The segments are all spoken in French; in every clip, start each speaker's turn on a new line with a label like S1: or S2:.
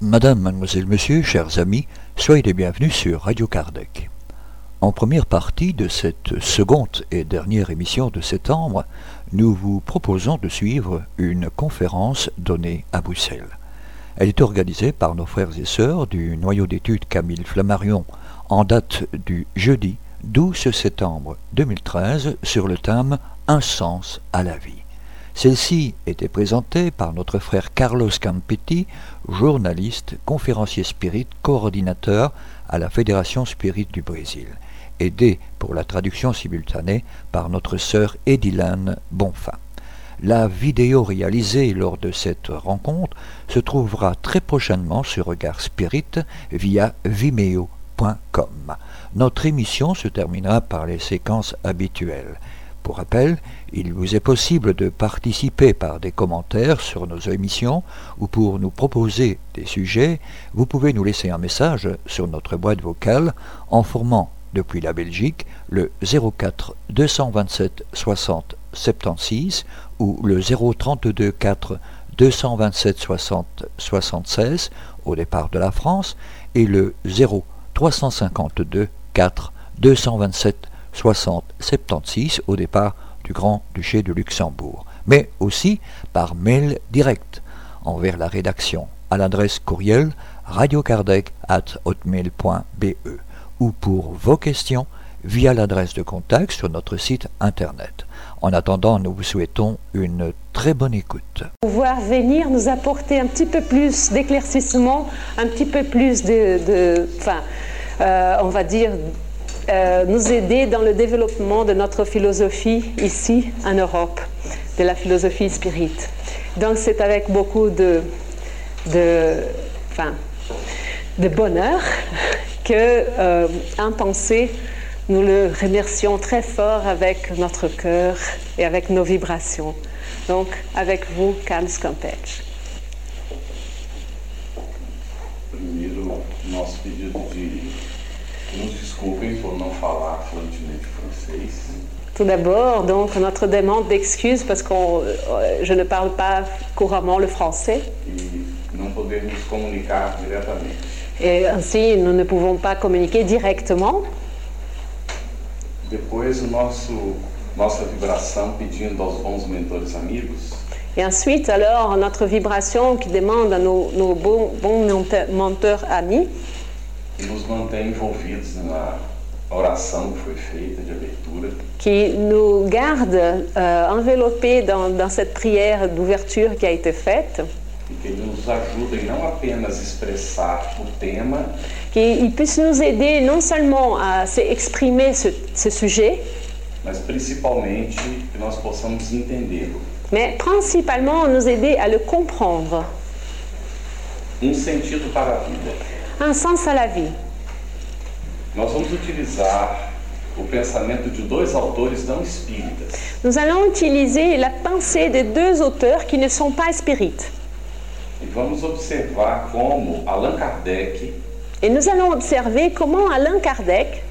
S1: Madame, mademoiselle, monsieur, chers amis, soyez les bienvenus sur Radio Kardec. En première partie de cette seconde et dernière émission de septembre, nous vous proposons de suivre une conférence donnée à Bruxelles. Elle est organisée par nos frères et sœurs du noyau d'études Camille Flammarion en date du jeudi 12 septembre 2013 sur le thème Un sens à la vie. Celle-ci était présentée par notre frère Carlos Campetti, journaliste, conférencier spirit, coordinateur à la Fédération Spirit du Brésil, aidé pour la traduction simultanée par notre sœur Edilane Bonfa. La vidéo réalisée lors de cette rencontre se trouvera très prochainement sur Regard Spirit via vimeo.com. Notre émission se terminera par les séquences habituelles. Pour rappel, il vous est possible de participer par des commentaires sur nos émissions ou pour nous proposer des sujets, vous pouvez nous laisser un message sur notre boîte vocale en formant depuis la Belgique le 04 227 60 76 ou le 032 4 227 60 76 au départ de la France et le 0 352 4 227 60 76 au départ du Grand-Duché de Luxembourg, mais aussi par mail direct envers la rédaction à l'adresse courriel radiocardec.hotmail.be E ou pour vos questions via l'adresse de contact sur notre site internet. En attendant, nous vous souhaitons une très bonne écoute.
S2: Pouvoir venir nous apporter un petit peu plus d'éclaircissement, un petit peu plus de, de enfin, euh, on va dire, euh, nous aider dans le développement de notre philosophie ici en Europe, de la philosophie spirit. Donc c'est avec beaucoup de, de, enfin, de bonheur que, euh, en pensée, nous le remercions très fort avec notre cœur et avec nos vibrations. Donc avec vous, Carlos Campech. Tout d'abord, donc, notre demande d'excuses parce que je ne parle pas couramment le français. Et ainsi, nous ne pouvons pas communiquer directement. Et ensuite, alors, notre vibration qui demande à nos, nos bons, bons menteurs amis. Qui nous garde euh, enveloppés dans, dans, cette prière d'ouverture qui a été faite. Qu'il puisse nous aider non seulement à exprimer ce, ce sujet, mais principalement nous aider à le comprendre.
S3: Um sentido para a vida.
S2: Un sens à la vie.
S3: Nós vamos utilizar o pensamento de dois autores não espíritas.
S2: Nous allons utiliser la pensée de deux auteurs qui ne sont pas espírites.
S3: E vamos observar como Allan Kardec
S2: Et nous allons observer comment Alain Kardec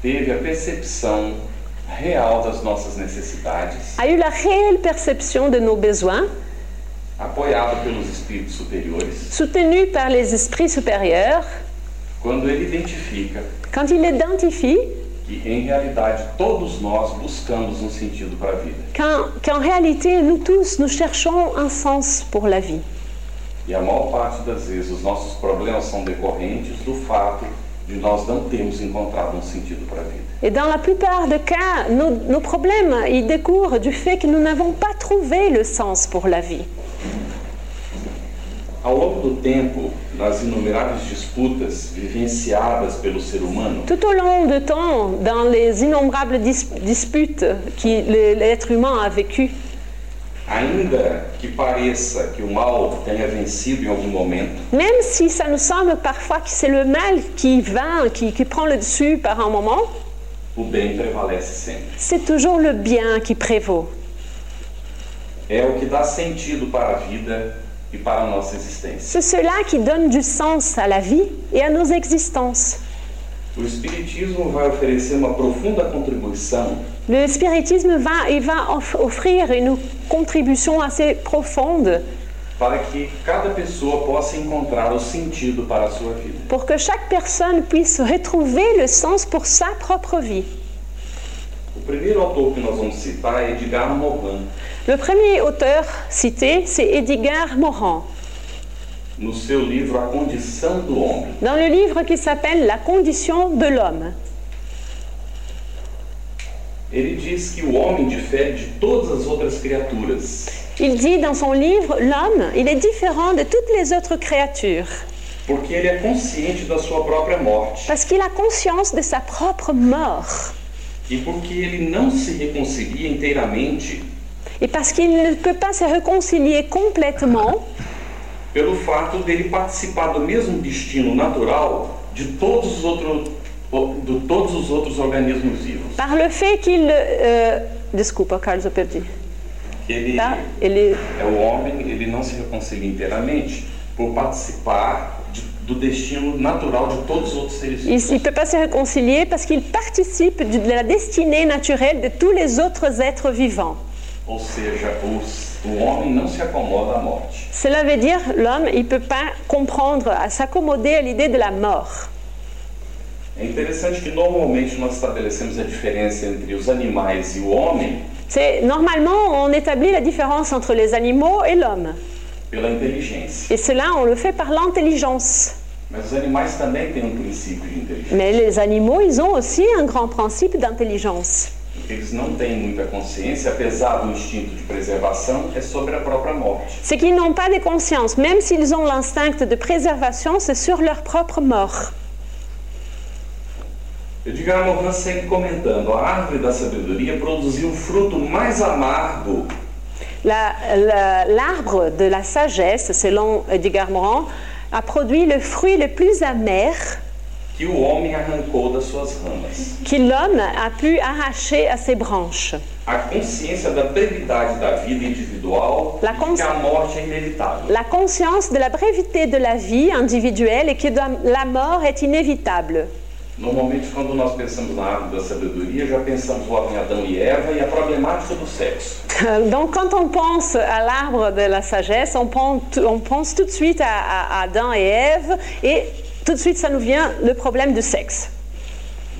S3: teve a percepção real das nossas necessidades,
S2: a eu la réelle perception de nos besoins,
S3: apoiado pelos espíritos superiores,
S2: soutenu par les esprits supérieurs,
S3: quando ele identifica
S2: quand il identifie
S3: que em realidade todos nós buscamos um sentido para a vida.
S2: qu'en qu'en réalité, nous tous, nous cherchons un sens pour la vie.
S3: E a maior parte das vezes os nossos problemas são decorrentes do fato de nós não termos encontrado um sentido para a vida.
S2: Et dans la plupart des cas, nos, nos problèmes, ils décourent du fait que nous n'avons pas trouvé le sens pour la vie.
S3: Ao longo do tempo, nas inumeráveis disputas vivenciadas pelo ser humano,
S2: Tout au long du temps, dans les innombrables dis- disputes que le- l'être humain a vécues,
S3: ainda que pareça que o mal tenha vencido em algum momento,
S2: même si ça nous semble parfois que c'est le mal qui vainc, qui, qui prend le dessus par un moment,
S3: o bem prevalece sempre.
S2: c'est toujours le bien qui prévaut.
S3: É é o que dá sentido para a vida e para a nossa existência.
S2: C'est cela qui donne du sens à la vie et à nos existences.
S3: O Espiritismo vai oferecer uma profunda contribuição
S2: Le spiritisme va, il va off- offrir une contribution assez profonde
S3: para que cada pessoa possa encontrar o sentido para a sua vida.
S2: pour que chaque personne puisse retrouver le sens pour sa propre vie.
S3: O primeiro autor que nós vamos citar é Edgar Morin.
S2: Le premier auteur cité, c'est Edgar Morin,
S3: no seu livro A Condição do Homem.
S2: dans le livre qui s'appelle La condition de l'homme.
S3: Ele diz que o homem difere de todas as outras criaturas,
S2: Il dit dans son livre, l'homme, il est différent de toutes les autres créatures,
S3: porque ele é consciente da sua própria morte
S2: parce qu'il a conscience de sa propre mort,
S3: e porque ele não se reconcilia inteiramente
S2: et parce qu'il ne peut pas se réconcilier complètement
S3: pelo fato dele participar do mesmo destino natural de todos os outros de todos os outros organismos vivos.
S2: par le fait qu'il... Euh, desculpa, Carlos, eu perdi.
S3: Ele
S2: Tá? Ele,
S3: é o homem, ele não se reconcilia inteiramente por participar de- do destino natural de todos os outros seres
S2: il
S3: vivos.
S2: ne peut pas se réconcilier parce qu'il participe du- de la destinée naturelle de tous les autres êtres vivants.
S3: Ou seja, os- o homem não se acomoda à morte.
S2: Cela veut dire l'homme, il ne peut pas comprendre, à s'accommoder à l'idée de la mort.
S3: É interessante que normalmente nós estabelecemos a diferença entre os animais e o homem
S2: C'est normalement on établit la différence entre les animaux et l'homme,
S3: pela inteligência.
S2: et cela on le fait par l'intelligence.
S3: Mas os animais também têm um princípio de inteligência.
S2: Mais les animaux, ils ont aussi un grand principe d'intelligence.
S3: Eles não têm muita consciência, apesar do instinto de preservação, é sobre a própria morte.
S2: C'est qu'ils n'ont pas de conscience, même s'ils ont l'instinct de préservation, c'est sur leur propre mort.
S3: Edgar Morin segue comentando: a árvore da sabedoria produziu o fruto mais amargo
S2: La- la- L'arbre de la sagesse, selon Edgar Morin, a produit le fruit le plus amer
S3: que o homem arrancou das suas ramas.
S2: que l'homme a pu arracher à ses branches.
S3: A consciência da brevidade da vida individual
S2: La
S3: e
S2: cons-
S3: que a morte é inevitável.
S2: La conscience de la brièveté de la vie individuelle et que dans- la mort est inévitable.
S3: Normalmente, quando nós pensamos na árvore da sabedoria, já pensamos logo em Adão e Eva e a problemática do sexo.
S2: Donc quand on pense à l'arbre de la sagesse, on pense, on pense tout de suite à, à- à Adam et Ève et tout de suite ça nous vient le problème du sexe.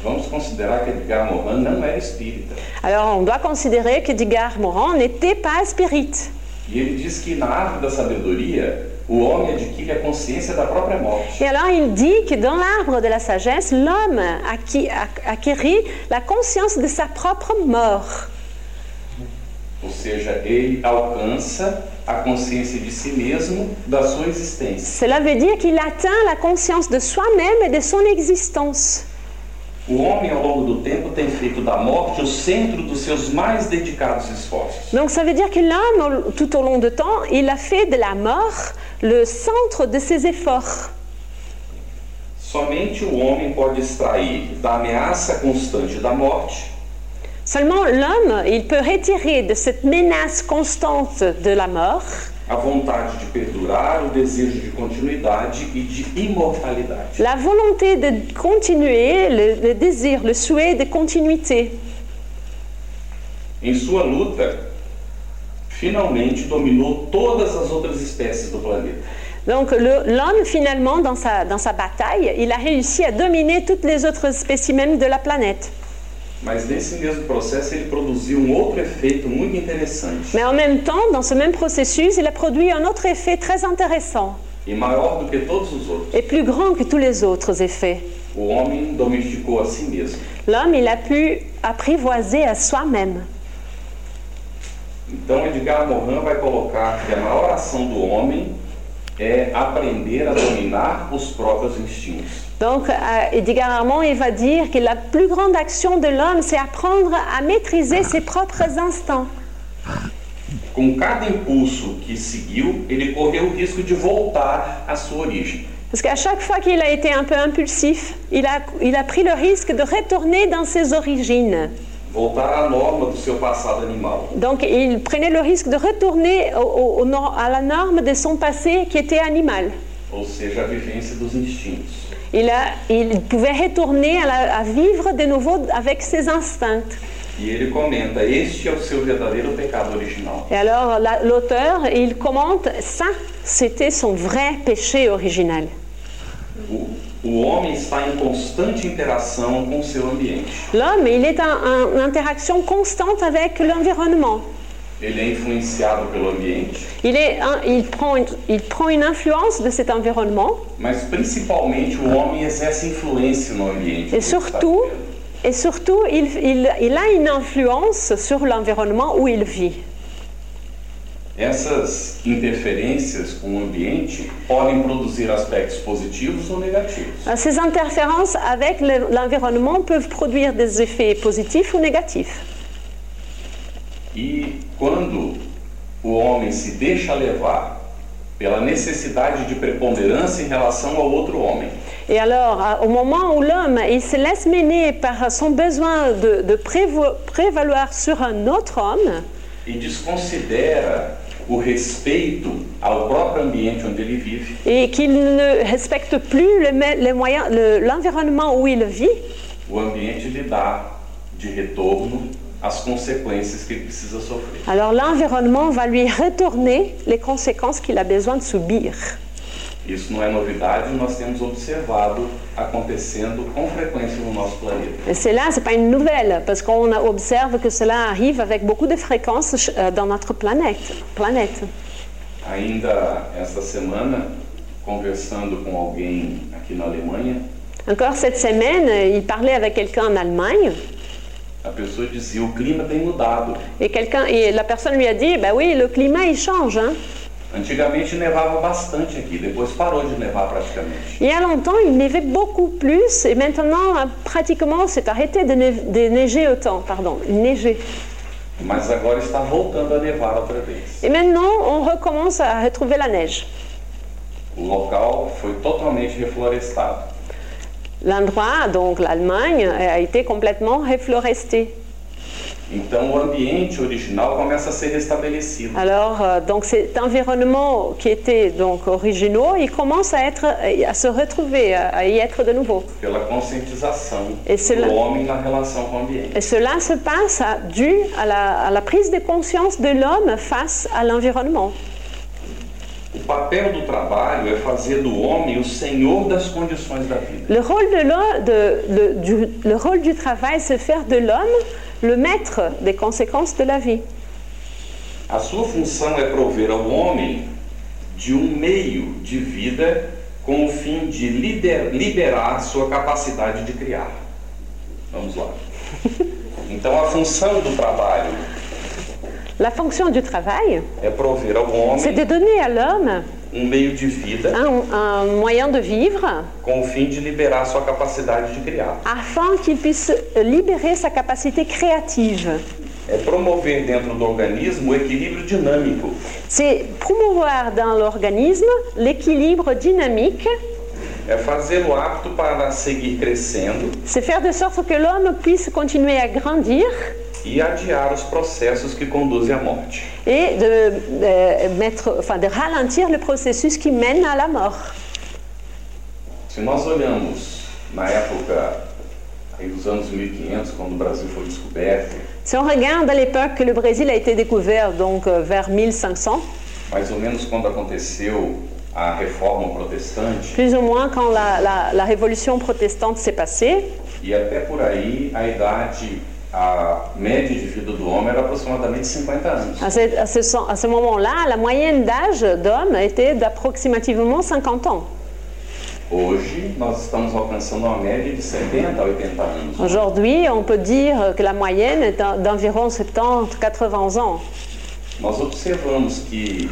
S3: Vamos considerar que Edgar Morin não era espírita.
S2: Alors on doit considérer qu'Edgar Morin n'était pas spirite.
S3: E ele diz que na árvore da sabedoria, o homem adquire a consciência da própria morte.
S2: Et alors il dit que dans l'arbre de la sagesse, l'homme acquis- ac- acquérit la conscience de sa propre mort.
S3: Ou seja, ele alcança a consciência de si mesmo, da sua existência.
S2: Cela veut dire qu'il atteint la conscience de soi-même et de son existence.
S3: O homem, ao longo do tempo, tem feito da morte o centro dos seus mais dedicados esforços.
S2: Donc ça veut dire que l'homme, au- tout au long du temps, il a fait de la mort le centre de ses efforts.
S3: Somente o homem pode extrair da ameaça constante da morte
S2: Seulement l'homme, il peut retirer de cette menace constante de la mort
S3: a vontade de perdurar, o desejo de continuidade e de imortalidade.
S2: la volonté de continuer, le, le désir, le souhait de continuité.
S3: Em sua luta, finalmente dominou todas as outras espécies do planeta.
S2: Donc le- l'homme, finalement, dans sa, dans sa bataille, il a réussi à dominer toutes les autres spécimens de la planète.
S3: Mas nesse mesmo processo ele produziu um outro efeito muito interessante
S2: Mais en même temps, dans ce même processus, il a produit un autre effet très intéressant
S3: e maior do que todos os outros.
S2: et plus grand que tous les autres effets.
S3: O homem domesticou a si mesmo.
S2: L'homme, il a pu apprivoiser à soi-même.
S3: Então Edgar Morin vai colocar que a maior ação do homem é aprender a dominar os próprios instintos.
S2: Donc, euh, Edgar Armand, il va dire que la plus grande action de l'homme, c'est apprendre à maîtriser ses propres instincts.
S3: Com cada impulso que seguiu, ele correu o risco de voltar à sua origem.
S2: Parce qu'à chaque fois qu'il a été un peu impulsif, il a, il a pris le risque de retourner dans ses origines.
S3: voltar à norma do seu passado animal.
S2: Donc il prenait le risque de retourner au- au- au nor- à la norme de son passé qui était animal.
S3: ou seja, a vivência dos instintos.
S2: Il, a- il pouvait retourner à, la- à vivre de nouveau avec ses instincts.
S3: E ele comenta: este é o seu verdadeiro pecado original.
S2: Et alors la- l'auteur, il commente, ça, c'était son vrai péché original.
S3: O, o homem está em constante interação com o seu ambiente.
S2: L'homme, il est en, en interaction constante avec l'environnement.
S3: Ele é influenciado pelo ambiente,
S2: Il, est un- il prend une, il prend une influence de cet environnement
S3: mas principalmente o homem exerce influência no ambiente. que
S2: et
S3: ele está
S2: surtout,
S3: vivendo.
S2: et surtout il, il- il a une influence sur l'environnement où il vit.
S3: Essas interferências com o ambiente podem produzir aspectos positivos ou negativos.
S2: Euh, Ces interférences avec le- l'environnement peuvent produire des effets positifs ou négatifs.
S3: E quando o homem se deixa levar pela necessidade de preponderância em relação ao outro homem,
S2: Et alors, à- au moment où l'homme il se laisse mener par son besoin de, de prévo- prévaloir sur un autre homme,
S3: e desconsidera o respeito ao próprio ambiente onde ele vive,
S2: et qu'il ne respecte plus le me- les moyens- le- l'environnement où il vit,
S3: o ambiente lhe dá de retorno as consequências que ele precisa sofrer.
S2: alors l'environnement va lui retourner les conséquences qu'il a besoin de subir.
S3: Isso não é novidade, nós temos observado acontecendo com frequência no nosso planeta.
S2: Et cela, ce n'est pas une nouvelle, parce qu'on a- observe que cela arrive avec beaucoup de fréquences ch- euh, dans notre planète. planète.
S3: Ainda esta semana, conversando com alguém aqui na Alemanha,
S2: Encore cette semaine, euh, il parlait avec quelqu'un en Allemagne,
S3: A pessoa dizia, o clima tem mudado.
S2: et, quelqu'un- et la personne lui a dit, ben oui, le climat, il change. hein.
S3: Antigamente nevava bastante aqui, depois parou de nevar praticamente.
S2: Il y a longtemps, il neuvait beaucoup plus, et maintenant, euh, pratiquement, c'est arrêté de, neu- de neiger autant. Pardon, neiger.
S3: Mas agora está voltando a nevar outra vez.
S2: Et maintenant, on recommence à retrouver la neige.
S3: O local foi totalmente reflorestado.
S2: L'endroit, donc l'Allemagne, a été complètement réfloresté.
S3: Então o ambiente original começa a ser restabelecido.
S2: Alors, euh, donc cet environnement qui était donc original, il commence à, être, euh, à se retrouver, à à y être de nouveau.
S3: Pela conscientização
S2: Esse
S3: do
S2: la-
S3: homem na relação com o ambiente.
S2: Et cela se passe à- dû à la, à la prise de conscience de l'homme face à l'environnement.
S3: O papel do trabalho é fazer do homem o senhor das condições da vida.
S2: Le rôle, de l'homme- de- le- du, le rôle du travail, c'est faire de l'homme le maître des conséquences de la vie.
S3: A sua função é prover ao homem de um meio de vida com o fim de lider- liberar sua capacidade de criar. Vamos lá. Então, a função do trabalho
S2: La fonction du travail,
S3: é prover ao
S2: c'est
S3: homem
S2: de donner à l'homme
S3: um meio de vida
S2: un, un moyen de vivre
S3: com o fim de liberar sua capacidade de criar.
S2: afin qu'il puisse libérer sa capacité créative.
S3: É promover dentro do organismo o equilíbrio dinâmico
S2: C'est promouvoir dans l'organisme l'équilibre dynamique,
S3: é fazê-lo apto para seguir crescendo
S2: c'est faire de sorte que l'homme puisse continuer à grandir
S3: e adiar os processos que conduzem à morte.
S2: et de, euh, mettre, enfin, de ralentir le processus qui mène à la mort.
S3: Se nós olhamos na época, aí dos anos 1500, quando o Brasil foi descoberto,
S2: Si on regarde à l'époque que le Brésil a été découvert, donc euh, vers 1500,
S3: mais ou menos quando aconteceu a reforma protestante,
S2: plus ou moins quand la, la- la révolution protestante s'est passée,
S3: e até por aí a idade, a média de vida do homem era aproximadamente 50 anos.
S2: à ce, à ce sen- à ce moment-là, la moyenne d'âge d'homme était d'approximativement 50 ans.
S3: Hoje nós estamos alcançando uma média de 70 a 80 anos.
S2: Aujourd'hui, on peut dire que la moyenne est d'en- d'environ 70-80 ans.
S3: Nós observamos que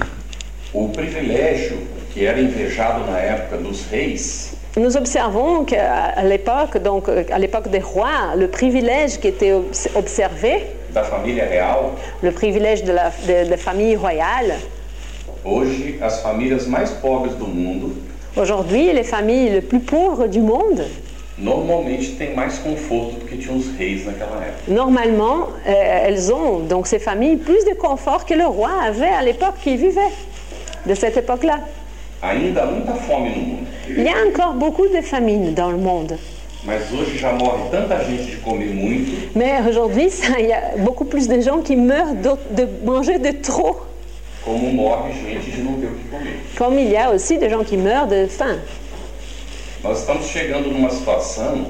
S3: o privilégio que era invejado na época dos reis
S2: Nous observons qu'à à l'époque, donc euh, à l'époque des rois, le privilège qui était obs- observé,
S3: da família real
S2: le privilège de la de- de famille royale,
S3: Hoje, as famílias mais pobres do mundo
S2: aujourd'hui, les familles les plus pauvres du monde
S3: normalmente têm mais conforto do que tinham os reis naquela época.
S2: Normalement, euh, elles ont, donc ces familles, plus de confort que le roi avait à l'époque qui vivait, de cette époque-là.
S3: Ainda há muita fome no mundo,
S2: Il y a encore beaucoup de famines dans le monde.
S3: mas hoje já morre tanta gente de comer muito
S2: Mais aujourd'hui, ça, il y a beaucoup plus de gens qui meurent d'au- de manger de trop,
S3: como morre gente de não ter o que comer.
S2: comme il y a aussi des gens qui meurent de faim.
S3: Nós estamos chegando numa situação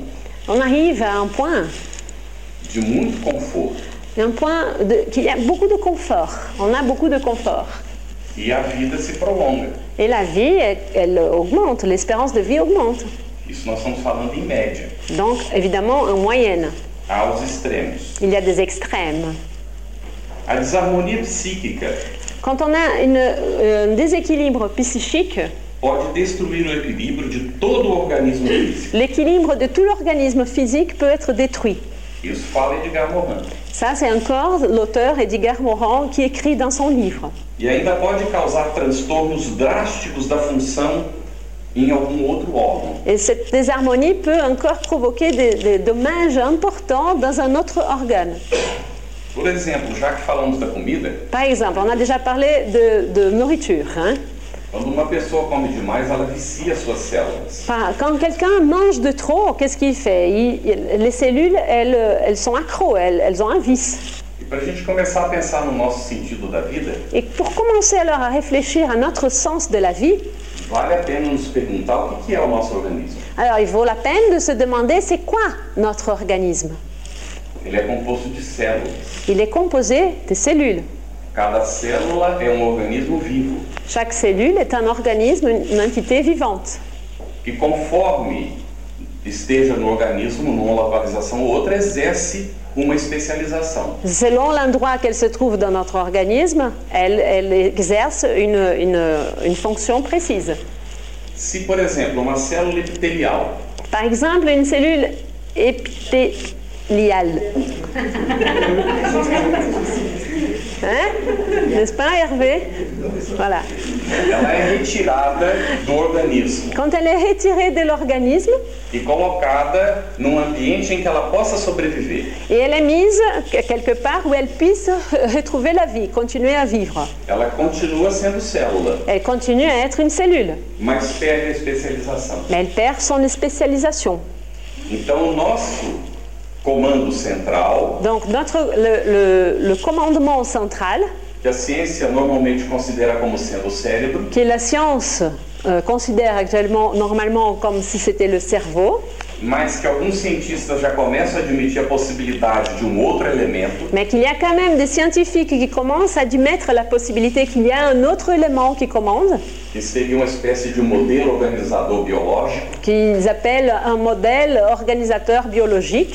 S2: On arrive à un point,
S3: de muito conforto
S2: un point de- qu'il y a beaucoup de confort. On a beaucoup de confort.
S3: e a vida se prolonga.
S2: Et la vie, elle, elle augmente, l'espérance de vie augmente.
S3: Isso nós estamos falando em média,
S2: Donc, évidemment, en moyenne,
S3: aos extremos.
S2: il y a des extrêmes.
S3: A desarmonia psíquica
S2: Quand on a une, euh, un déséquilibre psychique,
S3: pode destruir o equilíbrio de todo o organismo físico.
S2: l'équilibre de tout l'organisme physique peut être détruit.
S3: Isso fala Edgar Morin.
S2: Ça, c'est encore l'auteur Edgar Morin qui écrit dans son livre.
S3: E ainda pode causar transtornos drásticos da função em algum outro órgão.
S2: Et cette désharmonie peut encore provoquer des, des dommages importants dans un autre organe.
S3: Por exemplo, já que falamos da comida,
S2: Par exemple, on a déjà parlé de, de nourriture. hein.
S3: quando uma pessoa come demais, ela vicia suas células.
S2: Enfin, quand quelqu'un mange de trop, qu'est-ce qu'il fait Il- il- Les cellules, elles, elles sont accros, elles, elles ont un vice.
S3: E para a gente começar a pensar no nosso sentido da vida,
S2: Et pour commencer alors à réfléchir à notre sens de la vie,
S3: vale a pena nos perguntar o que que é o nosso organismo.
S2: alors il vaut la peine de se demander c'est quoi notre organisme
S3: Ele é composto de células.
S2: Il est composé de cellules.
S3: Cada célula é um organismo vivo.
S2: Chaque cellule est un organisme, une une entité vivante.
S3: E conforme esteja no organismo, numa localização ou outra, exerce uma especialização.
S2: Selon l'endroit qu'elle se trouve dans notre organisme, elle, elle exerce une, une- une fonction précise.
S3: Se, por exemplo, uma célula epitelial
S2: Par exemple, une cellule épithéliale. Hein N'est-ce pas, Hervé Voilà.
S3: ela é retirada do organismo
S2: Quand elle est retirée de l'organisme
S3: e colocada num ambiente em que ela possa sobreviver.
S2: et elle est mise quelque part où elle puisse retrouver la vie, continuer à vivre.
S3: Ela continua sendo célula,
S2: Elle continue à être une cellule,
S3: mas perde a especialização.
S2: mais elle perd son spécialisation.
S3: Então, o nosso comando central,
S2: Donc notre, le, le- le commandement central,
S3: que a ciência normalmente considera como sendo o cérebro,
S2: que la science euh, considère actuellement normalement comme si c'était le cerveau,
S3: mas que alguns cientistas já começam a admitir a possibilidade de um outro elemento,
S2: mais qu'il y a quand même des scientifiques qui commencent à admettre la possibilité qu'il y a un autre élément qui commande,
S3: que seria uma espécie de modelo organizador biológico,
S2: qu'ils appellent un modèle organisateur biologique,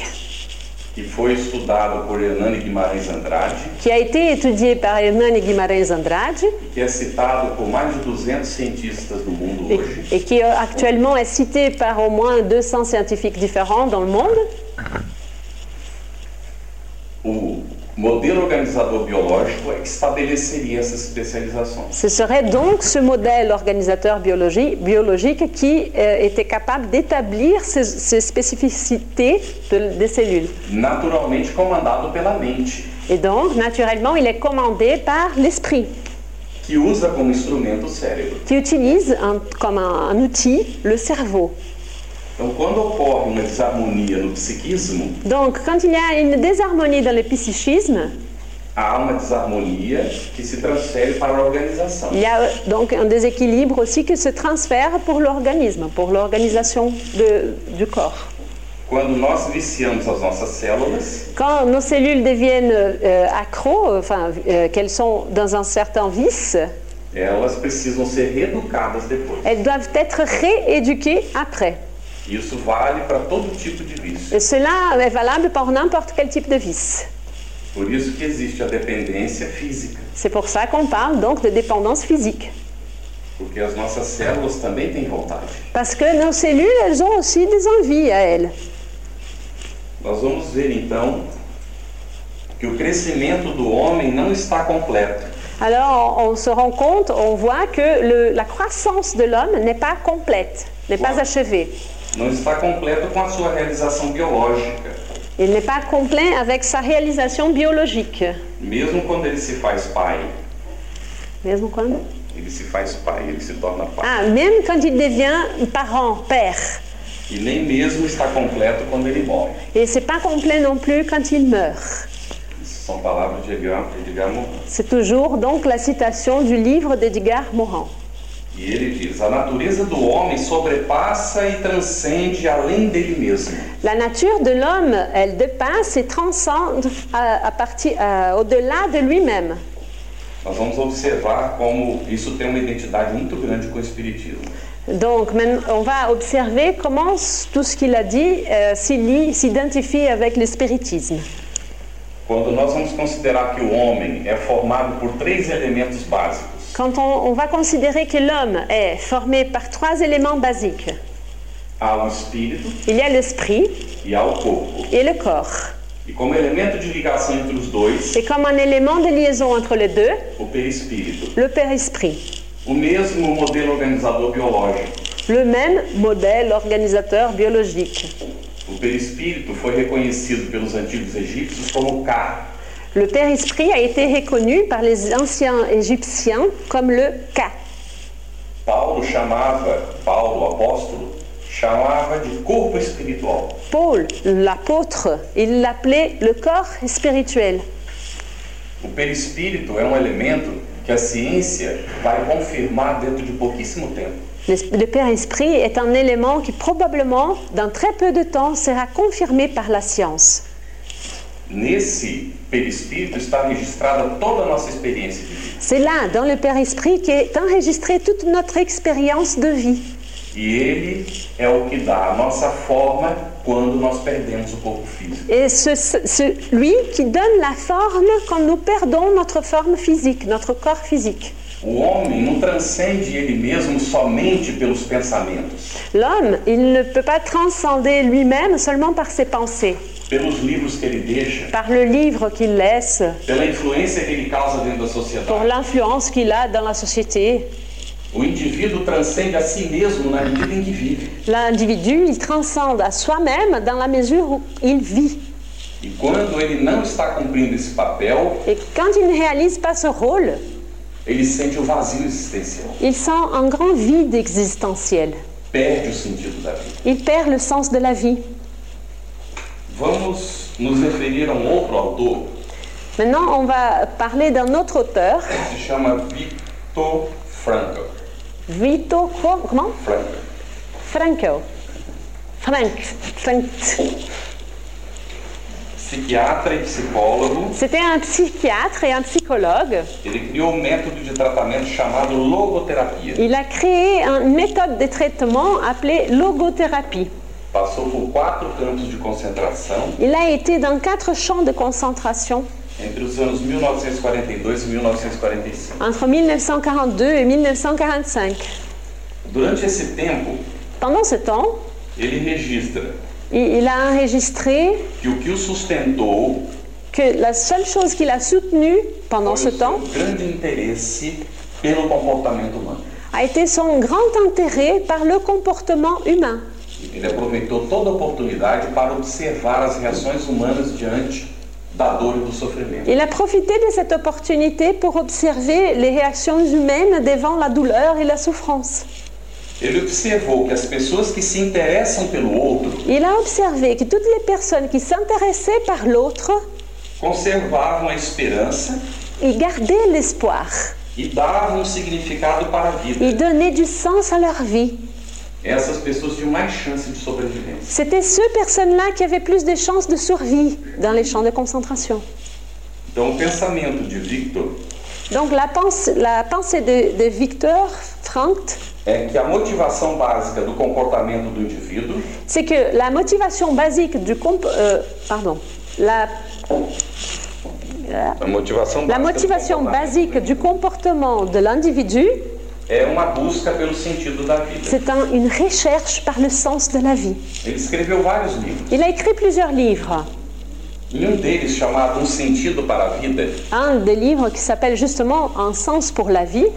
S3: que foi estudado por Hernani Guimarães Andrade,
S2: qui a été étudié par Hernan et Guimarães Andrade
S3: que é citado por mais de 200 cientistas do mundo
S2: et,
S3: hoje,
S2: et qui euh, actuellement est cité par au moins 200 scientifiques différents dans le monde.
S3: o modelo organizador biológico é que estabeleceria essas especializações.
S2: Ce serait donc ce modèle organisateur biologie- biologique qui euh, était capable d'établir ces, ces spécificités de- des cellules.
S3: Naturalmente comandado pela mente,
S2: Et donc, naturellement, il est commandé par l'esprit,
S3: que usa como instrumento o cérebro.
S2: qui utilise un- comme un, un outil le cerveau.
S3: Então, quando ocorre uma desarmonia no psiquismo,
S2: Donc, quand il y a une désharmonie dans le psychisme,
S3: há uma desarmonia que se transfere para a organização.
S2: il y a euh, donc un déséquilibre aussi qui se transfère pour l'organisme, pour l'organisation de- du corps.
S3: Quando nós viciamos as nossas células,
S2: Quand nos cellules deviennent euh, accros, enfin euh, qu'elles sont dans un certain vice,
S3: elas precisam ser reeducadas depois.
S2: elles doivent être rééduquées après.
S3: Isso vale para todo tipo de vício.
S2: Et cela est valable pour n'importe quel type de vice.
S3: Por isso que existe a dependência física,
S2: C'est pour ça qu'on parle donc de dépendance physique.
S3: porque as nossas células também têm vontade.
S2: Parce que nos cellules, elles ont aussi des envies à elles.
S3: Nós vamos ver então que o crescimento do homem não está completo.
S2: Alors on, on se rend compte, on voit que le- la croissance de l'homme n'est pas complète, n'est pas
S3: Wow.
S2: achevée.
S3: não está completo com a sua realização biológica,
S2: Il n'est pas complet avec sa réalisation biologique.
S3: mesmo quando ele se faz pai.
S2: Mesmo quando?
S3: Ele se faz pai, ele se torna pai.
S2: Ah, même quand il devient parent, père.
S3: E nem mesmo está completo quando ele morre.
S2: Et c'est pas complet non plus quand il meurt.
S3: Isso são palavras de Edgar, Edgar Morin.
S2: C'est toujours donc la citation du livre d'Edgar Morin.
S3: E ele diz: a natureza do homem sobrepassa e transcende além dele mesmo.
S2: La nature de l'homme, elle dépasse et transcende euh, à, à partir, à- au-delà de lui-même.
S3: Nós vamos observar como isso tem uma identidade muito grande com o Espiritismo.
S2: Donc, même, on va observer comment s- tout ce qu'il a dit euh, s'y lie, s'identifie avec le spiritisme.
S3: Quando nós vamos considerar que o homem é formado por três elementos básicos:
S2: Quand on, on va considérer que l'homme est formé par trois éléments basiques,
S3: há o espírito
S2: il y a l'esprit
S3: e há o corpo.
S2: et le corps.
S3: E como elemento de ligação entre os dois,
S2: Et comme un élément de liaison entre les deux,
S3: o perispírito.
S2: le père-esprit,
S3: O mesmo modelo organizador biológico.
S2: le même modèle organisateur biologique.
S3: O perispírito foi reconhecido pelos antigos egípcios como Ka,
S2: Le père-esprit a été reconnu par les anciens égyptiens comme le Ka.
S3: Paulo chamava, Paulo, apóstolo, chamava de corpo espiritual.
S2: Paul, l'apôtre, il l'appelait le corps spirituel.
S3: O perispírito é um elemento que a ciência vai confirmar dentro de pouquíssimo tempo.
S2: Le le père-esprit est un élément qui probablement, dans très peu de temps, sera confirmé par la science.
S3: Nesse perispírito está registrada toda a nossa experiência de vida.
S2: C'est là, dans le père-esprit, qu'est enregistrée toute notre expérience de vie.
S3: E ele é o que dá a nossa forma quando nós perdemos o corpo físico.
S2: Et ce, ce- ce- lui qui donne la forme quand nous perdons notre forme physique, notre corps physique.
S3: O homem não transcende ele mesmo somente pelos pensamentos,
S2: L'homme, il ne peut pas transcender lui-même seulement par ses pensées,
S3: pelos livros que ele deixa,
S2: par le livre qu'il laisse,
S3: pela influência que ele causa dentro da
S2: pour
S3: sociedade.
S2: l'influence qu'il a dans la société.
S3: O indivíduo transcende a si mesmo na medida em que vive.
S2: L'individu, il transcende à soi-même dans la mesure où il vit.
S3: E quando ele não está cumprindo esse papel,
S2: Et quand il ne réalise pas ce rôle,
S3: ele sente o vazio existencial,
S2: il sent un grand vide existentiel.
S3: perde o sentido da vida.
S2: Il perd le sens de la vie.
S3: Vamos nos referir a um outro autor
S2: Maintenant, on va parler d'un autre auteur,
S3: que se chama Victor Frankl.
S2: Vito Qua- comment
S3: Frankl.
S2: Franco. Frank. Frank.
S3: Psiquiatra e psicólogo,
S2: C'était un psychiatre et un psychologue.
S3: ele criou um método de tratamento chamado logoterapia.
S2: Il a créé une méthode de traitement appelée logothérapie.
S3: Passou por quatro campos de concentração
S2: Il a été dans quatre champs de concentration
S3: entre os anos 1942 e 1945.
S2: entre 1942 et 1945.
S3: Durante esse tempo,
S2: Pendant ce temps,
S3: ele registra
S2: il- il a enregistré
S3: que o que o sustentou
S2: que la seule chose qu'il a soutenue pendant ce
S3: foi o
S2: temps
S3: seu grande interesse pelo comportamento humano.
S2: a été son grand intérêt par le comportement humain.
S3: Ele aproveitou toda a oportunidade para observar as reações humanas diante da dor e do sofrimento.
S2: Il a profité de cette opportunité pour observer les réactions humaines devant la douleur et la souffrance.
S3: Ele observou que as pessoas que se interessam pelo outro
S2: Il a observé que toutes les personnes qui s'intéressaient par l'autre
S3: conservavam a esperança
S2: y gardaient l'espoir,
S3: e davam um significado para a vida.
S2: y donnaient du sens à leur vie.
S3: Essas pessoas tinham mais chance de sobrevivência.
S2: C'était ces personnes-là qui avaient plus de chances de survie dans les champs de concentration.
S3: Então, o pensamento de Victor
S2: Donc la pensée, la pensée de, de Victor Frank,
S3: é que a motivação básica do comportamento do indivíduo
S2: c'est que la motivation basique du comp- euh, pardon, la
S3: A motivação
S2: La
S3: básica do
S2: motivation
S3: comportamento
S2: basique du comportement de l'individu,
S3: é uma busca pelo sentido da vida.
S2: c'est un- une recherche par le sens de la vie.
S3: Ele escreveu vários livros.
S2: Il a écrit plusieurs livres.
S3: Em um deles, chamado Um Sentido para a Vida,
S2: hein, Un des livres qui s'appelle justement Un sens pour la vie,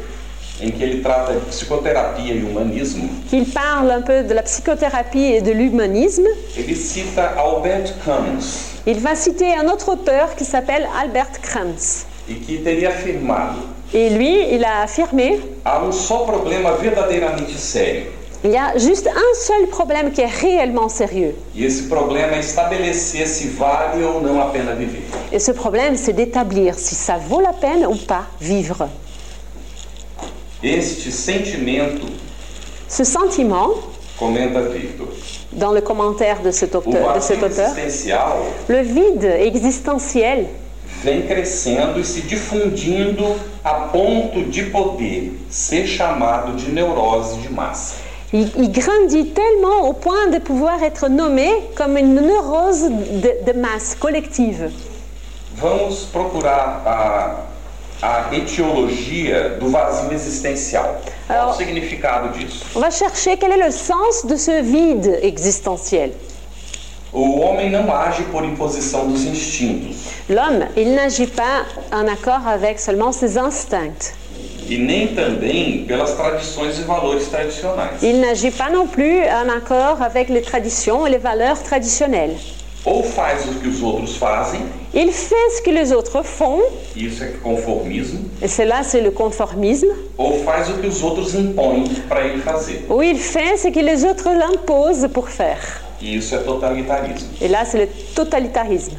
S3: em que ele trata de psicoterapia e humanismo,
S2: qu'il parle un peu de la psychothérapie et de l'humanisme,
S3: ele cita Albert Camus
S2: il va citer un autre auteur qui s'appelle Albert Kranz.
S3: e que teria afirmado:
S2: Et lui, il a affirmé,
S3: há um só problema verdadeiramente sério,
S2: il y a juste un seul problème qui est réellement sérieux.
S3: e esse problema é estabelecer se vale ou não a pena viver.
S2: Et ce problème, c'est d'établir si ça vaut la peine ou pas vivre.
S3: Este sentimento,
S2: Ce sentiment,
S3: comenta Victor,
S2: dans le commentaire de cet
S3: o
S2: auteur, de cet
S3: vazio
S2: auteur
S3: existencial
S2: le vide existentiel
S3: vem crescendo e se difundindo a ponto de poder ser chamado de neurose de massa.
S2: Il, il grandit tellement au point de pouvoir être nommé comme une neurose de, de masse collective.
S3: Vamos procurar a, a etiologia do vazio existencial. Qual
S2: Ah,
S3: o
S2: o-
S3: significado disso?
S2: On va chercher quel est le sens de ce vide existentiel.
S3: O homem não age por imposição dos instintos
S2: L'homme, il n'agit pas en accord avec seulement ses instincts.
S3: e nem também pelas tradições e valores tradicionais.
S2: Il n'agit pas non plus en accord avec les traditions et les valeurs traditionnelles.
S3: Ou faz o que os outros fazem,
S2: Il fait ce que les autres font,
S3: e isso é conformismo,
S2: et cela c'est le conformisme,
S3: ou faz o que os outros impõem para ele fazer,
S2: ou il fait ce que les autres l'imposent pour faire.
S3: e isso é totalitarismo.
S2: Et là c'est le totalitarisme.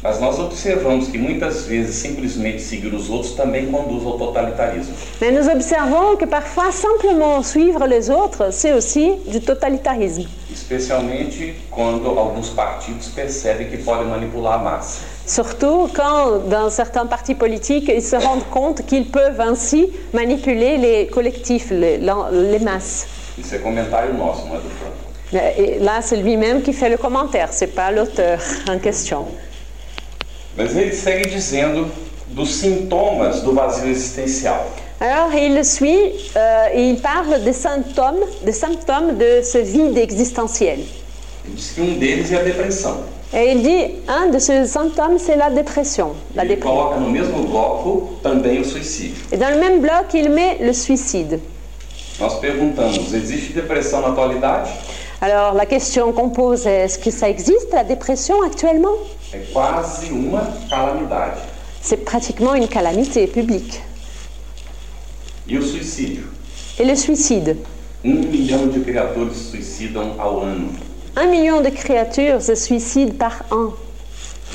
S3: Mas nós observamos que muitas vezes simplesmente seguir os outros também conduz ao totalitarismo.
S2: Mais nous observons que parfois simplement suivre les autres, c'est aussi du totalitarisme.
S3: Especialmente quando alguns partidos percebem que podem manipular a massa.
S2: Surtout quand, dans certains partis politiques, ils se rendent compte qu'ils peuvent ainsi manipuler les collectifs, les, l'en- les masses.
S3: Isso é comentário nosso, não é do Franco.
S2: Et là, c'est lui-même qui fait le commentaire, c'est pas l'auteur en question.
S3: Mas ele segue dizendo dos sintomas do vazio existencial.
S2: Alors, il suit, euh, et il parle des symptômes, des symptômes de ce vide existentiel.
S3: Ele diz que um deles é a depressão.
S2: Et il dit, un de ces symptômes, c'est la dépression. La
S3: ele
S2: dépression.
S3: coloca no mesmo bloco também o suicídio.
S2: Et dans le même bloc, il met le suicide.
S3: Nós perguntamos, existe depressão na atualidade?
S2: Alors, la question qu'on pose est, est-ce que ça existe, la dépression, actuellement
S3: É quase uma calamidade.
S2: C'est pratiquement une calamité publique.
S3: E o suicídio?
S2: Et le suicide
S3: Um milhão de criaturas se suicidam ao ano.
S2: Un million de créatures se suicident par an.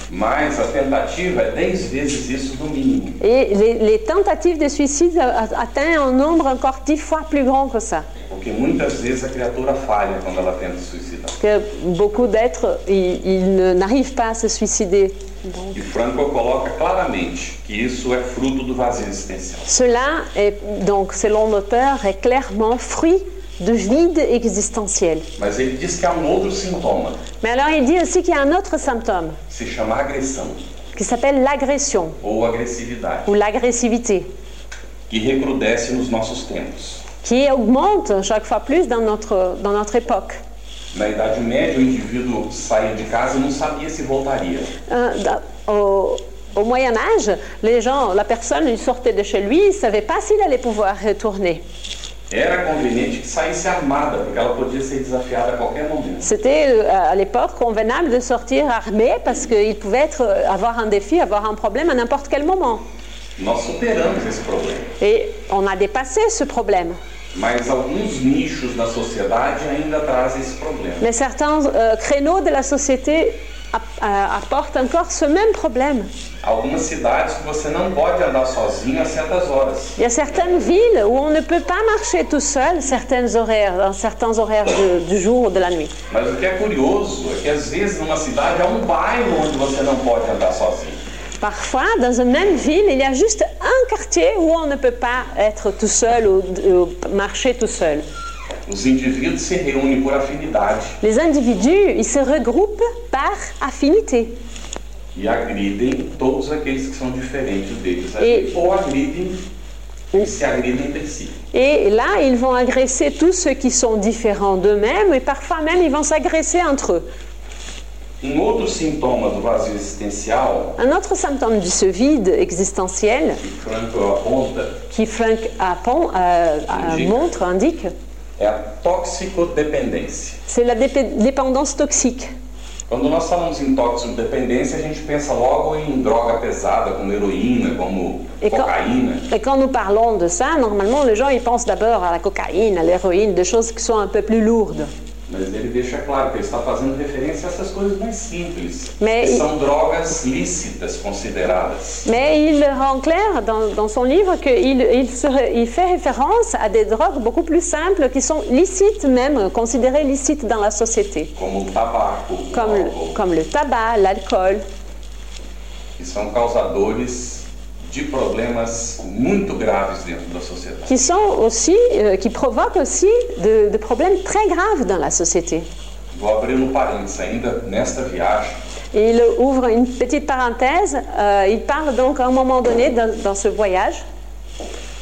S3: Mas a tentativa é 10 vezes isso no mínimo.
S2: Et les, les tentatives de suicide a- a- atteignent un nombre encore dix fois plus grand que ça.
S3: Porque muitas vezes a criatura falha quando ela tenta se suicidar.
S2: Que beaucoup d'êtres, ils, ils ne- n'arrivent pas à se suicider. Donc,
S3: E Franco coloca claramente que isso é fruto do vazio existencial.
S2: cela, est, donc, selon l'auteur, est clairement fruit de vide existentiel.
S3: Mas ele diz que há um outro sintoma,
S2: Mais alors, il dit aussi qu'il y a un autre symptôme
S3: que se chama agressão
S2: qui s'appelle l'agression
S3: ou agressividade,
S2: ou l'agressivité,
S3: que recrudesce nos nossos tempos.
S2: qui augmente chaque fois plus dans notre, dans notre époque.
S3: Na Idade Média, o indivíduo saía de casa e não sabia se voltaria.
S2: Euh, dans- au, au Moyen Âge, les gens, la personne, il sortait de chez lui, il ne savait pas s'il allait pouvoir retourner.
S3: Era conveniente que saísse armada, porque ela podia ser desafiada a qualquer momento.
S2: C'était euh, à l'époque convenable de sortir armé parce qu'il pouvait être, euh, avoir un défi, avoir un problème à n'importe quel moment.
S3: Nós superamos esse problema,
S2: Et on a dépassé ce problème.
S3: mas alguns nichos da sociedade ainda trazem esse problema.
S2: Mais certains euh, créneaux de la société app- euh, apportent encore ce même problème.
S3: Algumas cidades que você não pode andar sozinho a certas horas.
S2: Il y a certaines villes où on ne peut pas marcher tout seul certaines horaires, dans certains horaires de- du jour ou de la nuit.
S3: Mas o que é curioso é que às vezes numa cidade há um bairro onde você não pode andar sozinho.
S2: Parfois, dans une même ville, il y a juste un quartier où on ne peut pas être tout seul ou, ou marcher tout seul.
S3: Os indivíduos se reúnem por afinidade
S2: Les individus, ils se regroupent par affinité
S3: e agridem todos aqueles que são diferentes deles ali.
S2: E-
S3: Ou agridem e se agridem entre si.
S2: et là, ils vont agresser tous ceux qui sont différents d'eux-mêmes et parfois même ils vão s'agresser entre eux.
S3: Um outro sintoma do vazio existencial
S2: Un autre symptôme de ce vide existentiel
S3: que Franco aponta
S2: qui Frank Appon, euh, euh,
S3: Indique.
S2: montre, indique,
S3: é a toxicodependência.
S2: c'est la dép- dépendance toxique.
S3: Quando nós falamos em toxicodependência, a gente pensa logo em droga pesada, como heroína, como
S2: Et quand,
S3: cocaína.
S2: et quand nous parlons de ça, normalement, les gens ils pensent d'abord à la cocaïne, à l'héroïne, des choses qui sont un peu plus lourdes.
S3: Mas ele deixa claro que ele está fazendo referência a essas coisas mais simples,
S2: Mas-
S3: que são drogas lícitas consideradas.
S2: Mais il rend clair dans, dans son livre qu'il il se- il fait référence à des drogues beaucoup plus simples qui sont licites même, considérées licites dans la société,
S3: Como o tabaco, o
S2: comme
S3: álcool,
S2: le, comme le tabac, l'alcool,
S3: que são causadores de problemas muito graves dentro da sociedade.
S2: qui, sont aussi, euh, qui provoquent aussi de, de problèmes très graves dans la société.
S3: Vou abrir um parênteses ainda nesta viagem.
S2: Et il ouvre une petite parenthèse, euh, il parle donc à un moment donné dans- dans ce voyage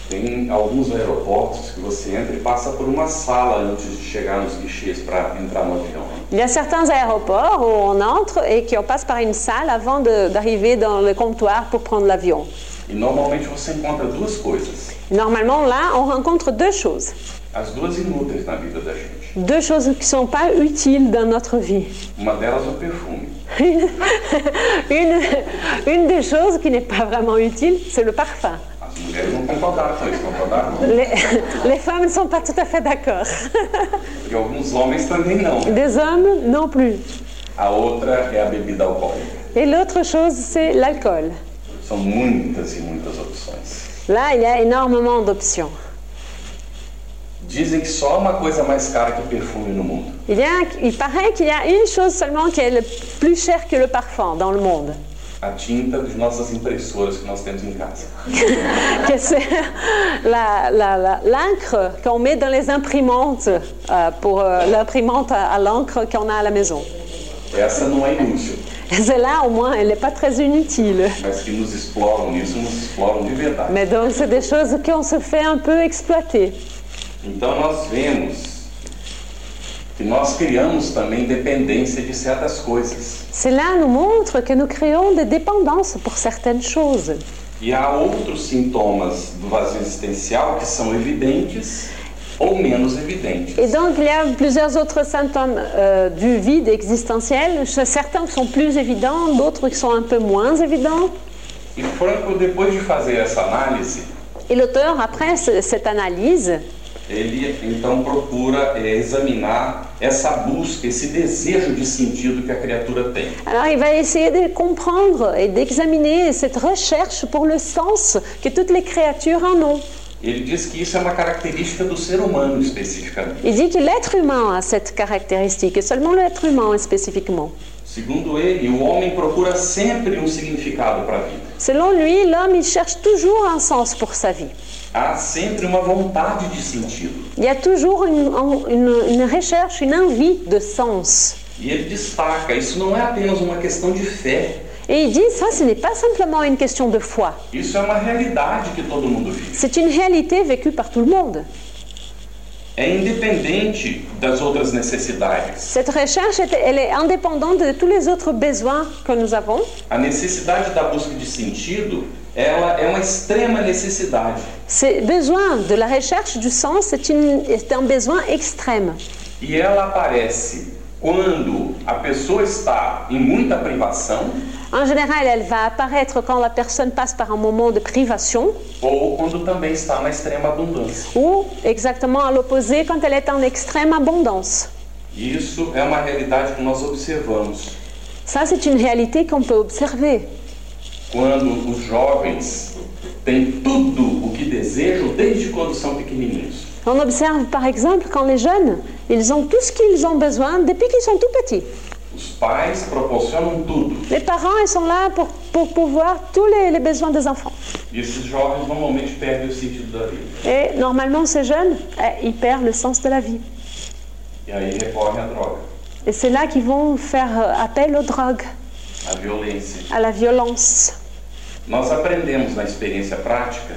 S3: Tem alguns aeroportos que você entra e passa por uma sala antes de chegar nos guichês para entrar no avião.
S2: Il y a certains aéroports où on entre et qu'on passe par une salle avant de- d'arriver dans le comptoir pour prendre l'avion.
S3: E normalmente você encontra duas coisas,
S2: Normalement, là, on rencontre deux choses.
S3: as duas inúteis na vida da gente.
S2: Deux choses qui ne sont pas utiles dans notre vie.
S3: Uma delas é o perfume.
S2: Une, une des choses qui n'est pas vraiment utile, c'est le parfum.
S3: As mulheres não concordaram com isso, concordaram?
S2: Les, les femmes ne sont pas tout à fait d'accord.
S3: E alguns homens também não.
S2: Des hommes non plus.
S3: A outra é a bebida alcoólica.
S2: Et l'autre chose, c'est l'alcool.
S3: São muitas e muitas opções.
S2: Là, il y a énormément d'options.
S3: Dizem que só há uma coisa mais cara que perfume no mundo.
S2: Il, y a- il paraît qu'il y a une chose seulement qui est le plus chère que le parfum dans le monde.
S3: A tinta de nossas impressoras que nós temos em casa.
S2: que c'est la- la- la- l'encre qu'on met dans les imprimantes euh, pour euh, l'imprimante à, à l'encre qu'on a à la maison.
S3: Essa não é inútil,
S2: Celle-là, au moins, elle n'est pas très inutile.
S3: mas que nos exploram isso, nos exploram de verdade.
S2: Mais donc, c'est des choses qu'on se fait un peu exploiter.
S3: Então nós vemos que nós criamos também dependência de certas coisas.
S2: Cela nous montre que nous créons des dépendances pour certaines choses.
S3: E há outros sintomas do vazio existencial que são evidentes ou menos evidentes.
S2: Et donc, il y a plusieurs autres symptômes euh, du vide existentiel. Certains sont plus évidents, d'autres qui sont un peu moins évidents.
S3: E Franco, depois de fazer essa análise,
S2: Et l'auteur, après ce- cette analyse,
S3: ele então procura eh, examinar essa busca, esse desejo de sentido que a criatura tem.
S2: Alors il va essayer de comprendre et d'examiner cette recherche pour le sens que toutes les créatures en ont.
S3: Ele diz que isso é uma característica do ser humano especificamente.
S2: Il dit que l'être humain a cette caractéristique, et seulement l'être humain spécifiquement.
S3: Segundo ele, o homem procura sempre um significado para a vida.
S2: Selon lui, l'homme, il cherche toujours un sens pour sa vie.
S3: Há sempre uma vontade de sentido.
S2: Il y a toujours une, une- une recherche, une envie de sens.
S3: E ele destaca, isso não é apenas uma questão de fé,
S2: Et il dit, ça, ce n'est pas simplement une question de foi,
S3: isso é uma realidade que todo mundo vive.
S2: c'est une réalité vécue par tout le monde.
S3: É independente das outras necessidades.
S2: Cette recherche, est- elle est indépendante de tous les autres besoins que nous avons.
S3: A necessidade da busca de sentido, ela é uma extrema necessidade.
S2: Ce besoin de la recherche du sens est, une- est un besoin extrême.
S3: E ela aparece quando a pessoa está em muita privação
S2: En général, elle va apparaître quand la personne passe par un moment de privation
S3: ou quando também está na extrema abundância.
S2: ou exactement à l'opposé quand elle est en extrême abondance.
S3: E Isso é uma realidade que nós observamos
S2: Ça, c'est une réalité qu'on peut observer.
S3: quando os jovens têm tudo o que desejam desde quando são pequenininhos.
S2: On observe par exemple quand les jeunes, ils ont tout ce qu'ils ont besoin depuis qu'ils sont tout petits.
S3: Os pais proporcionam tudo.
S2: Les parents, ils sont là pour, pour pouvoir tous les, les besoins des enfants.
S3: E esses jovens normalmente perdem o sentido da vida.
S2: Et normalement, ces jeunes, euh, ils perdent le sens de la vie.
S3: E aí recorrem à droga,
S2: Et c'est là qu'ils vont faire euh, appel aux drogues.
S3: à violência.
S2: à la violence.
S3: Nós aprendemos na experiência prática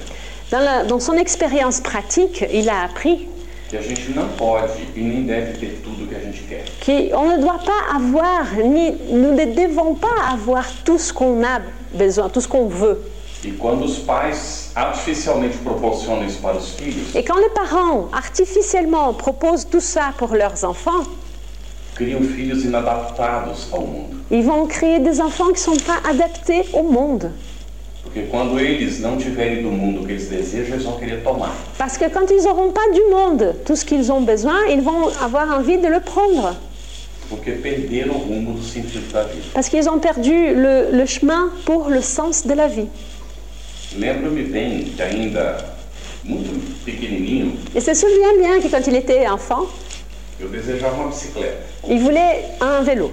S2: Dans, la- dans son expérience pratique, il a appris
S3: que que a gente não pode e nem deve ter tudo que a gente quer.
S2: qui on ne doit pas avoir, ni nous ne devons pas avoir tout ce qu'on a besoin, tout ce qu'on veut.
S3: E quando os pais artificialmente proporcionam isso para os filhos,
S2: Et quand les parents artificiellement proposent tout ça pour leurs enfants,
S3: criam filhos inadaptados ao mundo.
S2: ils vont créer des enfants qui ne sont pas adaptés au monde.
S3: Porque quando eles não tiverem do mundo o que eles desejam, eles vont querer tomar.
S2: Parce que quand ils n'auront pas du monde tout ce qu'ils ont besoin, ils vont avoir envie de le prendre.
S3: Porque perderam o rumo do sentido da vida.
S2: Parce qu'ils ont perdu le, le chemin pour le sens de la vie.
S3: Lembro-me bem que ainda muito pequenininho,
S2: Et se souvient bien que quand il était enfant,
S3: eu desejava uma bicicleta.
S2: il voulait un vélo.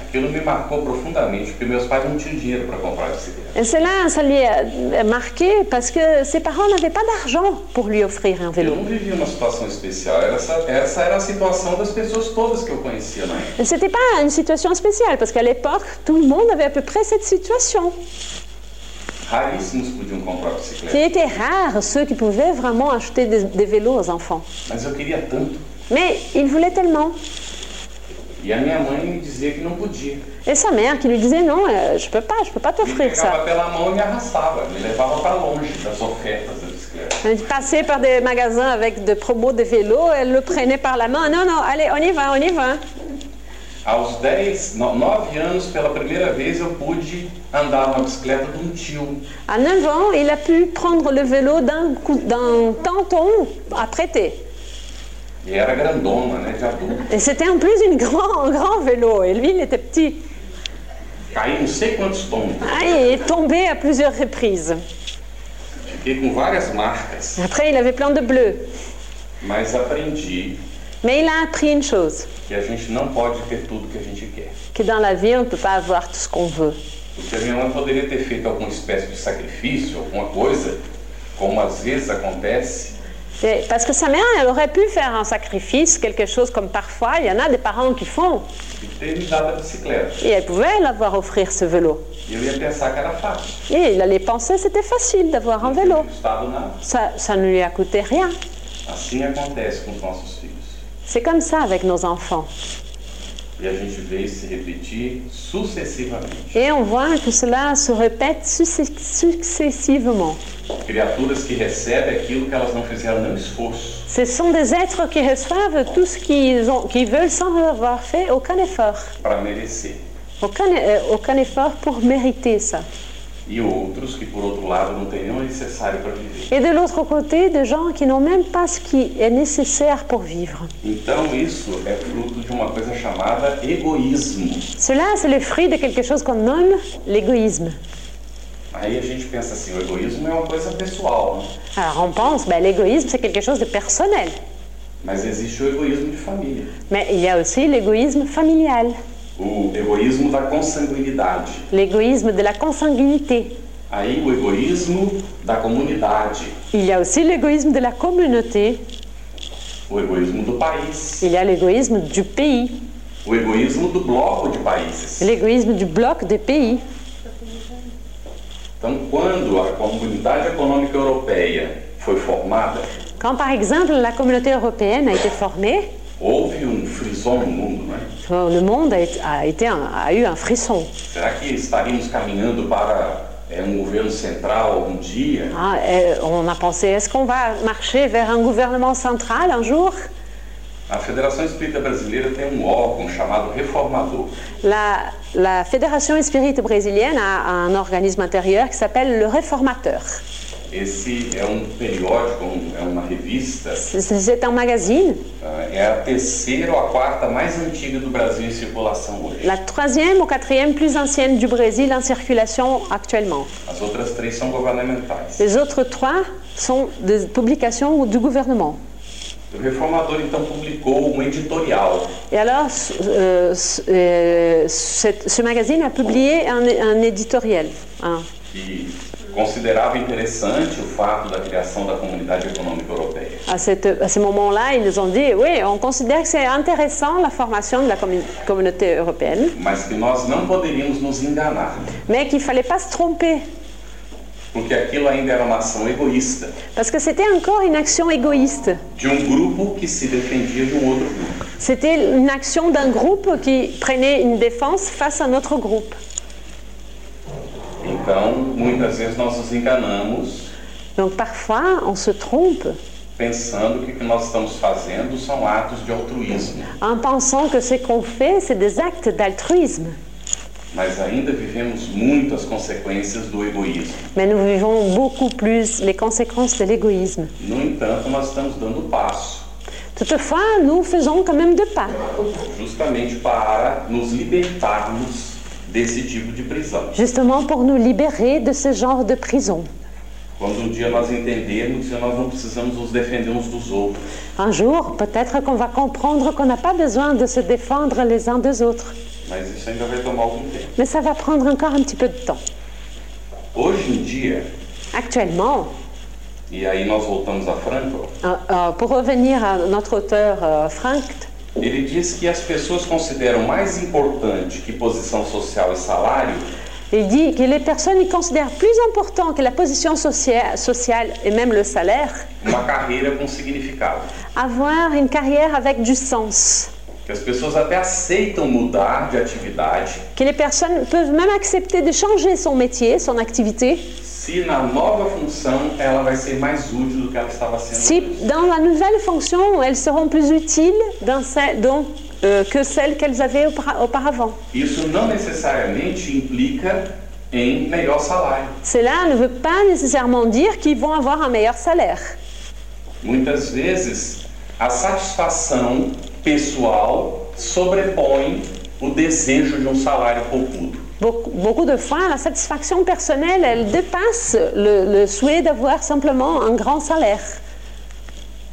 S3: Aquilo me marcou profundamente, porque meus pais não tinham dinheiro para comprar bicicleta.
S2: Et cela, ça lui a marqué parce que ses parents n'avaient pas d'argent pour lui offrir un
S3: Eu
S2: vélo.
S3: não vivia uma situação especial, essa, essa era a situação das pessoas todas que eu conhecia na época.
S2: C'était pas une situation spéciale parce qu'à l'époque, tout le monde avait à peu près cette situation.
S3: Raríssimos podiam comprar
S2: Il
S3: bicicleta,
S2: était rare ceux qui pouvaient vraiment acheter des, des vélos aux enfants.
S3: mas eu queria tanto.
S2: Mais il voulait tellement.
S3: E a minha mãe me dizia que não podia.
S2: Et sa mère qui lui disait non, euh, je peux pas, je peux pas
S3: Me
S2: t'offrir ça.
S3: pegava pela mão e me arrastava, me levava para longe das ofertas da bicicleta.
S2: Elle passait par des magasins avec des promos de vélos, elle le prenait par la main. Non, non, allez, on y va, on y va.
S3: Aos 10, 9 anos, pela primeira vez eu pude andar na bicicleta de um tio.
S2: À 9 ans, il a pu prendre le vélo d'un coup- d'un tanton à prêter.
S3: E era grandona, né, de adulto.
S2: Et c'était en plus une grand, un grand vélo. Et lui, il était petit.
S3: Caí não sei quantos tombos.
S2: Ah, il est tombé à plusieurs reprises.
S3: Fiquei com várias marcas,
S2: Après, il avait plein de bleus.
S3: mas aprendi
S2: Mais il a appris une chose,
S3: que a gente não pode ter tudo que a gente quer.
S2: que dans la vie, on ne peut pas avoir tout ce qu'on veut.
S3: Porque a minha mãe poderia ter feito alguma espécie de sacrifício, alguma coisa, como às vezes acontece,
S2: Et- Parce que sa mère, elle aurait pu faire un sacrifice, quelque chose comme parfois, il y en a des parents qui font.
S3: de ter me dado a bicicleta.
S2: Et elle pouvait l'avoir offrir ce vélo.
S3: E eu ia pensar que era fácil.
S2: Et il allait penser c'était facile d'avoir un
S3: Não tinha
S2: vélo.
S3: custado nada.
S2: Ça, ça ne lui a coûté rien.
S3: né? Assim acontece com os nossos filhos.
S2: C'est comme ça avec nos enfants.
S3: E a gente vê isso se repetir sucessivamente.
S2: Et on voit que cela se répète succe- successivement.
S3: Criaturas que recebem aquilo que elas não fizeram nenhum esforço.
S2: Ce sont des êtres qui reçoivent tout ce qu'ils ont, qu'ils veulent sans avoir fait aucun effort.
S3: para merecer.
S2: Aucun, euh, aucun effort pour mériter ça.
S3: E outros que, por outro lado, não têm nenhum necessário para viver.
S2: Et de l'autre côté, des gens qui n'ont même pas ce qui est nécessaire pour vivre.
S3: Então, isso é fruto de uma coisa chamada egoísmo.
S2: Cela, c'est le fruit de quelque chose qu'on nomme l'égoïsme.
S3: Aí a gente pensa assim: o egoísmo é uma coisa pessoal, né?
S2: Alors on pense, ben, l'égoïsme, c'est quelque chose de personnel.
S3: mas existe o egoísmo de família
S2: Mais il y a aussi l'égoïsme familial,
S3: o egoísmo da consanguinidade.
S2: l'égoïsme de la consanguinité.
S3: Aí, o egoísmo da comunidade,
S2: Il y a aussi l'égoïsme de la communauté,
S3: o egoísmo do país,
S2: il y a l'égoïsme du pays,
S3: o egoísmo do bloco de países.
S2: l'égoïsme du bloc des pays.
S3: Então, quando a Comunidade Econômica Europeia foi formada,
S2: Quand par exemple la communauté européenne a été formée,
S3: houve um frisson no mundo, né?
S2: euh, le monde a, été- a été un- a eu un frisson.
S3: Será que estaríamos caminhando para é, um governo central algum dia?
S2: hein. Et on a pensé, est-ce qu'on va marcher vers un gouvernement central un jour
S3: A Federação Espírita Brasileira tem um órgão chamado Reformador.
S2: la, la Fédération Espírite brésilienne a un organisme intérieur qui s'appelle le Réformateur.
S3: Esse é um periódico, um- é uma revista,
S2: C'est- C'est un magazine,
S3: ah, é a terceira ou a quarta mais antiga do Brasil em circulação hoje.
S2: la troisième ou quatrième plus ancienne du Brésil en circulation actuellement.
S3: As outras três são governamentais.
S2: Les autres trois sont des publications du gouvernement.
S3: O Reformador então publicou um editorial
S2: Et alors, ce- euh, ce- euh, cette- ce magazine a publié un, un éditoriel. hein.
S3: que considerava interessante o fato da criação da Comunidade Econômica Europeia.
S2: À, cette- à ce moment-là, ils nous ont dit, oui, on considère que c'est intéressant la formation de la commu- communauté européenne,
S3: Mas que nós não poderíamos nos enganar,
S2: mais qu'il ne fallait pas se tromper,
S3: porque aquilo ainda era uma ação egoísta
S2: Parce que c'était encore une action égoïste.
S3: de um grupo que se defendia de um outro grupo.
S2: C'était une action d'un groupe qui prenait une défense face à un autre groupe.
S3: Então, muitas vezes nós nos enganamos
S2: Donc parfois, on se trompe
S3: pensando que o que nós estamos fazendo são atos de altruísmo,
S2: en pensant que ce qu'on fait, c'est des actes d'altruisme.
S3: mas ainda vivemos muito as consequências do egoísmo.
S2: Mais nous vivons beaucoup plus les conséquences de l'égoïsme.
S3: No entanto, nós estamos dando passo
S2: Toutefois, nous faisons quand même deux pas,
S3: justamente para nos libertarmos desse tipo de prisão.
S2: justement pour nous libérer de ce genre de prison.
S3: Quando um dia nós entendermos que nós não precisamos nos defender uns dos outros,
S2: Un jour, peut-être qu'on va comprendre qu'on n'a pas besoin de se défendre les uns des autres.
S3: mas isso ainda vai tomar algum tempo.
S2: Mais ça va prendre encore un petit peu de temps.
S3: Hoje em dia,
S2: Actuellement,
S3: e aí nós voltamos a Frankl,
S2: euh, euh, pour revenir à notre auteur euh, Frank,
S3: ele diz que as pessoas consideram mais importante que posição social e salário
S2: Il dit que les personnes ils considèrent plus important que la position socia- sociale et même le salaire,
S3: uma carreira com significado.
S2: avoir une carrière avec du sens.
S3: Que as pessoas até aceitam mudar de atividade
S2: Que les personnes peuvent même accepter de changer son métier, son activité,
S3: se na nova função ela vai ser mais útil do que ela estava sendo.
S2: si dans la nouvelle fonction, elles seront plus utiles dans ce- donc, euh, que celles qu'elles avaient aupara- auparavant.
S3: Isso não necessariamente implica em melhor salário.
S2: Cela ne veut pas nécessairement dire qu'ils vont avoir un meilleur salaire.
S3: Muitas vezes a satisfação pessoal sobrepõe o desejo de um salário poupudo.
S2: Beaucoup, beaucoup de fois, la satisfaction personnelle, elle dépasse le- le souhait d'avoir simplement un grand salaire.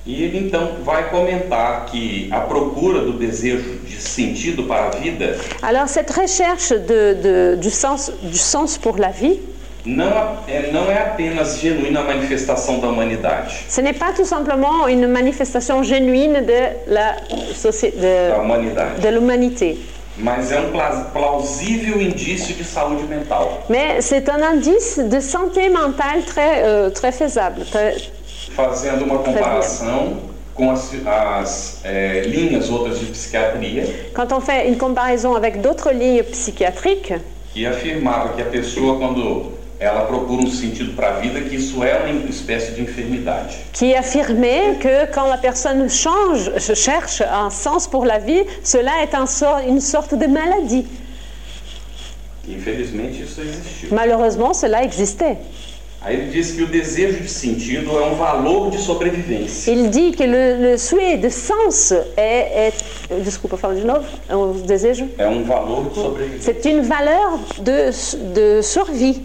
S3: E ele então vai comentar que a procura do desejo de sentido para a vida
S2: Alors cette recherche de- de- du, sens, du sens pour la vie,
S3: não a- é, não é apenas genuína manifestação da humanidade,
S2: ce n'est pas tout simplement une manifestation génuine de la société,
S3: da
S2: de,
S3: humanidade,
S2: de l'humanité,
S3: mas é um pla- plausível indício de saúde mental,
S2: mais c'est un indice de santé mentale très, euh, très faisable. très-
S3: fazendo uma comparação com as, as, é, linhas outras de psiquiatria
S2: Quand on fait une comparaison avec d'autres lignes psychiatriques,
S3: que afirmava que a pessoa quando ela procura um sentido para a vida que isso é uma espécie de enfermidade.
S2: qui affirmaient que quand la personne change, se cherche un sens pour la vie, cela est un sort- une sorte de maladie.
S3: Infelizmente isso existiu.
S2: Malheureusement, cela existait.
S3: Aí ele diz que o desejo de sentido é um valor de sobrevivência.
S2: Il dit que le, le souhait de sens est, est- desculpa, fala de novo, é um desejo.
S3: É um valor de sobrevivência.
S2: C'est une valeur de, de survie.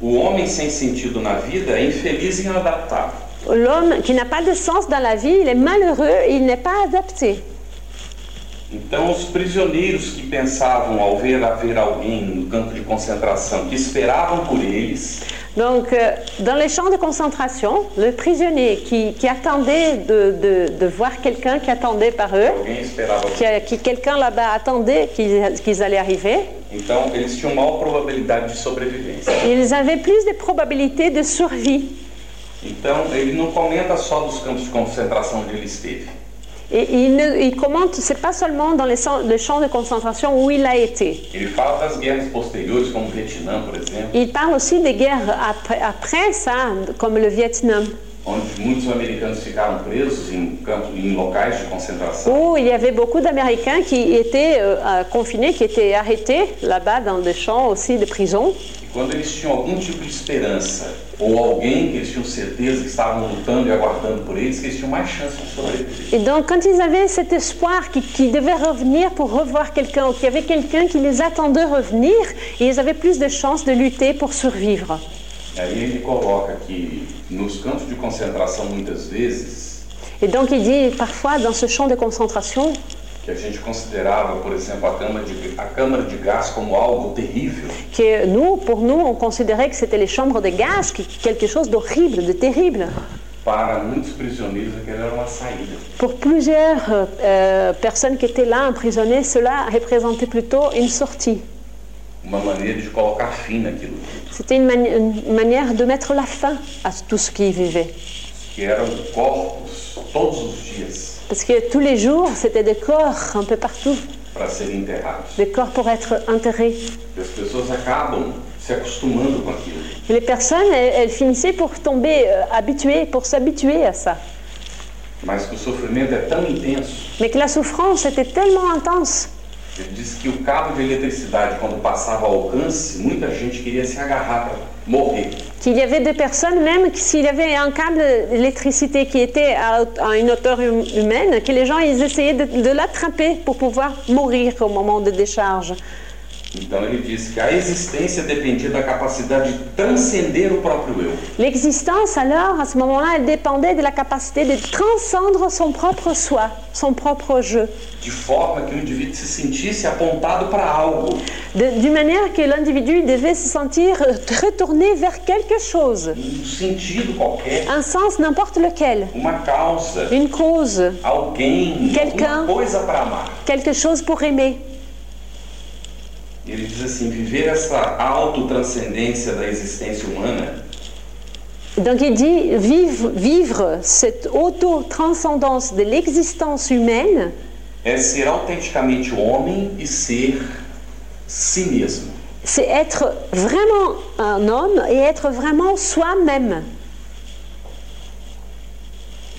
S3: O homem sem sentido na vida é infeliz e inadaptável.
S2: L'homme qui n'a pas de sens dans la vie, il est malheureux, il n'est pas adapté.
S3: Então os prisioneiros que pensavam ao ver haver alguém no campo de concentração que esperavam por eles,
S2: Donc, euh, dans les champs de concentration, le prisonnier qui, qui attendait de, de- de voir quelqu'un qui attendait par eux,
S3: alguém esperava por
S2: qui, euh, qui- quelqu'un là-bas attendait qu'ils qu'ils allaient arriver,
S3: Então eles tinham maior probabilidade de sobrevivência.
S2: ils avaient plus de probabilités de survie.
S3: Então, ele não comenta só dos campos de concentração onde ele esteve.
S2: Et il, ne, il commente, c'est pas seulement dans les, cen- les champs de concentration où il a été.
S3: Ele fala das guerras posteriores, como o Vietnã, por exemplo,
S2: Il parle aussi des guerres après, après ça, comme le Vietnam,
S3: onde muitos americanos ficaram presos em, campos, em locais de concentração.
S2: où il y avait beaucoup d'Américains qui étaient euh, euh, confinés, qui étaient arrêtés là-bas dans des champs aussi de prison.
S3: E quando eles tinham algum tipo de esperança, ou alguém que eles tinham certeza que estavam lutando e aguardando por eles, que eles tinham mais chance de sobreviver.
S2: Et donc quand ils avaient cet espoir qui, qui devait revenir pour revoir quelqu'un, ou qu'il y avait quelqu'un qui les attendait revenir, ils avaient plus de chances de lutter pour survivre.
S3: E aí ele coloca que nos campos de concentração, muitas vezes,
S2: Et donc il dit parfois dans ce champ de concentration,
S3: que a gente considerava, por exemplo, a câmara de, a câmara de gás como algo terrível,
S2: que nous, pour nous, on considérait que c'était les chambres de gaz, qui- quelque chose d'horrible, de terrible.
S3: Para muitos prisioneiros, aquela era uma saída.
S2: Pour plusieurs euh, euh, personnes qui étaient là, emprisonnées, cela représentait plutôt une sortie.
S3: uma maneira de colocar fim naquilo tudo,
S2: C'était une, mani- une manière de mettre la fin à tout ce qui y vivait.
S3: que eram corpos todos os dias
S2: Parce que tous les jours, c'était des corps un peu partout,
S3: para serem enterrados.
S2: des corps pour être enterrés.
S3: E as pessoas acabam se acostumando com aquilo.
S2: Et les personnes, elles, elles finissaient pour tomber euh, habituées, pour s'habituer à ça.
S3: Mas que o sofrimento é tão intenso.
S2: Mais que la souffrance était tellement intense.
S3: Ele disse que o cabo de eletricidade, quando passava ao alcance, muita gente queria se agarrar para morrer.
S2: qu'il y avait des personnes même qui s'il y avait un câble d'électricité qui était à, à une hauteur hum- humaine, que les gens ils essayaient de, de l'attraper pour pouvoir mourir au moment de décharge.
S3: Então ele disse que a existência dependia da capacidade de transcender o próprio eu.
S2: L'existence alors à ce moment-là, elle dépendait de la capacité de transcendre son propre soi, son propre jeu,
S3: de forma que o indivíduo se sentisse apontado para algo,
S2: De- d'une manière que l'individu devait se sentir euh, retourné vers quelque chose,
S3: um sentido qualquer,
S2: un sens n'importe lequel,
S3: uma causa,
S2: une cause,
S3: alguém,
S2: Quelqu'un.
S3: alguma coisa para amar.
S2: quelque chose pour aimer.
S3: Ele diz assim: viver essa autotranscendência da existência humana
S2: Donc il dit vivre, vivre cette auto-transcendance de l'existence humaine,
S3: é ser autenticamente homem e ser si mesmo.
S2: c'est être vraiment un homme et être vraiment soi-même.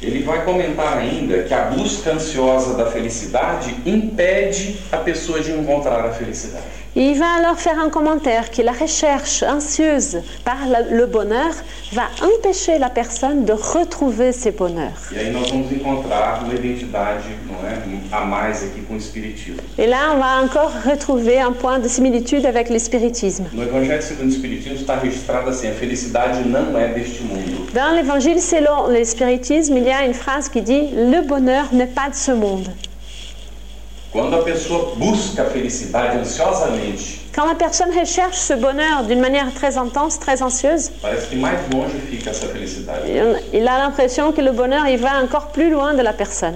S3: Ele vai comentar ainda que a busca ansiosa da felicidade impede a pessoa de encontrar a felicidade.
S2: Et il va alors faire un commentaire que la recherche anxieuse par la- le bonheur va empêcher la personne de retrouver ses bonheurs.
S3: E aí nós vamos encontrar uma identidade não é, a mais aqui com o Espiritismo.
S2: Et là, on va encore retrouver un point de similitude avec le spiritisme.
S3: No Evangelho segundo o Espiritismo está registrado assim: a felicidade não é deste mundo.
S2: Dans l'évangile selon le spiritisme, il y a une phrase qui dit Le bonheur n'est pas de ce monde.
S3: Quando a pessoa busca a felicidade ansiosamente,
S2: Quand la personne recherche ce bonheur d'une manière très intense, très anxieuse,
S3: parece que mais longe fica essa felicidade.
S2: il il a l'impression que le bonheur, il va encore plus loin de la personne.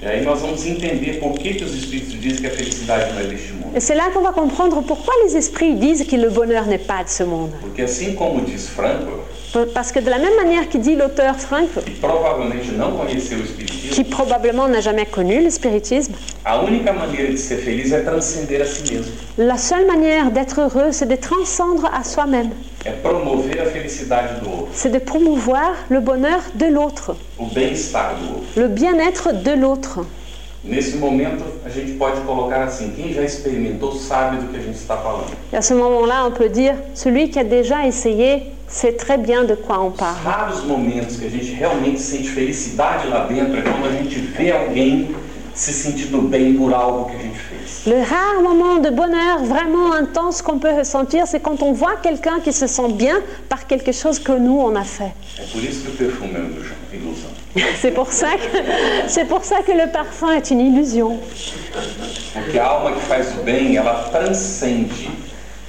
S3: E aí nós vamos entender por que, que os Espíritos dizem que a felicidade não é deste mundo.
S2: Et c'est là qu'on va comprendre pourquoi les esprits disent que le bonheur n'est pas de ce monde.
S3: Porque assim como diz Franco,
S2: P- Parce que de la même manière que dit l'auteur Frank,
S3: que provavelmente não conheceu o Espiritismo,
S2: qui probablement n'a jamais connu le spiritisme,
S3: a única maneira de ser feliz é transcender a si mesmo.
S2: la seule manière d'être heureux, c'est de transcendre à soi-même,
S3: É promover a felicidade do outro,
S2: c'est de promouvoir le bonheur de l'autre,
S3: o bem-estar do outro.
S2: le bien-être de l'autre.
S3: Nesse momento, a gente pode colocar assim: quem já experimentou sabe do que a gente está falando.
S2: Et à ce moment-là, on peut dire, celui qui a déjà essayé sait très bien de quoi on parle.
S3: raros momentos que a gente realmente sente felicidade lá dentro é quando a gente vê alguém se sentindo bem por algo que a gente fez.
S2: Le rare moment de bonheur vraiment intense qu'on peut ressentir, c'est quand on voit quelqu'un qui se sent bien par quelque chose que nous on a fait.
S3: É por isso que o perfume é uma ilusão- ilusão.
S2: C'est pour ça que c'est pour ça que le parfum est une illusion.
S3: Porque a alma que faz o bem, ela transcende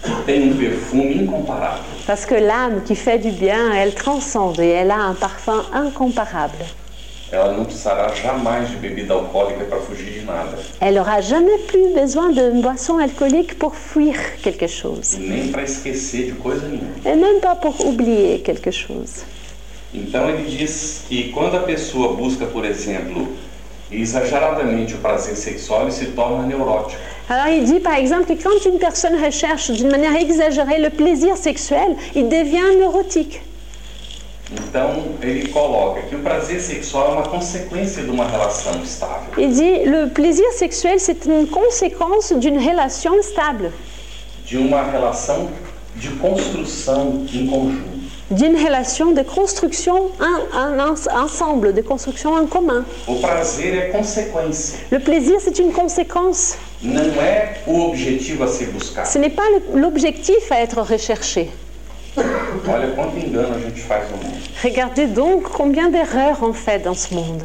S3: e tem um perfume incomparável.
S2: Parce que l'âme qui fait du bien, elle transcende et elle a un parfum incomparable.
S3: Ela não precisará jamais de bebida alcoólica para fugir de nada,
S2: Elle aura jamais plus besoin d'une boisson alcoolique pour fuir quelque chose.
S3: e nem para esquecer de coisa nenhuma.
S2: Et même pas pour oublier quelque chose.
S3: Então ele diz que quando a pessoa busca, por exemplo, exageradamente o prazer sexual, ele se torna neurótico.
S2: Alors il dit par exemple que quand une personne recherche d'une manière exagérée le plaisir sexuel, il devient neurotique.
S3: Então, ele coloca que o prazer sexual é uma consequência de uma relação estável.
S2: Il dit le plaisir sexuel, c'est une conséquence d'une relation stable,
S3: De uma relação de construção em conjunto.
S2: d'une relation de construction, un, un ens- ensemble, de construction en commun.
S3: O prazer é consequência,
S2: Le plaisir, c'est une conséquence.
S3: não é o objetivo a ser
S2: Ce
S3: buscado.
S2: n'est pas le- l'objectif à être recherché.
S3: Olha quanto engano a gente faz no mundo.
S2: Regardez donc combien d'erreurs on fait dans ce monde.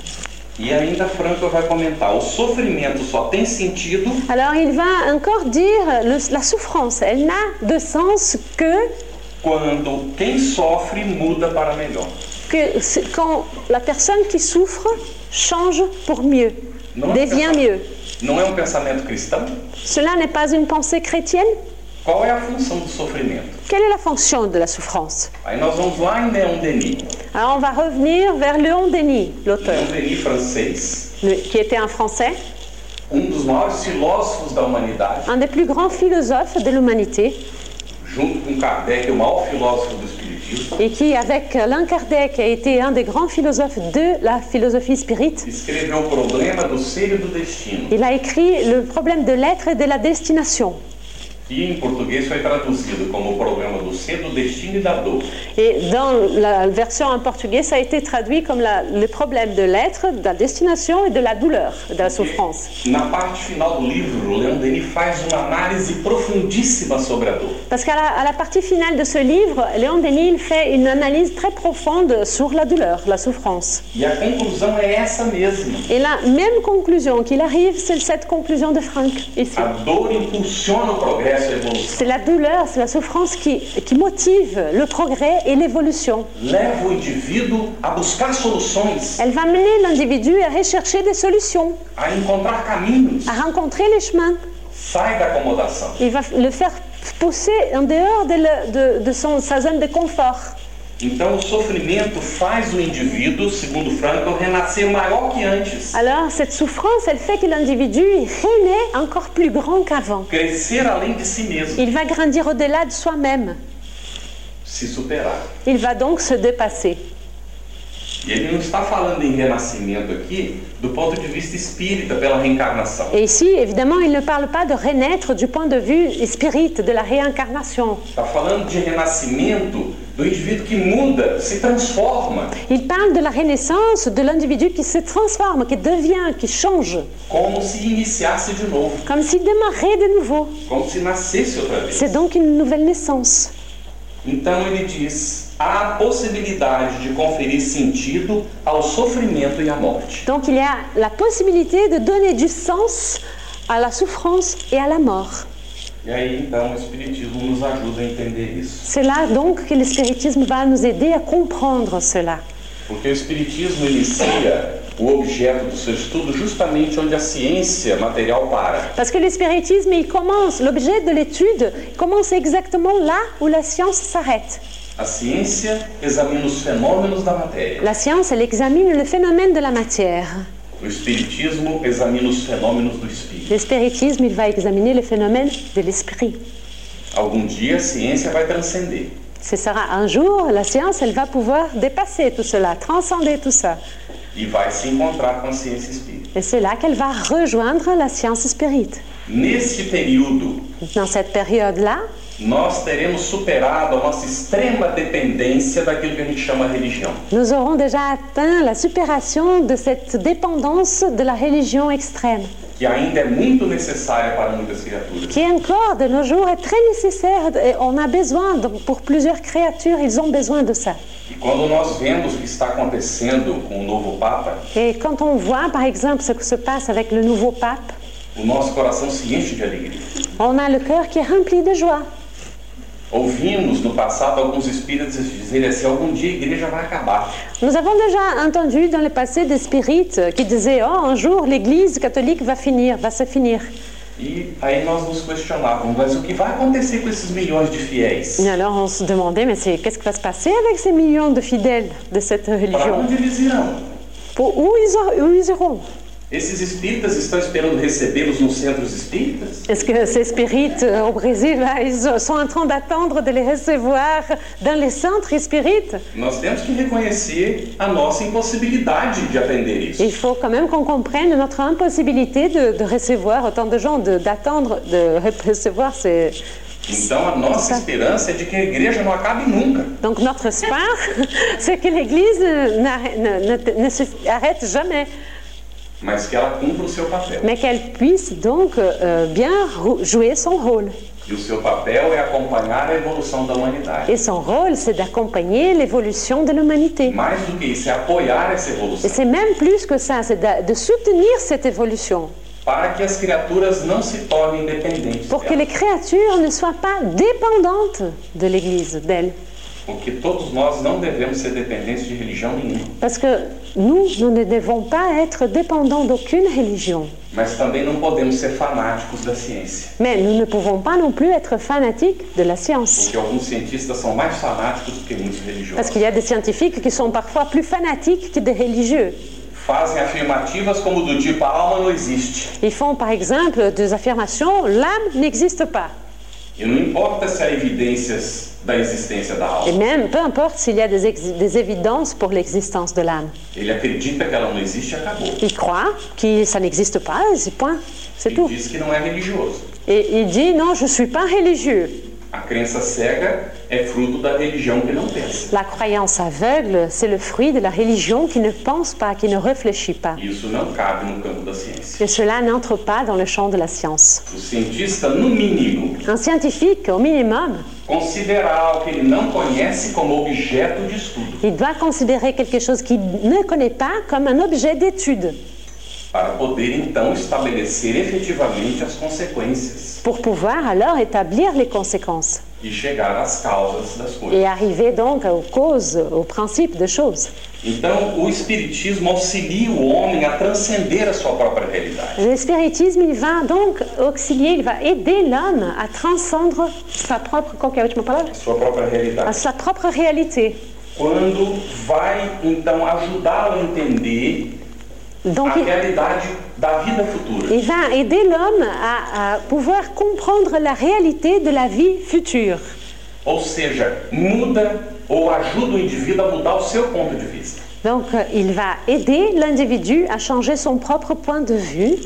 S3: E ainda Franco vai comentar: o sofrimento só tem sentido
S2: Alors il va encore dire le- la souffrance, elle n'a de sens que
S3: quando quem sofre muda para melhor.
S2: que c'est quand la personne qui souffre change pour mieux,
S3: Non,
S2: devient
S3: c'est ça.
S2: mieux.
S3: Não é um pensamento cristão?
S2: Cela n'est pas une pensée chrétienne
S3: Qual é a função do sofrimento?
S2: Quelle est la fonction de la souffrance
S3: Aí nós vamos lá em Leon Denis,
S2: Alors, on va revenir vers Léon Denis, l'auteur,
S3: Leon Denis francês,
S2: le- qui était un Français,
S3: um dos maiores filósofos da humanidade,
S2: un des plus grands philosophes de l'humanité,
S3: junto com Kardec, o maior filósofo do espiritismo,
S2: et qui, avec Alain Kardec, a été un des grands philosophes de la philosophie spirite.
S3: escreveu o problema do ser e do destino,
S2: Il a écrit le problème de l'être et de la destination.
S3: que em português foi traduzido como o problema do ser, do destino e da dor.
S2: Et dans la version en portugais, ça a été traduit comme la- le problème de l'être, de la destination et de la douleur, de la souffrance.
S3: Na parte final do livro, o Leon Denis faz uma análise profundíssima sobre a dor.
S2: Parce qu'à la, à la partie finale de ce livre, Léon Denis il fait une analyse très profonde sur la douleur, la souffrance.
S3: E a conclusão é essa mesma.
S2: Et la même conclusion qu'il arrive, c'est cette conclusion de Franck ici.
S3: A dor impulsiona o progresso e a evolução.
S2: C'est la douleur, c'est la souffrance qui, qui motive le progrès et l'évolution.
S3: Leva o indivíduo a buscar soluções,
S2: Elle va mener l'individu à rechercher des solutions,
S3: a encontrar caminhos.
S2: à rencontrer les chemins.
S3: Sai da acomodação.
S2: Il va le faire pousser en dehors de, le- de- de son- sa zone de confort.
S3: Então, o sofrimento faz o indivíduo, segundo Franklin, renascer maior que antes.
S2: Alors cette souffrance, elle fait que l'individu il renaît encore plus grand qu'avant.
S3: Crescer além de si mesmo.
S2: Il va grandir au-delà de soi-même.
S3: Se superar.
S2: Il va donc se dépasser.
S3: E ele não está falando em renascimento aqui do ponto de vista espírita pela reencarnação.
S2: Et ici, évidemment, il ne parle pas de renaître du point de vue spirit, de la réincarnation.
S3: Está falando de renascimento do indivíduo que muda, se transforma,
S2: Il parle de la renaissance de l'individu qui se transforme, qui devient, qui change,
S3: como se iniciasse de novo,
S2: comme s'il démarrait de nouveau.
S3: como se nascesse outra vez.
S2: C'est donc une nouvelle naissance.
S3: Então ele diz: há a possibilidade de conferir sentido ao sofrimento e à morte.
S2: Donc il y a la possibilité de donner du sens à la souffrance et à la mort.
S3: E aí então o Espiritismo nos ajuda a entender isso.
S2: C'est là donc que le spiritisme va nous aider à comprendre cela.
S3: Porque o Espiritismo inicia o objeto do seu estudo justamente onde a ciência material para.
S2: Parce que le spiritisme, il commence, l'objet de l'étude il commence exactement là où la science s'arrête.
S3: A ciência examina os fenômenos da matéria.
S2: La science, elle examine le phénomène de la matière.
S3: O Espiritismo examina os fenômenos do espírito.
S2: Le spiritisme, il va examiner le phénomène de l'esprit.
S3: Algum dia a ciência vai transcender.
S2: Ce sera un jour, la science, elle va pouvoir dépasser tout cela, transcender tout ça.
S3: e vai se encontrar com a ciência espírita.
S2: Et c'est là qu'elle va rejoindre la science spirite.
S3: Neste período,
S2: Dans cette période-là,
S3: nós teremos superado a nossa extrema dependência daquilo que a gente chama religião.
S2: nous aurons déjà atteint la supération de cette dépendance de la religion extrême,
S3: Que ainda é muito necessária para muitas criaturas.
S2: qui encore de nos jours est très nécessaire et on a besoin, de- pour plusieurs créatures, ils ont besoin de ça.
S3: E quando nós vemos o que está acontecendo com o novo Papa,
S2: Et quand on voit par exemple ce que se passe avec le nouveau pape,
S3: o nosso coração se enche de alegria.
S2: on a le cœur qui est rempli de joie.
S3: Ouvimos no passado alguns espíritas dizerem assim: algum dia a igreja vai acabar.
S2: Nous avons déjà entendu dans le passé des spirites qui disaient Oh, un jour l'Église catholique va finir, va se finir.
S3: E aí nós nos questionávamos: mas o que vai acontecer com esses milhões de fiéis?
S2: Et alors on se demandait Mais c'est, qu'est-ce qui va se passer avec ces millions de fidèles de cette
S3: Para
S2: religion
S3: onde eles irão?
S2: Pour où, ils, ont- où ils iront
S3: Esses espíritas estão esperando recebê-los nos centros espíritas?
S2: Est-ce que ces spirites euh, au Brésil, là, ils sont en train d'attendre de les recevoir dans les centres spirites
S3: Nós temos que reconhecer a nossa impossibilidade de atender isso.
S2: Il faut quand même qu'on comprenne notre impossibilité de, de recevoir autant de gens, de- d'attendre de recevoir ces.
S3: Então a nossa esperança é de que a igreja não acabe nunca.
S2: Donc notre espoir, c'est que l'Église euh, n'arrête- ne, ne- ne se arrête jamais,
S3: Mas que ela cumpra o seu papel.
S2: mais qu'elle puisse donc euh, bien rou- jouer son rôle.
S3: E o seu papel é acompanhar a evolução da humanidade.
S2: Et son rôle, c'est d'accompagner l'évolution de l'humanité.
S3: Mais do que isso, é apoiar essa
S2: Et
S3: evolução.
S2: c'est même plus que ça, c'est d'a- de, soutenir cette évolution
S3: Para que as criaturas não se tornem dependentes.
S2: pour que
S3: dela.
S2: les créatures ne soient pas dépendantes de l'Église, d'elle.
S3: Porque todos nós não devemos ser dependentes de religião nenhuma,
S2: Parce que nous, nous ne devons pas être dépendants d'aucune religion.
S3: mas também não podemos ser fanáticos da ciência.
S2: Mais nous ne pouvons pas non plus être fanatiques de la science.
S3: Porque alguns cientistas são mais fanáticos do que muitos
S2: Parce
S3: religiosos.
S2: qu'il y a des scientifiques qui sont parfois plus fanatiques que des religieux.
S3: Fazem afirmativas como do tipo: a alma não existe.
S2: Ils font par exemple des affirmations l'âme n'existe pas.
S3: E não importa se há evidências da existência da
S2: Et
S3: alma,
S2: même, peu importe s'il y a des, ex- des évidences pour l'existence de l'âme.
S3: ele acredita que ela não existe e acabou.
S2: Il croit que ça n'existe pas, et c'est point, c'est
S3: Ele
S2: tout.
S3: diz que não é religioso.
S2: Et il dit non, je ne suis pas religieux.
S3: A crença cega é fruto da religião que não pensa.
S2: La croyance aveugle, c'est le fruit de la religion qui ne pense pas, qui ne réfléchit pas.
S3: Isso não cabe no campo da ciência.
S2: Et cela n'entre pas dans le champ de la science.
S3: O cientista, no mínimo,
S2: Un scientifique, au minimum,
S3: considerar algo que ele não conhece como objeto de estudo,
S2: il doit considérer quelque chose qu'il ne connaît pas comme un objet d'étude
S3: para poder então estabelecer efetivamente as consequências
S2: pour pouvoir alors établir les conséquences
S3: e chegar às causas das coisas.
S2: et arriver donc aux causes, aux principes de choses.
S3: Então, o Espiritismo auxilia o homem a transcender a sua própria realidade.
S2: Le spiritisme, il va donc auxilier, il va aider l'homme à transcendre sa propre, qual que é a última palavra?
S3: Sua própria
S2: À
S3: realidade.
S2: sa propre réalité.
S3: Quando vai então ajudá-lo a entender
S2: Donc,
S3: a
S2: il-
S3: realidade da vida futura.
S2: Il va aider l'homme à, à pouvoir comprendre la réalité de la vie future.
S3: Ou seja, muda ou ajuda o indivíduo a mudar o seu ponto de vista.
S2: Donc, euh, il va aider l'individu à changer son propre point de vue.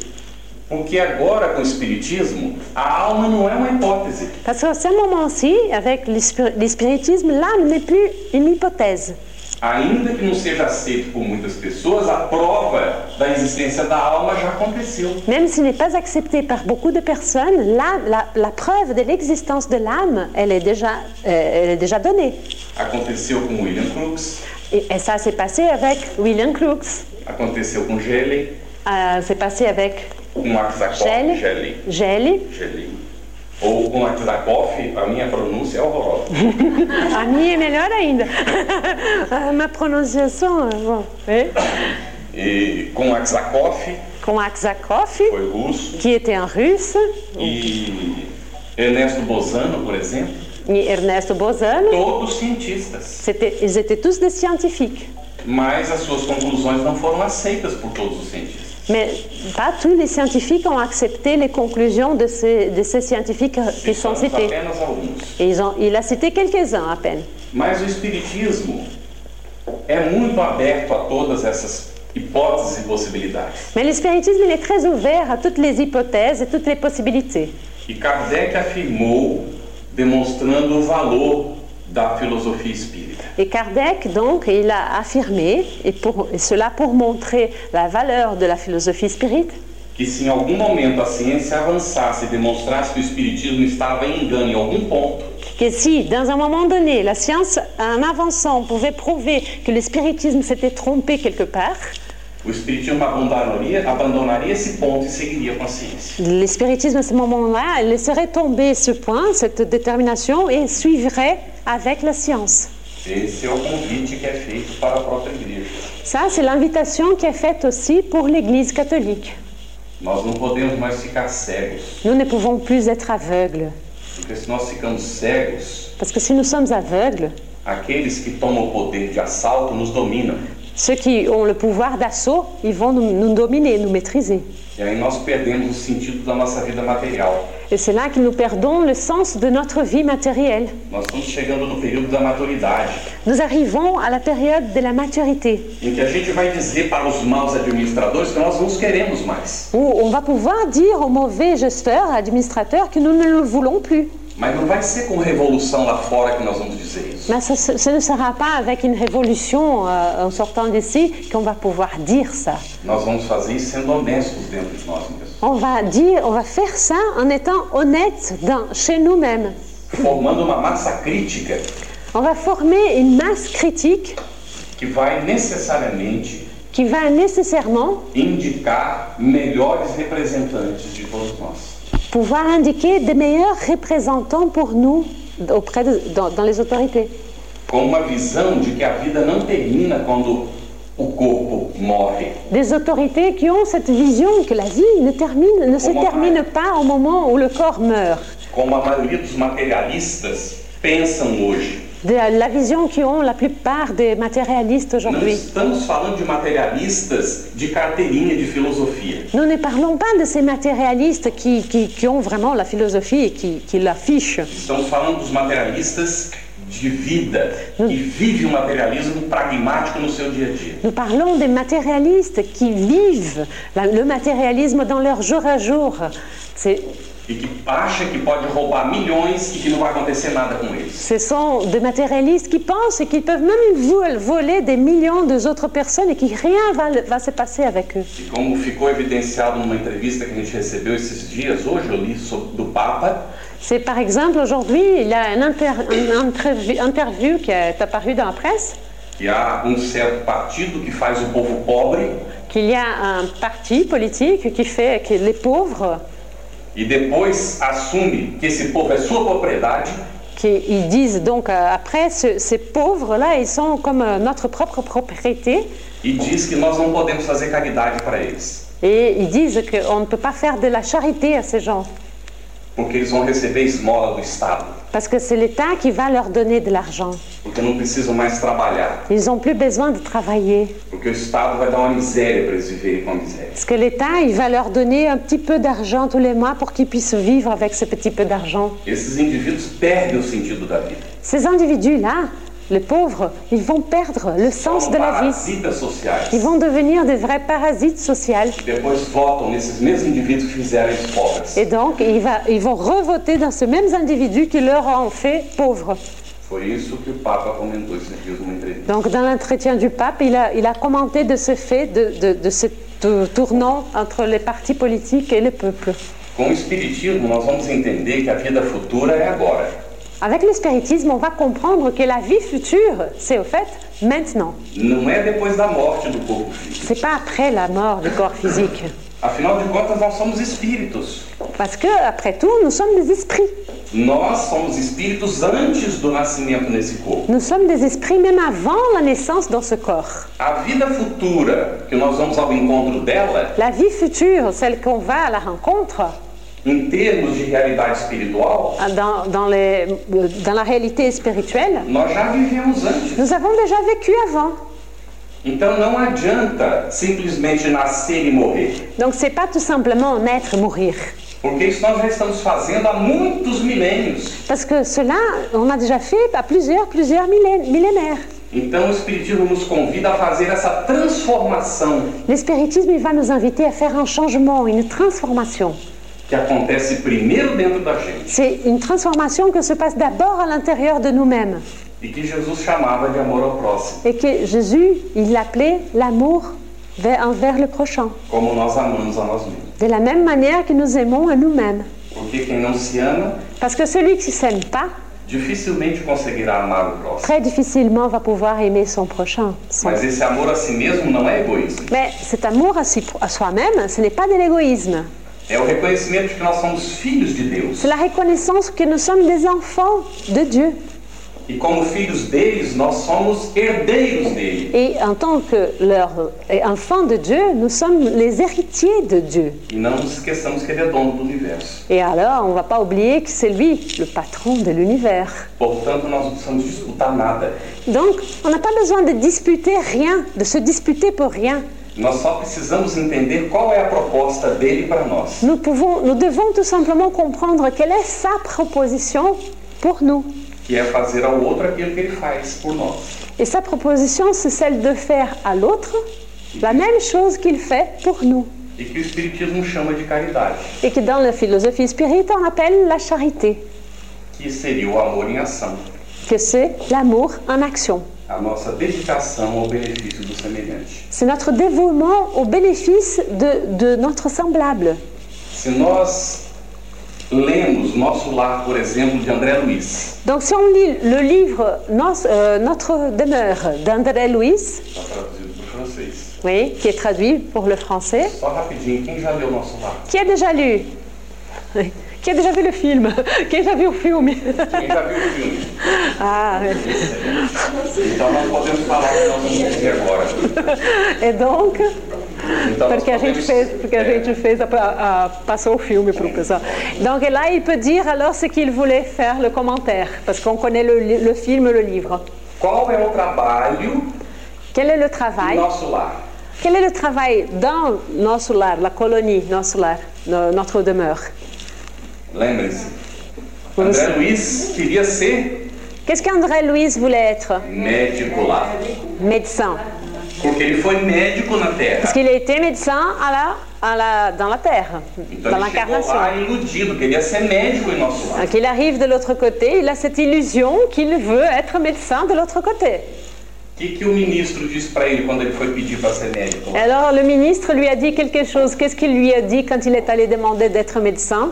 S3: Porque agora com o Espiritismo, a alma não é uma hipótese.
S2: Parce qu'à ce moment-ci, avec le spir- le spiritisme, l'âme n'est plus une hypothèse.
S3: Ainda que não seja aceito por muitas pessoas, a prova da existência da alma já aconteceu.
S2: Même s'il n'est pas accepté par beaucoup de personnes, la, la- la preuve de l'existence de l'âme, elle, est déjà, euh, elle est déjà donnée.
S3: Aconteceu com William Crookes,
S2: Et, et ça s'est passé avec William Crookes,
S3: aconteceu com Gelli,
S2: euh, c'est passé avec
S3: com Aksakoff,
S2: Gelli.
S3: Gelli,
S2: Gelli,
S3: Gelli. Ou com Aksakoff, a minha pronúncia é horrorosa.
S2: A minha é melhor ainda. A minha pronunciação, bom, é?
S3: E com Aksakoff,
S2: com Aksakov,
S3: foi russo,
S2: que était un russe,
S3: e Ernesto Bozano, por exemplo,
S2: et Ernesto Bozano,
S3: todos cientistas.
S2: c'était- ils étaient tous des scientifiques.
S3: Mas as suas conclusões não foram aceitas por todos os cientistas.
S2: Mais pas tous les scientifiques ont accepté les conclusions de ces, de ces scientifiques qui sont
S3: Citamos
S2: cités.
S3: apenas alguns.
S2: Et ils ont- il a cité quelques-uns à peine.
S3: Mas o Espiritismo é muito aberto a todas essas hipóteses e possibilidades.
S2: Mais le spiritisme, il est très ouvert à toutes les hypothèses et toutes les possibilités.
S3: E Kardec afirmou, demonstrando o valor da filosofia espírita.
S2: Et Kardec, donc, il a affirmé, et, pour, et cela pour montrer la valeur de la philosophie spirite,
S3: Que se em algum momento a ciência avançasse e demonstrasse que o Espiritismo estava em engano em algum ponto,
S2: que si, dans un moment donné, la science, en avançant, pouvait prouver que le spiritisme s'était trompé quelque part,
S3: o Espiritismo abandonaria, abandonaria esse ponto e seguiria com a ciência.
S2: le spiritisme, à ce moment-là, laisserait tomber ce point, cette détermination, et suivrait avec la science.
S3: Esse é o convite que é feito para a própria igreja.
S2: Ça, c'est l'invitation qui est faite aussi pour l'Église catholique.
S3: Nós não podemos mais ficar cegos,
S2: Nous ne pouvons plus être aveugles,
S3: porque se nós ficamos cegos,
S2: parce que si nous sommes aveugles,
S3: Aqueles que tomam o poder de assalto nos dominam.
S2: Ceux qui ont le pouvoir d'assaut, ils vão nous, nous dominer, nous maîtriser.
S3: E aí nós perdemos o sentido da nossa vida material.
S2: Et c'est là que nous perdons le sens de notre vie matérielle.
S3: Nós estamos chegando no período da maturidade,
S2: Nous arrivons à la période de la maturité,
S3: em que a gente vai dizer para os maus administradores que nós não os queremos mais.
S2: où on va pouvoir dire aux mauvais gesteurs, administrateurs, que nous ne le voulons plus.
S3: Mas não vai ser com revolução lá fora que nós vamos dizer isso.
S2: Mais ce, ce- ce ne sera pas avec une révolution euh, en sortant d'ici qu'on va pouvoir dire ça.
S3: Nós vamos fazer isso sendo honestos dentro de nós mesmos,
S2: On va dire, on va faire ça en étant honnête dans- chez nous-mêmes.
S3: formando uma massa crítica
S2: On va former une masse critique
S3: que vai necessariamente
S2: qui va nécessairement
S3: indicar melhores representantes de todos nós.
S2: pouvoir indiquer des meilleurs représentants pour nous auprès de- dans, dans les autorités.
S3: com uma visão de que a vida não termina quando o corpo morre.
S2: Des autorités qui ont cette vision que la vie ne, termine, ne se
S3: Comment
S2: termine pas au moment où le corps meurt.
S3: Como a maioria dos materialistas pensam hoje.
S2: De la vision qui ont la plupart des matérialistes
S3: Não
S2: aujourd'hui.
S3: estamos falando de materialistas de carteirinha de filosofia.
S2: Nous ne parlons pas de ces matérialistes qui, qui- qui ont vraiment la philosophie et qui, qui l'affichent.
S3: Estamos falando dos materialistas de vida, que vive o materialismo pragmático no seu dia a dia.
S2: Nous parlons des matérialistes qui vivent la- le matérialisme dans leur jour à jour. C'est-
S3: E que acha que pode roubar milhões e que não vai acontecer nada com eles.
S2: Ce sont des matérialistes qui pensent qu'ils peuvent même vo- voler des millions d'autres personnes et qui rien va, va se passer avec eux.
S3: E como ficou evidenciado numa entrevista que a gente recebeu esses dias, hoje eu li sobre, do Papa,
S2: C'est par exemple aujourd'hui, il y a un inter- une intervi- interview qui est apparue dans la presse
S3: que há um certo partido que faz o povo pobre
S2: qu'il y a un parti politique qui fait que les pauvres
S3: e depois assume que esse povo é sua propriedade
S2: qui ils disent donc euh, après ce- ces pauvres là ils sont comme euh, notre propre propriété
S3: e diz que nós não podemos fazer caridade para eles,
S2: et ils disent qu'on ne peut pas faire de la charité à ces gens
S3: porque eles vão receber esmola do Estado,
S2: parce que c'est l'État qui va leur donner de l'argent.
S3: porque não precisam mais trabalhar,
S2: Ils n'ont plus besoin de travailler
S3: porque o Estado vai dar uma miséria para eles viverem com a miséria.
S2: parce que l'État il va leur donner un petit peu d'argent tous les mois pour qu'ils puissent vivre avec ce petit peu d'argent.
S3: Esses indivíduos perdem o sentido da vida.
S2: Ces individus là, les pauvres, ils vont perdre le sens
S3: São
S2: de la vie.
S3: parasitas sociais.
S2: Ils vont devenir des vrais parasites sociaux.
S3: Depois votam nesses mesmos indivíduos que fizeram eles pobres.
S2: Et donc, il va- ils vão revoter dans ces mêmes individus qui leur ont fait pauvres.
S3: Foi isso que o Papa comentou esses dias numa entrevista.
S2: Donc, dans l'entretien du pape, il a, il a commenté de ce fait, de, de, de ce tou- tournant entre les partis politiques et les peuples.
S3: Com o Espiritismo, nós vamos entender que a vida futura é agora.
S2: Avec le spiritisme, on va comprendre que la vie future, c'est au fait maintenant.
S3: Não é depois da morte do corpo físico.
S2: C'est pas après la mort du corps physique.
S3: Afinal de contas, nós somos espíritos.
S2: Parce que, après tout, nous sommes des esprits.
S3: Nós somos espíritos antes do nascimento nesse corpo.
S2: Nous sommes des esprits même avant la naissance dans ce corps.
S3: A vida futura, que nós vamos ao encontro dela,
S2: La vie future, celle qu'on va à la rencontre,
S3: em termos de realidade espiritual,
S2: dans, dans les- dans la réalité spirituelle,
S3: nós já vivemos antes.
S2: nous avons déjà vécu avant.
S3: Então não adianta simplesmente nascer e morrer.
S2: Donc c'est pas tout simplement naître et mourir.
S3: Porque isso nós já estamos fazendo há muitos milênios.
S2: Parce que cela, on a déjà fait à plusieurs, plusieurs millé- millénaires.
S3: Então o Espiritismo nos convida a fazer essa transformação
S2: Le spiritisme, il va nous inviter à faire un changement, une transformation.
S3: que acontece primeiro dentro da gente
S2: C'est une transformation que se passe d'abord à l'intérieur de nous-mêmes.
S3: e que Jesus chamava de amor ao próximo,
S2: Et que Jésus, il l'appelait l'amour vers- envers le prochain.
S3: como nós amamos a nós mesmos.
S2: De la même manière que nous aimons à nous-mêmes.
S3: Porque quem não se ama
S2: Parce que celui qui ne s'aime pas,
S3: dificilmente conseguirá amar o próximo.
S2: très difficilement va pouvoir aimer son prochain. son-
S3: Mas esse amor a si mesmo não é egoísmo,
S2: Mais cet amour à, si- à soi-même, ce n'est pas de l'égoïsme.
S3: é o reconhecimento de que nós somos filhos de Deus
S2: C'est la reconnaissance que nous sommes des enfants de Dieu.
S3: e como filhos deles nós somos herdeiros dele.
S2: Et en tant que leur et enfants de Dieu, nous sommes les héritiers de Dieu.
S3: E não nos esqueçamos que ele é dono do universo.
S2: Et alors, on ne va pas oublier que c'est lui, le patron de l'univers.
S3: Portanto, nós não precisamos disputar nada.
S2: Donc, on n'a pas besoin de disputer rien, de se disputer pour rien.
S3: Nós só precisamos entender qual é a proposta dele para nós.
S2: Nous, pouvons, nous devons tout simplement comprendre quelle est sa proposition pour nous.
S3: Que é fazer ao outro aquilo que ele faz por nós.
S2: Et sa proposition, c'est celle de faire à l'autre la même chose qu'il fait pour nous.
S3: E que o Espiritismo chama de caridade,
S2: Et que dans la philosophie spirite, on appelle la charité,
S3: que seria o amor em ação,
S2: que c'est l'amour en action.
S3: a nossa dedicação ao benefício do semelhante.
S2: C'est notre dévouement au bénéfice de, de notre semblable.
S3: Se nós lemos Nosso Lar, por exemplo, de André Luiz,
S2: Donc si on lit le livre Nos- euh, Notre demeure d'André Louis,
S3: está tá traduzido para o francês.
S2: oui, qui est traduit pour le français,
S3: Só rapidinho, quem já leu Nosso Lar?
S2: qui a déjà lu Oui. Qui a déjà vu le film Quem já viu o filme
S3: Quem já viu o filme?
S2: Ah,
S3: Então não podemos falar que nós vamos ver agora.
S2: é donc
S3: Então, nós
S2: Porque a gente
S3: podemos-
S2: fez, porque a
S3: é,
S2: gente fez a, a- a- passou o filme para o pessoal. Donc et là, il peut dire alors ce qu'il voulait faire le commentaire, parce qu'on connaît le, li- le film, le livre.
S3: Qual é o trabalho
S2: Quel est le
S3: do
S2: travail
S3: nosso lar?
S2: Quel est le travail dans notre lar, la colonie, notre lar, no- notre demeure
S3: Lembrem-se.
S2: Vamos-
S3: André Luiz queria ser
S2: Qu'est-ce qu'André Luiz voulait être
S3: médico lá.
S2: Médecin.
S3: Porque ele foi médico na Terra.
S2: Parce qu'il a été médecin à la, à la, dans la terre, dans
S3: Então ele chegou
S2: l'incarnation.
S3: lá iludido, queria ser médico em nosso lar.
S2: Donc il arrive de l'autre côté, il a cette illusion qu'il veut être médecin de l'autre côté.
S3: O que, que o ministro disse para ele quando ele foi pedir para ser médico?
S2: Et Alors le ministre lui a dit quelque chose. Qu'est-ce qu'il lui a dit quand il est allé demander d'être médecin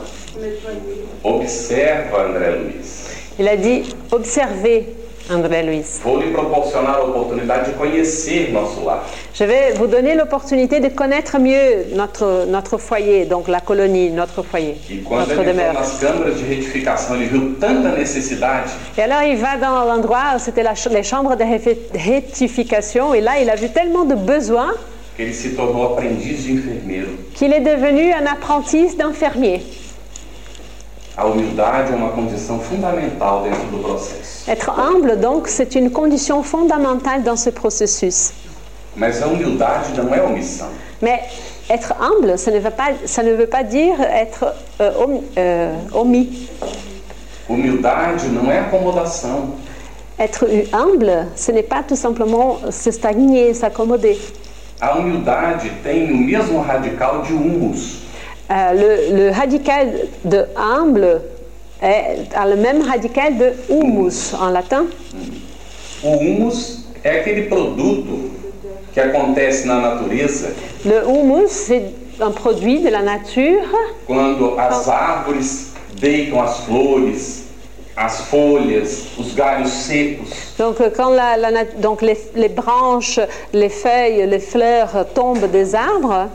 S3: Observa, André Luiz.
S2: Il a dit observez André Luiz.
S3: Vou lhe proporcionar a oportunidade de conhecer nosso lar.
S2: Je vais vous donner l'opportunité de connaître mieux notre, notre foyer, donc la colonie, notre foyer,
S3: E quando
S2: notre
S3: ele entrou
S2: demeure.
S3: nas câmaras de retificação, ele viu tanta necessidade
S2: Et alors il va dans l'endroit où c'était la ch- les chambres de réfi- rectification et là il a vu tellement de besoins
S3: que ele se tornou aprendiz de enfermeiro.
S2: qu'il est devenu un apprenti d'infirmier.
S3: A humildade é uma condição fundamental dentro do processo.
S2: Être humble, donc, c'est une condition fondamentale dans ce processus.
S3: Mas a humildade não é omissão.
S2: Mais être humble, ça ne veut pas, ça ne veut pas dire être euh, om- euh, omis.
S3: Humildade não é acomodação.
S2: Être humble, ce n'est pas tout simplement se stagner, s'accommoder.
S3: A humildade tem o mesmo radical de humus.
S2: Euh, le, le radical de humble est, a le même radical de humus en latin.
S3: O humus é aquele produto que acontece na natureza
S2: Le humus, c'est un produit de la nature
S3: quando as árvores deitam as flores, as folhas, os galhos secos.
S2: Donc, euh, quand la- la nat- donc les, les branches, les feuilles, les fleurs euh, tombent des arbres,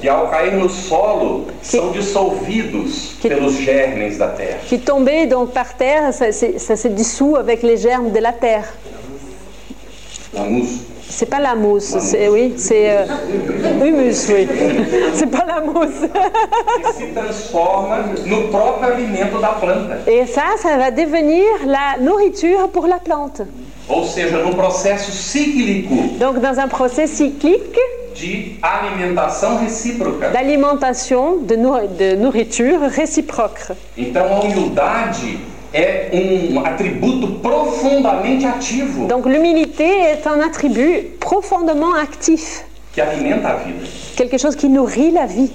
S3: Que ao cair no solo são dissolvidos
S2: Que-
S3: pelos germes da terra.
S2: qui tombaient donc par terre, ça, s'est- ça s'est dissout avec les germes de la terre.
S3: Humus.
S2: C'est pas la mousse, c'est oui, c'est euh, humus, oui. c'est pas la mousse.
S3: que se transforma no próprio alimento da planta.
S2: Et ça, ça va devenir la nourriture pour la plante.
S3: Ou seja, no processo cíclico
S2: Donc, dans un procès cyclique
S3: de alimentação recíproca.
S2: d'alimentation, de, nour- de nourriture réciproque.
S3: Então, a humildade é um atributo profundamente ativo
S2: Donc, l'humilité est un attribut profondément actif.
S3: que alimenta a vida.
S2: quelque chose qui nourrit la vie.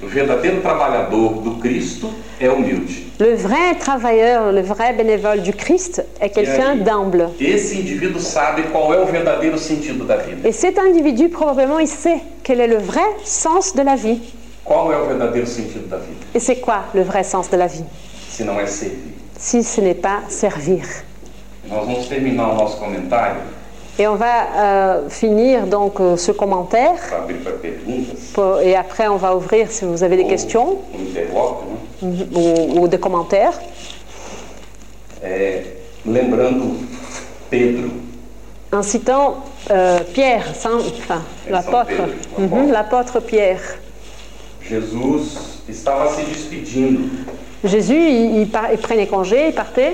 S3: O verdadeiro trabalhador do Cristo é humilde.
S2: Le vrai travailleur, le vrai bénévole du Christ est quelqu'un
S3: Yeah.
S2: d'humble.
S3: Esse indivíduo sabe qual é o verdadeiro sentido da vida.
S2: Et cet individu, probablement, il sait quel est le vrai sens de la vie.
S3: Qual é o verdadeiro sentido da vida?
S2: Et c'est quoi le vrai sens de la vie
S3: Se não é servir.
S2: Si ce n'est pas servir.
S3: Nós vamos terminar o nosso comentário
S2: Et on va euh, finir donc euh, ce commentaire.
S3: para abrir para perguntas.
S2: pour- et après, on va ouvrir si vous avez des questions mm-hmm,
S3: Um interloco, né?
S2: ou, ou des commentaires.
S3: É, lembrando Pedro,
S2: En citant euh, Pierre, Saint- enfin, l'apôtre, Mhm, l'apôtre Pierre.
S3: Jesus estava se despedindo.
S2: Jésus, il, il par- il prenait congé, il partait,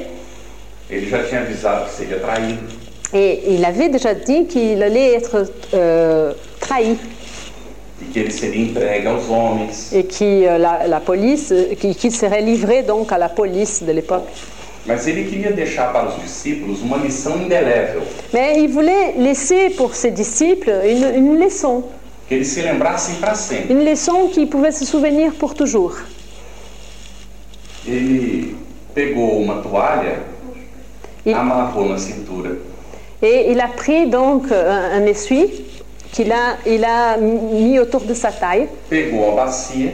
S3: Ele já tinha avisado que seria traído.
S2: et il avait déjà dit qu'il allait être euh, trahi
S3: E que ele seria entregue aos homens.
S2: et qui euh, la, la police, euh, qui, qui serait livré donc à la police de l'époque.
S3: Mas ele queria deixar para os discípulos uma lição indelével.
S2: Mais il voulait laisser pour ses disciples une, une leçon,
S3: Que eles se lembrassem para sempre.
S2: une leçon qu'ils pouvaient se souvenir pour toujours.
S3: Ele pegou uma toalha,
S2: E-
S3: amarrou na cintura.
S2: Et il a pris donc euh, un, un essuie qu'il a, il a mis autour de sa taille.
S3: Pegou a bacia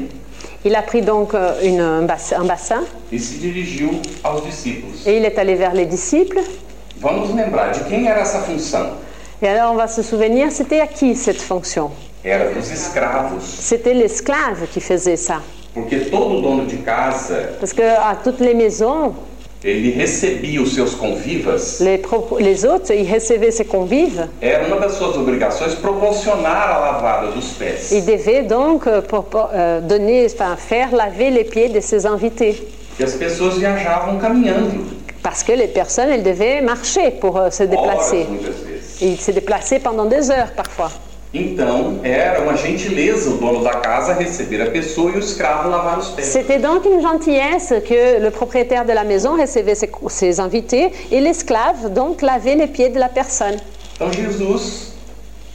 S2: Il a pris donc euh, une- un bassin- un bassin
S3: e se dirigiu aos discípulos.
S2: et il est allé vers les disciples.
S3: Vamos lembrar de quem era essa função?
S2: Et alors on va se souvenir, c'était à qui cette fonction
S3: Era dos escravos.
S2: C'était l'esclave qui faisait ça.
S3: Porque todo dono de casa,
S2: Parce que à toutes les maisons,
S3: ele recebia os seus convivas.
S2: les, propos- les autres, ils recevaient ses convives.
S3: Era uma das suas obrigações proporcionar a lavada dos pés.
S2: Ils devaient donc euh, pour- pour, euh, donner, enfin, faire laver les pieds de ses invités.
S3: E as pessoas viajavam caminhando,
S2: Parce que les personnes, elles devaient marcher pour euh, se
S3: horas
S2: déplacer.
S3: muitas vezes.
S2: Ils se déplaçaient pendant des heures parfois.
S3: Então, era uma gentileza o dono da casa receber a pessoa e o escravo lavar os pés.
S2: C'était donc une gentillesse que le propriétaire de la maison recevait ses, ses invités et l'esclave donc lavait les pieds de la personne.
S3: Então, Jesus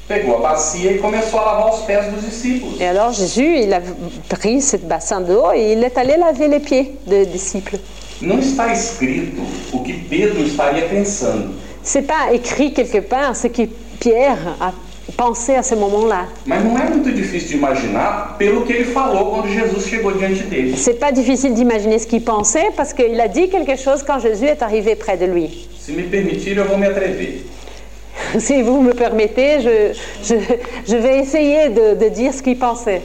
S3: pegou a bacia e começou a lavar os pés dos discípulos.
S2: Et alors Jésus, il a pris ce bassin d'eau et il est allé laver les pieds des disciples.
S3: Não está escrito o que Pedro estaria pensando,
S2: C'est pas écrit quelque part ce que Pierre a pensé à ce moment-là.
S3: mas não é muito difícil de imaginar pelo que ele falou quando Jesus chegou diante dele.
S2: C'est pas difficile d'imaginer ce qu'il pensait parce qu'il a dit quelque chose quand Jésus est arrivé près de lui.
S3: Se me permitir, eu vou me atrever.
S2: Si vous me permettez, je, je- je vais essayer de, de dire ce qu'il pensait.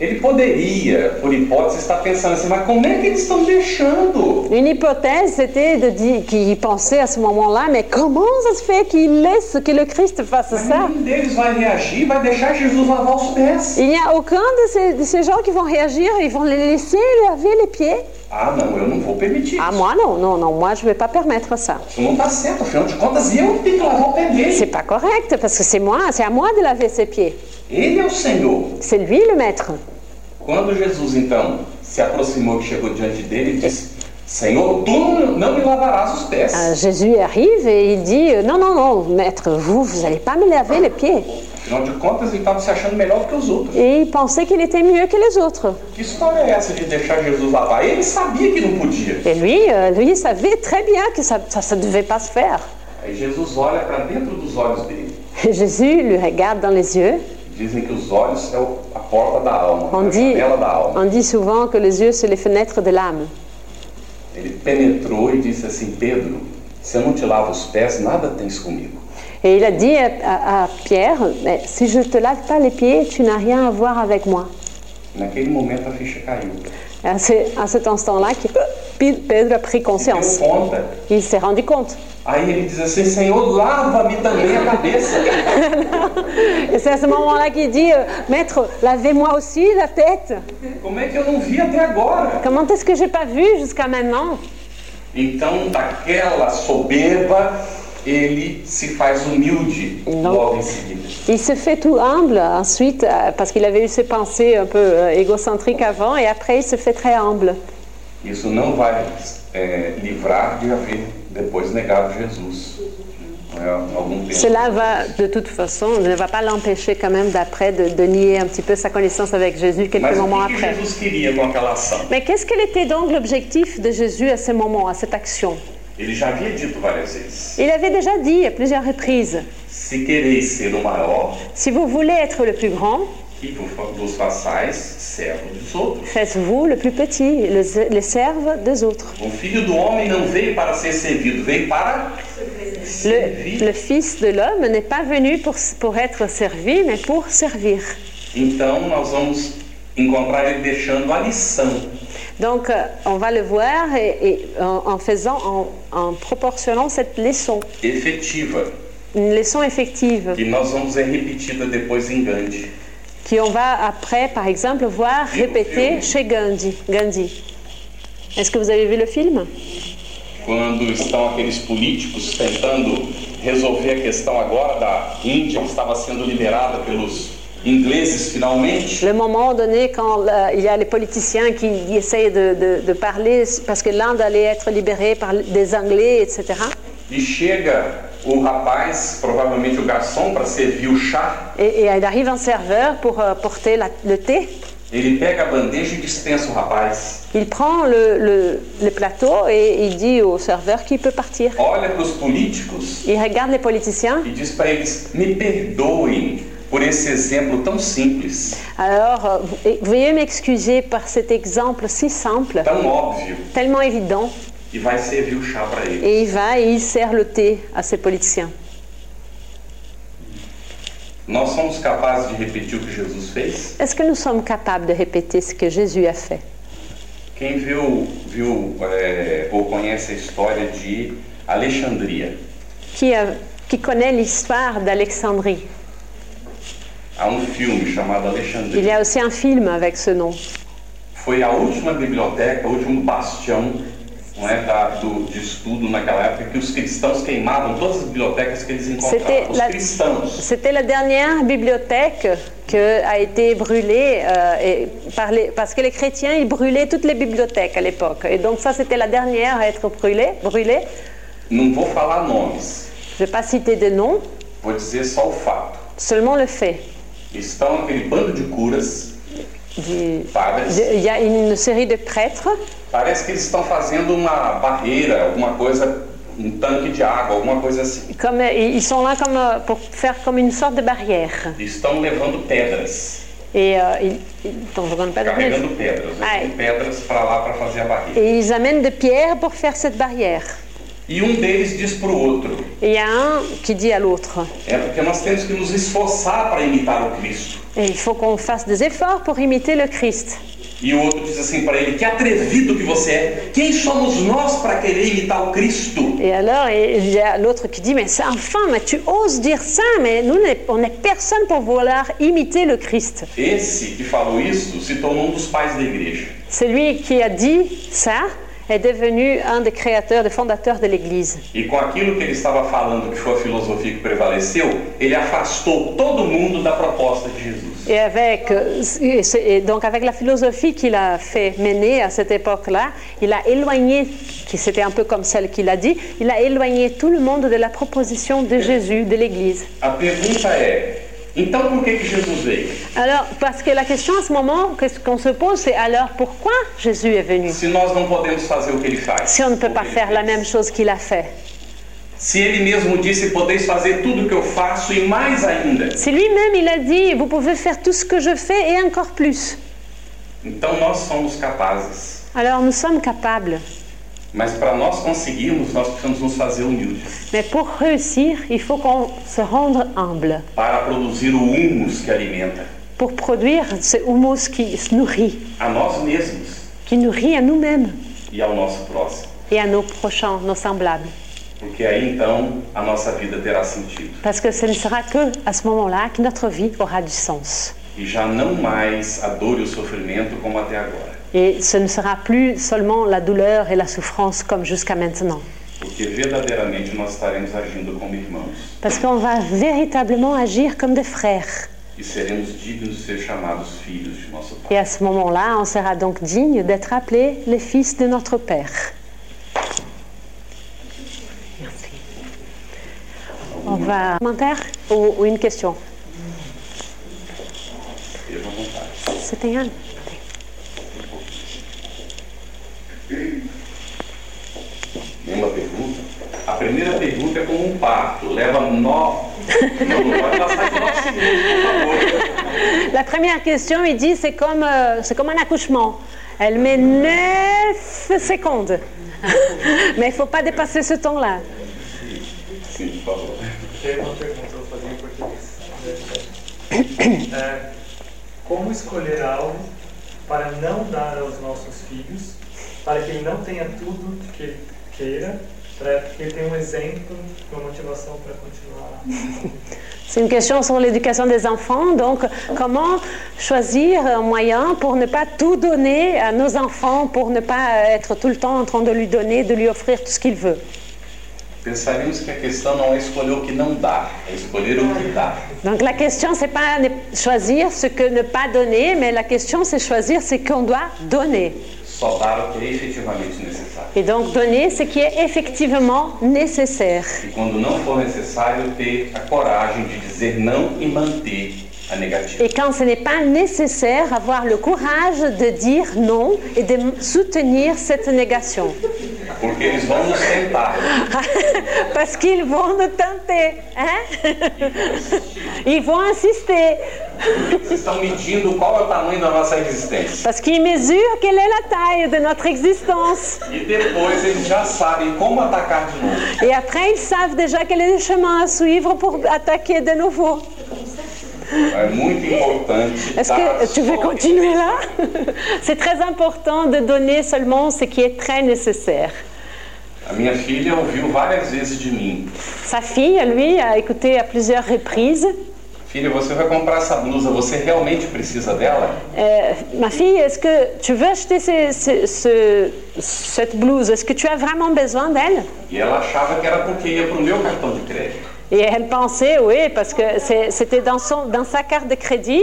S3: Ele poderia, por hipótese, estar pensando assim, mas como é que eles estão deixando?
S2: Une hypothèse, c'était de dire qu'il pensait à ce moment-là, mais comment ça se fait qu'il laisse que le Christ fasse
S3: Mas
S2: ça
S3: nenhum deles vai reagir, vai deixar Jesus lavar os pés.
S2: Il n'y a aucun de ces, de ces gens qui vont réagir, ils vão les laisser laver les pieds.
S3: Ah, não, eu não vou permitir.
S2: Ah, moi non, non, non, moi je ne vais pas permettre ça.
S3: Isso não tá certo, afinal de contas, eu que tenho que lavar o pé
S2: C'est
S3: dele.
S2: pas correct parce que c'est moi, c'est à moi de laver ses pieds.
S3: Ele é o Senhor.
S2: C'est lui le maître.
S3: Quando Jesus, então, se aproximou, que chegou diante dele, ele disse, Senhor, tu não me lavarás os pés.
S2: Euh, Jésus arrive et il dit euh, Non, non, non, maître, vous, vous n'allez pas me laver les pieds.
S3: Afinal de contas, ele estava se achando melhor do que os outros.
S2: Et il pensait qu'il était mieux que les autres.
S3: Que história é essa de deixar Jesus lavar? Ele sabia que não podia.
S2: Et lui, euh, lui, il savait très bien que ça ne devait pas se faire.
S3: Aí Jesus olha para dentro dos olhos dele.
S2: Et Jésus lui regarde dans les yeux.
S3: Dizem que os olhos é o- a porta da alma,
S2: On
S3: a
S2: dit,
S3: janela da alma.
S2: on dit souvent que les yeux, c'est les fenêtres de l'âme.
S3: Ele penetrou e disse assim: Pedro, se eu não te lavo os pés, nada tens comigo.
S2: Et il a dit à, à- à Pierre Mais Si je ne te lave pas les pieds, tu n'as rien à voir avec moi.
S3: Naquele momento a ficha caiu. Ele
S2: Et à ce- à cet instant-là, que Pi- Pedro a pris conscience.
S3: deu conta.
S2: Il s'est rendu compte.
S3: Aí ele diz assim: Senhor, lava-me também a cabeça.
S2: Et c'est à ce moment-là qu'il dit euh, Maître, lavez-moi aussi la tête.
S3: Como é que eu não vi até agora?
S2: Comment est-ce que j'ai pas vu jusqu'à maintenant
S3: Então, daquela soberba, ele se faz humilde
S2: Não.
S3: logo em seguida.
S2: Il se fait tout humble ensuite, euh, parce qu'il avait eu ses pensées un peu euh, égocentriques avant, et après il se fait très humble.
S3: Isso não vai é, livrar de haver depois negado Jesus. É, algum tempo.
S2: Cela va, de toute façon, ne va pas l'empêcher quand même d'après de, de nier un petit peu sa connaissance avec Jésus quelques
S3: Mas o
S2: moments
S3: que, que
S2: après.
S3: Jesus queria com aquela ação?
S2: Mais qu'est-ce qu'elle était donc l'objectif de Jésus à ce moment, à cette action
S3: Ele já havia dito várias vezes:
S2: Il avait déjà dit à plusieurs reprises,
S3: se quereis ser o maior,
S2: si vous voulez être le plus grand,
S3: que vo- vos façais servo dos outros.
S2: faites-vous le plus petit, le- les serves des autres.
S3: O filho do homem não veio para ser servido, veio para
S2: Le, le
S3: servir.
S2: Fils de l'homme n'est pas venu pour, pour être servi, mais pour servir.
S3: Então nós vamos encontrar ele deixando a lição.
S2: Donc, euh, on va le voir et, et en, en faisant, en- en proportionnant cette leçon,
S3: Efetiva,
S2: une leçon effective.
S3: que nós vamos ver repetida depois em Gandhi.
S2: qui on va après, par exemple, voir répéter chez Gandhi. Gandhi. Est-ce que vous avez vu le film
S3: quando estão aqueles políticos tentando resolver a questão agora da Índia, que estava sendo liberada pelos ingleses finalmente.
S2: Le moment donné quand euh, il y a les politiciens qui essayent de, de- de parler parce que l'Inde allait être libérée par des Anglais, etc.
S3: E chega o rapaz, provavelmente o garçom, para servir o chá.
S2: Et, et il arrive un serveur pour euh, porter la- le thé.
S3: Ele pega a bandeja e dispensa o rapaz.
S2: Il prend le, le- le plateau et il dit au serveur qu'il peut partir.
S3: Olha para os políticos
S2: Il regarde les politiciens.
S3: e diz para eles: me perdoem por esse exemplo tão simples,
S2: Alors, euh, veu- veuillez m'excuser par cet exemple si simple,
S3: tão óbvio.
S2: tellement évident.
S3: E vai servir o chá para ele.
S2: Et il va et il sert le thé à ses politiciens.
S3: Nós somos capazes de repetir o que Jesus fez?
S2: Est-ce que nous sommes capables de répéter ce que Jésus a fait
S3: Quem viu, viu é, ou conhece a história de Alexandria?
S2: Qui, a- qui connaît l'histoire d'Alexandrie
S3: Há um filme chamado
S2: Il y
S3: Alexandria.
S2: a aussi un film avec ce nom.
S3: Foi a última biblioteca, o último bastião não é, da- do- de estudo naquela época que os cristãos queimavam todas as bibliotecas que eles
S2: C'était
S3: encontravam. Os
S2: la-
S3: cristãos.
S2: C'était la dernière bibliothèque qui a été brûlée euh, et par les- parce que les chrétiens ils brûlaient toutes les bibliothèques à l'époque. Et donc ça c'était la dernière à être brûlée. brûlée.
S3: Não vou falar nomes,
S2: Je ne vais pas citer de noms,
S3: vou dizer só o fato.
S2: seulement le fait.
S3: Estão aquele bando de curas,
S2: Du-
S3: padres,
S2: de- Il y a une série de prêtres
S3: Parece que eles estão fazendo uma barreira, alguma coisa, um tanque de água, alguma coisa assim.
S2: Comme, euh, ils ils sont là comme, euh, pour faire comme une sorte de barrière.
S3: Eles estão levando pedras,
S2: Et, euh, ils, ils- attends, je regarde pas le livre.
S3: carregando pedras,
S2: Ai.
S3: levando pedras para lá para fazer a barreira.
S2: Et ils amènent des pierres pour faire cette barrière.
S3: E um deles diz para o outro:
S2: Et il y a un qui dit à l'autre.
S3: é porque nós temos que nos esforçar para imitar o Cristo.
S2: Et il faut qu'on fasse des efforts pour imiter le Christ.
S3: E o outro diz assim para ele: que atrevido que você é! Quem somos nós para querer imitar o Cristo?
S2: Et alors, et- il y a l'autre qui dit, mais c'est- enfin, mais tu oses dire ça, mais nous, n'est- on n'est personne pour vouloir imiter le Christ.
S3: Esse que falou isso se tornou um dos pais da igreja.
S2: Celui qui a dit ça est devenu un des créateurs, des fondateurs de l'Église.
S3: E com aquilo que ele estava falando, que foi a filosofia que prevaleceu, ele afastou todo mundo da proposta de Jesus.
S2: Et, avec, euh, et ce- et donc avec la philosophie qu'il a fait mener à cette époque-là, il a éloigné, qui c'était un peu comme celle qu'il a dit, il a éloigné tout le monde de la proposition de Jésus, de l'Église.
S3: A pergunta é: então por que, que Jesus veio?
S2: Alors, parce que la question à ce moment, qu'est-ce qu'on se pose, c'est alors pourquoi Jésus est venu
S3: Se nós não podemos fazer o que ele faz?
S2: Si on ne peut
S3: O
S2: pas
S3: que ele
S2: faire la
S3: fez?
S2: même chose qu'il a fait.
S3: Se ele mesmo disse: podeis fazer tudo o que eu faço e mais ainda.
S2: Si lui-même, il a dit, vous pouvez faire tout ce que je fais et encore plus.
S3: Então nós somos capazes.
S2: Alors, nous sommes capables.
S3: Mas para nós conseguirmos, nós precisamos nos fazer humildes
S2: Mais pour réussir, il faut qu'on se rende humble.
S3: para produzir o humus que alimenta
S2: pour produire ce humus qui se nourrit,
S3: a nós mesmos
S2: qui nourrit à nous-mêmes
S3: e ao nosso próximo.
S2: et à nos prochains, nos semblables.
S3: Porque aí então a nossa vida terá sentido.
S2: Parce que ce ne sera que à ce moment-là que notre vie aura du sens.
S3: e já não mais a dor e o sofrimento como até agora.
S2: Et ce ne sera plus seulement la douleur et la souffrance comme jusqu'à maintenant.
S3: Porque verdadeiramente nós estaremos agindo como irmãos
S2: Parce qu'on va véritablement agir comme des frères.
S3: e seremos dignos de ser chamados filhos de nosso Pai.
S2: Et à ce moment-là, on sera donc digne d'être appelés les fils de notre Père. Merci. On va... Commentaire ou, ou une question
S3: Seja à vontade.
S2: C'était Yann.
S3: Nenhuma pergunta? A primeira pergunta é como um parto. Leva nove. Não, não vai passar de nove segundos, por favor.
S2: La première question, il dit, c'est comme, euh, c'est comme un accouchement. Elle met 9 secondes. Mais il ne faut pas dépasser ce temps-là.
S3: Sim, por favor.
S4: Tem uma pergunta, eu vou fazer em português. É, como escolher algo para não dar aos nossos filhos, para que ele não tenha tudo que ele queira, para que ele tenha um exemplo, uma motivação para continuar?
S2: C'est une question sur l'éducation des enfants. Donc, comment choisir un moyen pour ne pas tout donner à nos enfants, pour ne pas être tout le temps en train de lui donner, de lui offrir tout ce qu'il veut.
S3: Pensaríamos que a questão não é escolher o que não dá, é escolher o que dá.
S2: Donc, la question, c'est pas ne- choisir ce que ne pas donner, mais la question, c'est choisir ce qu'on doit donner.
S3: Só dar o que é efetivamente necessário.
S2: Et donc, donner ce qui est effectivement nécessaire.
S3: E quando não for necessário, ter a coragem de dizer não e manter a negativa.
S2: Et quand ce n'est pas nécessaire, avoir le courage de dire non et de m- soutenir cette négation.
S3: Porque eles vão nos tentar.
S2: Parce qu'ils vont nous tenter. Hein? Ils vão insister.
S3: Eles estão medindo qual é o tamanho da nossa existência.
S2: Parce qu'ils mesurent quelle est la taille de notre existence.
S3: E depois eles já sabem como atacar de novo.
S2: Et après, ils savent déjà quel est le chemin à suivre pour attaquer de nouveau.
S3: É muito importante.
S2: Est-ce
S3: dar
S2: É que tu veux
S3: só-
S2: continuer là C'est très important de donner seulement ce qui est très nécessaire.
S3: A minha filha ouviu várias vezes de mim.
S2: Sa fille, lui, a écouté à plusieurs reprises.
S3: Filha, você vai comprar essa blusa, você realmente precisa dela?
S2: Euh, ma fille, est-ce que tu veux acheter ce- ce- ce- cette blouse Est-ce que tu as vraiment besoin d'elle
S3: E ela achava que era porque ia pro meu cartão de crédito.
S2: Et elle pensait, oui, parce que c'est- c'était dans, son- dans sa carte de crédit.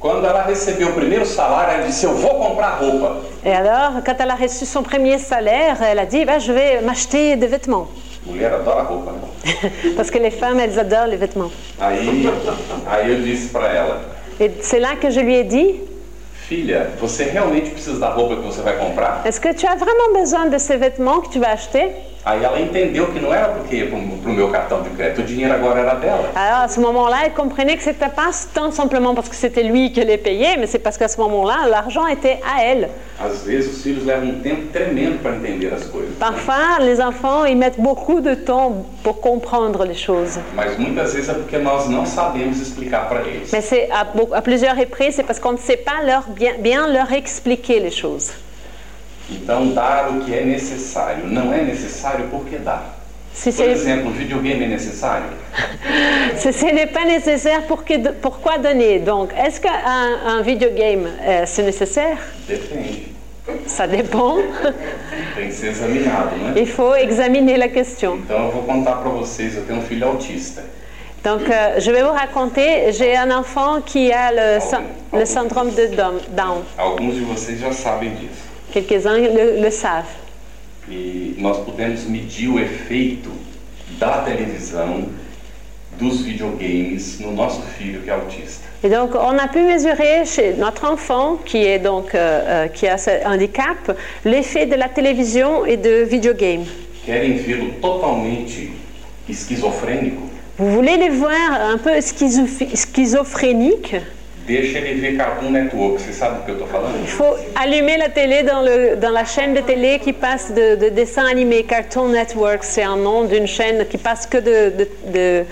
S3: Quando ela recebeu o primeiro salário, ela disse: Eu vou comprar roupa.
S2: Et alors, quand elle a reçu son premier salaire, elle a dit, bah, je vais m'acheter des vêtements.
S3: Mulher adora roupa, né?
S2: Parce que les femmes, elles adorent les vêtements.
S3: Aí, aí eu disse pra ela:
S2: Et c'est là que je lui ai dit,
S3: Filha, você realmente precisa da roupa que você vai comprar?
S2: est-ce que tu as vraiment besoin de ces vêtements que tu vas acheter
S3: Aí ela entendeu que não era porque ia pro, pro meu cartão de crédito, o dinheiro agora era dela.
S2: Alors à ce moment-là, elle comprenait que c'était pas tant simplement parce que c'était lui qui les payait, mais c'est parce qu'à ce moment-là, l'argent était à elle.
S3: Às vezes os filhos levam um tempo tremendo para entender as coisas,
S2: Parfois, les enfants, ils mettent beaucoup de temps pour comprendre les choses.
S3: mas muitas vezes é porque nós não sabemos explicar para eles.
S2: Mais c'est à, beau- à plusieurs reprises, c'est parce qu'on ne sait pas leur bien, bien leur expliquer les choses.
S3: Então, dar o que é necessário. Não é necessário porque dá.
S2: Si
S3: Por
S2: c'est-
S3: exemplo, um videogame é necessário?
S2: si ce n'est pas nécessaire, pour que- pourquoi donner Donc, est-ce qu'un un video game, euh, c'est nécessaire
S3: Depende.
S2: Ça dépend.
S3: Tem que ser examinado, né?
S2: Il faut examiner la question.
S3: Então, eu vou contar para vocês: eu tenho um filho autista.
S2: Donc, euh, je vais vous raconter, j'ai un enfant qui a le, syn- le syndrome de Dom- Down.
S3: Alguns de vocês já sabem disso.
S2: Quelques-uns le, le savent.
S3: E nós pudemos medir o efeito da televisão, dos videogames no nosso filho que é autista.
S2: Et donc, on a pu mesurer chez notre enfant, qui, est donc, euh, euh, qui a ce handicap, l'effet de la télévision et de videogame.
S3: Querem vê-lo totalmente esquizofrênico?
S2: Vous voulez les voir un peu schizophé- schizophréniques
S3: Deixa ele ver Cartoon Network. Você sabe do que eu estou falando?
S2: Il faut allumer la télé dans, le- dans la chaîne de télé qui passe de, de dessins animés. Cartoon Network, c'est un nom d'une chaîne qui passe que de, de- de-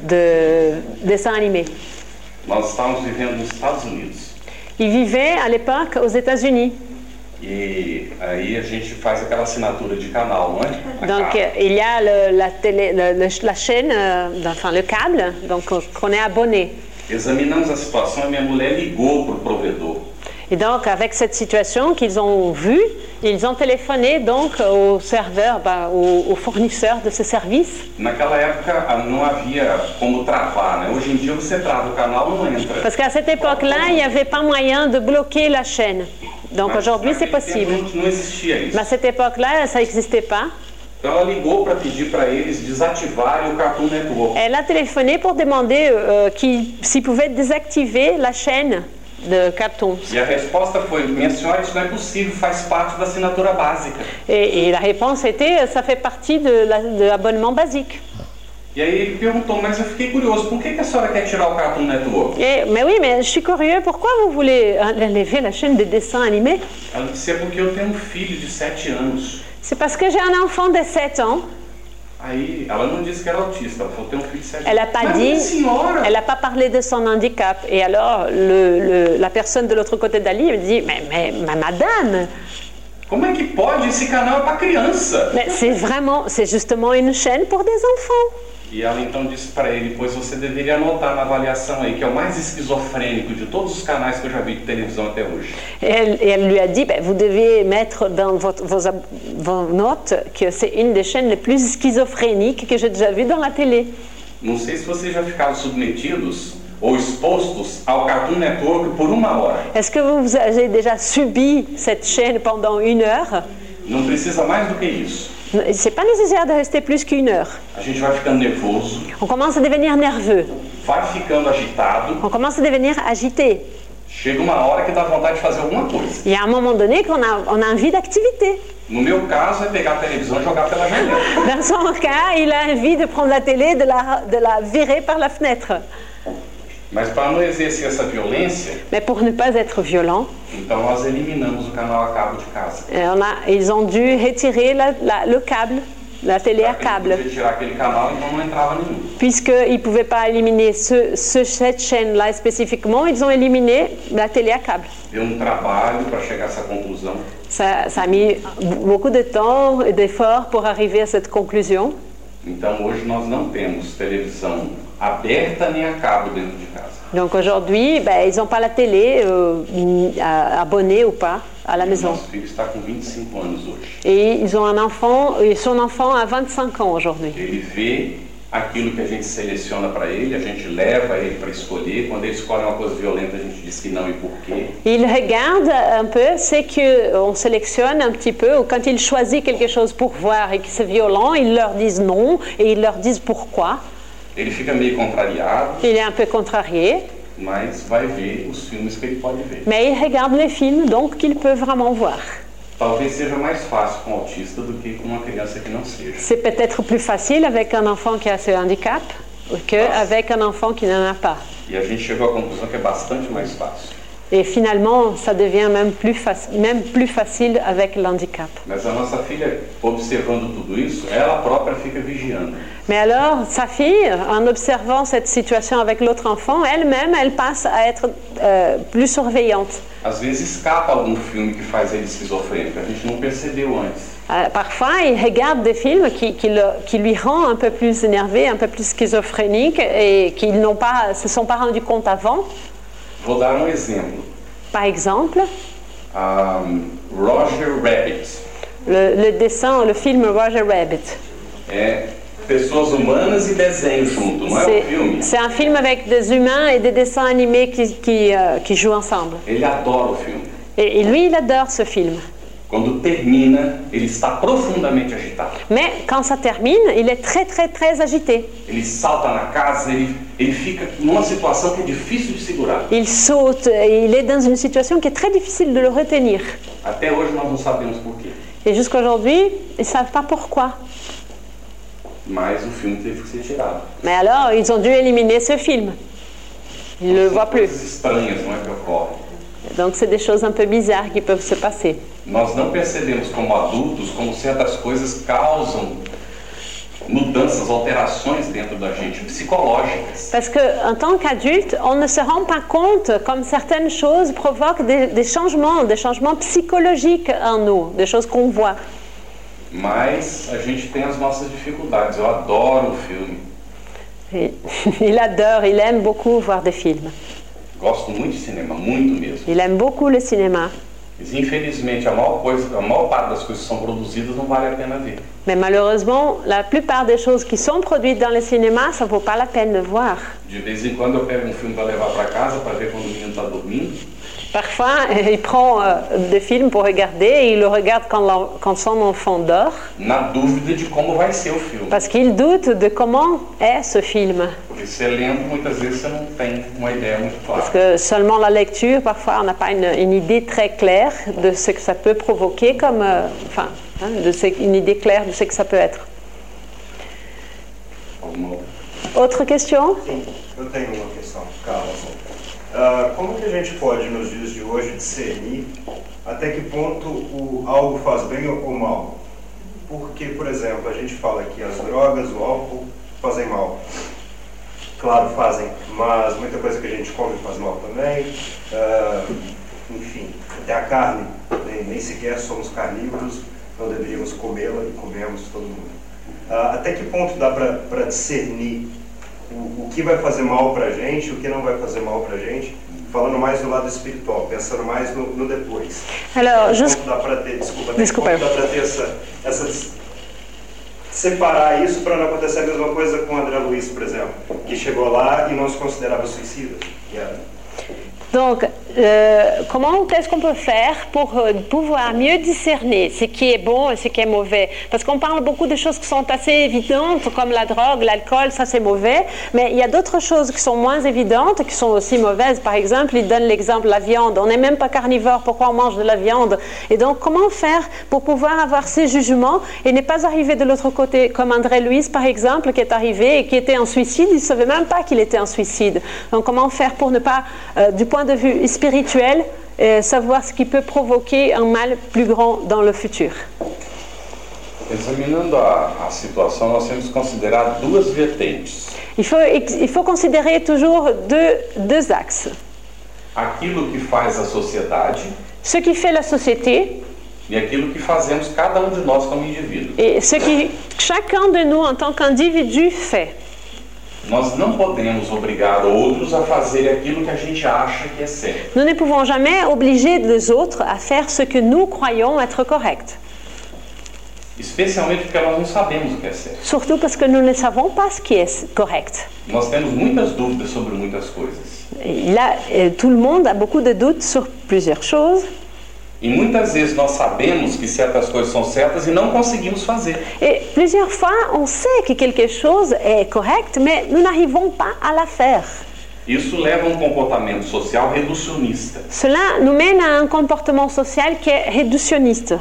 S2: de dessins animés.
S3: Nós estávamos vivendo nos Estados Unidos.
S2: Il vivait à l'époque aux États-Unis.
S3: E aí a gente faz aquela assinatura de canal, né? A
S2: Donc, euh,
S3: cabo.
S2: il y a le- la, télé- le- le- la chaîne, euh, enfin le câble, donc euh, qu'on est abonné.
S3: Examinamos a situação e minha mulher ligou pro provedor.
S2: Et donc, avec cette situation qu'ils ont vue, ils ont téléphoné donc au serveur, bah, au, au fournisseur de ce service.
S3: Naquela época ah, não havia como travar, né? Hoje em dia você trava o canal não entra.
S2: Parce qu'à cette époque-là, il n'y avait pas moyen de bloquer la chaîne. Donc aujourd'hui, c'est
S3: naquele
S2: possible.
S3: tempo Não, não existia isso.
S2: Mais à cette époque-là, ça n'existait pas.
S3: Então ela ligou para pedir para eles desativarem o Cartoon Network.
S2: Elle a téléphoné pour demander euh, qu'ils- s'ils pouvaient désactiver la chaîne de carton.
S3: E a resposta foi: minha senhora, isso não é possível, faz parte da assinatura básica.
S2: Et, et la réponse était, euh, ça fait partie de la- de l'abonnement basique.
S3: E aí ele perguntou, mas eu fiquei curioso, por que, que a senhora quer tirar o Cartoon Network?
S2: Et- mais oui, mais je suis curieux, pourquoi vous voulez euh, enlever la chaîne des dessins animés
S3: Ela disse: é porque eu tenho um filho de 7 anos.
S2: C'est parce que j'ai un enfant de 7 ans.
S3: Aí ela não disse que era autista, ela falou, tem um filho de 7
S2: Elle n'a pas
S3: Mas
S2: dit,
S3: minha senhora,
S2: elle n'a pas parlé de son handicap. Et alors, le- le- la personne de l'autre côté d'Ali me dit, mais, mais, mais madame,
S3: como é que pode? Esse canal é para criança.
S2: mais c'est vraiment, c'est justement une chaîne pour des enfants.
S3: E ela então disse para ele, pois você deveria anotar na avaliação aí, que é o mais esquizofrênico de todos os canais que eu já vi de televisão até hoje.
S2: Et elle, et elle lui a dit, Ben, vous devez mettre dans votre- vos, ab- vos notes que c'est une des chaînes les plus schizophréniques que j'ai déjà vues dans la télé.
S3: Não sei se vocês já ficaram submetidos ou expostos ao Cartoon Network por uma hora.
S2: Est-ce que vous avez déjà subi cette chaîne pendant une heure
S3: Não precisa mais do que isso.
S2: C'est pas nécessaire de rester plus qu'une heure.
S3: A gente vai ficando nervoso,
S2: On commence à devenir nerveux,
S3: vai ficando agitado,
S2: on commence à devenir agité.
S3: chega uma hora que dá vontade de fazer alguma coisa.
S2: Il y a un moment donné qu'on a, on a envie d'activité.
S3: No meu caso é pegar a televisão e jogar pela janela.
S2: Dans son cas, il a envie de prendre la télé, de la, de la virer par la fenêtre.
S3: Mas para não exercer essa violência,
S2: Mais pour ne pas être violent,
S3: Então nós eliminamos o canal a cabo de casa.
S2: euh, on a, ils ont dû retirer la- la- le câble la télé à
S3: Ele
S2: câble,
S3: podia tirar aquele canal, então não entrava nenhum.
S2: puisqu'ils ne pouvaient pas éliminer ce- ce- cette chaîne-là spécifiquement, ils ont éliminé la télé à câble.
S3: Deu um trabalho para chegar a essa conclusão.
S2: Ça, ça a mis beaucoup de temps et d'efforts pour arriver à cette conclusion.
S3: Então hoje nós não temos televisão aberta nem a cabo dentro de casa.
S2: Donc aujourd'hui, ben, ils n'ont pas la télé euh, ni- à- abonnée ou pas à la maison.
S3: Nosso filho está com 25 anos hoje.
S2: Et ils ont un enfant, et son enfant a 25 ans aujourd'hui.
S3: Ele vê aquilo que a gente seleciona para ele, a gente leva ele para escolher. Quando ele escolhe uma coisa violenta, a gente diz que não e por quê.
S2: Il regarde un peu, c'est qu'on sélectionne un petit peu, ou quand il choisit quelque chose pour voir et que c'est violent, ils leur disent non et ils leur disent pourquoi.
S3: Ele fica meio contrariado,
S2: Il est un peu contrarié,
S3: mas vai ver os filmes que ele pode ver.
S2: mais il regarde les films, donc qu'il peut vraiment voir.
S3: Talvez seja mais fácil com um autista do que com uma criança que não seja.
S2: C'est peut-être plus facile avec un enfant qui a ce handicap qu'avec un enfant qui n'en a pas.
S3: E a gente chegou à conclusão que é bastante mais fácil.
S2: Et finalement, ça devient même plus, faci- même plus facile avec l'handicap.
S3: Mas a nossa filha, observando tudo isso, ela própria fica vigiando.
S2: Mais alors, sa fille, en observant cette situation avec l'autre enfant, elle-même, elle passe à être euh, plus surveillante.
S3: Às vezes escapa algum filme que faz ele esquizofrênico, a gente não percebeu antes.
S2: Euh, parfois, il regarde des films qui, qui le- qui lui rend un peu plus énervé, un peu plus schizophrénique et qu'ils n'ont pas, se sont pas rendus compte avant.
S3: Vou dar um exemplo.
S2: Par exemple,
S3: Ah, Roger Rabbit.
S2: le, le dessin, le film Roger Rabbit.
S3: É pessoas humanas e desenho junto, não é
S2: C'est
S3: um filme?
S2: c'est un film avec des humains et des dessins animés qui, qui, euh, qui jouent ensemble.
S3: Ele adora o filme.
S2: Et, et lui, il adore ce film.
S3: Quando termina, ele está profundamente agitado.
S2: Mais quand ça termine, il est très très très agité.
S3: Ele salta na casa, ele, ele fica numa situação que é difícil de segurar.
S2: Il saute, et il est dans une situation qui est très difficile de le retenir.
S3: Até hoje nós não sabemos por quê.
S2: Et jusqu'à aujourd'hui, ils ne savent pas pourquoi.
S3: Mas o filme teve que ser tirado.
S2: Mais alors, ils ont dû éliminer ce film. Ils ne le voient plus.
S3: Coisas estranhas, não é que ocorrem.
S2: Donc, c'est des choses un peu bizarres qui peuvent se passer.
S3: Nós não percebemos como adultos como certas coisas causam mudanças, alterações dentro da gente, psicológicas.
S2: Parce qu'en tant qu'adulte, on ne se rend pas compte comme certaines choses provoquent des, des changements, des changements psychologiques en nous, des choses qu'on voit.
S3: Mas a gente tem as nossas dificuldades. Eu adoro o filme,
S2: Et il adore, il aime beaucoup voir des films.
S3: gosto muito de cinema, muito mesmo.
S2: Il aime beaucoup le cinéma.
S3: Mas infelizmente a maior, coisa, a maior parte das coisas que são produzidas não vale a pena ver.
S2: Mais malheureusement, la plupart des choses qui sont produites dans le cinéma, ça ne vaut pas la peine de voir.
S3: De vez em quando eu pego um filme para levar para casa para ver quando o menino está dormindo.
S2: Parfois, il prend euh, des films pour regarder et il le regarde quand, l'en- quand son enfant dort
S3: Na dúvida de como vai ser o filme.
S2: parce qu'il doute de comment est ce film.
S3: Porque você lendo, muitas vezes você não tem uma ideia muito
S2: Parce
S3: clara.
S2: que seulement la lecture, parfois, on n'a pas une, une idée très claire de ce que ça peut provoquer, comme, euh, enfin, hein, de ce- une idée claire de ce que ça peut être.
S3: Alguma
S2: Autre question
S5: Sim, eu tenho uma questão, Carlos. Ah, como que a gente pode, nos dias de hoje, discernir até que ponto o algo faz bem ou mal? Porque, por exemplo, a gente fala que as drogas, o álcool, fazem mal. Claro, fazem, mas muita coisa que a gente come faz mal também. Ah, enfim, até a carne, nem, nem sequer somos carnívoros, não deveríamos comê-la e comemos todo mundo. Ah, até que ponto dá para discernir o, o que vai fazer mal para gente, o que não vai fazer mal para gente, falando mais do lado espiritual, pensando mais no, no depois.
S2: Alors,
S5: Até que
S2: juste
S5: ponto dá para ter, desculpa, né? até que
S2: Desculpa.
S5: ponto dá para ter essa, essa dis- separar isso para não acontecer a mesma coisa com o André Luiz, por exemplo, que chegou lá e não se considerava suicida. E era.
S2: Donc, euh, comment est-ce qu'on peut faire pour euh, pouvoir mieux discerner ce qui est bon et ce qui est mauvais Parce qu'on parle beaucoup de choses qui sont assez évidentes, comme la drogue, l'alcool, ça c'est mauvais, mais il y a d'autres choses qui sont moins évidentes, qui sont aussi mauvaises. Par exemple, il donne l'exemple de la viande. On n'est même pas carnivore, pourquoi on mange de la viande Et donc, comment faire pour pouvoir avoir ces jugements et ne pas arriver de l'autre côté, comme André Luiz, par exemple, qui est arrivé et qui était en suicide, il ne savait même pas qu'il était en suicide. Donc, comment faire pour ne pas, euh, du point de vue spirituel, euh, savoir ce qui peut provoquer un mal plus grand dans le futur
S3: É, Examinando a, a situação, nós temos que considerar duas vertentes.
S2: Il faut, ex- il faut considérer toujours deux, deux axes.
S3: Aquilo que faz a sociedade
S2: Ce qui fait la société
S3: e aquilo que fazemos cada um de nós como indivíduo.
S2: et ce que chacun de nous en tant qu'individu fait.
S3: Nós não podemos obrigar outros a fazer aquilo que a gente acha que é certo.
S2: Nous ne pouvons jamais obliger les autres à faire ce que nous croyons être correct.
S3: Especialmente porque nós não sabemos o que é certo.
S2: Surtout parce que nous ne savons pas ce qui est correct.
S3: Nós temos muitas dúvidas sobre muitas coisas.
S2: Et Là, euh, tout le monde a beaucoup de doutes sur plusieurs choses.
S3: E muitas vezes nós sabemos que certas coisas são certas e não conseguimos fazer.
S2: Et plusieurs fois, on sait que quelque chose est correct, mais nous n'arrivons pas à la faire.
S3: Isso leva a um comportamento social reducionista.
S2: Cela nous mène à un comportement social qui est réductionniste.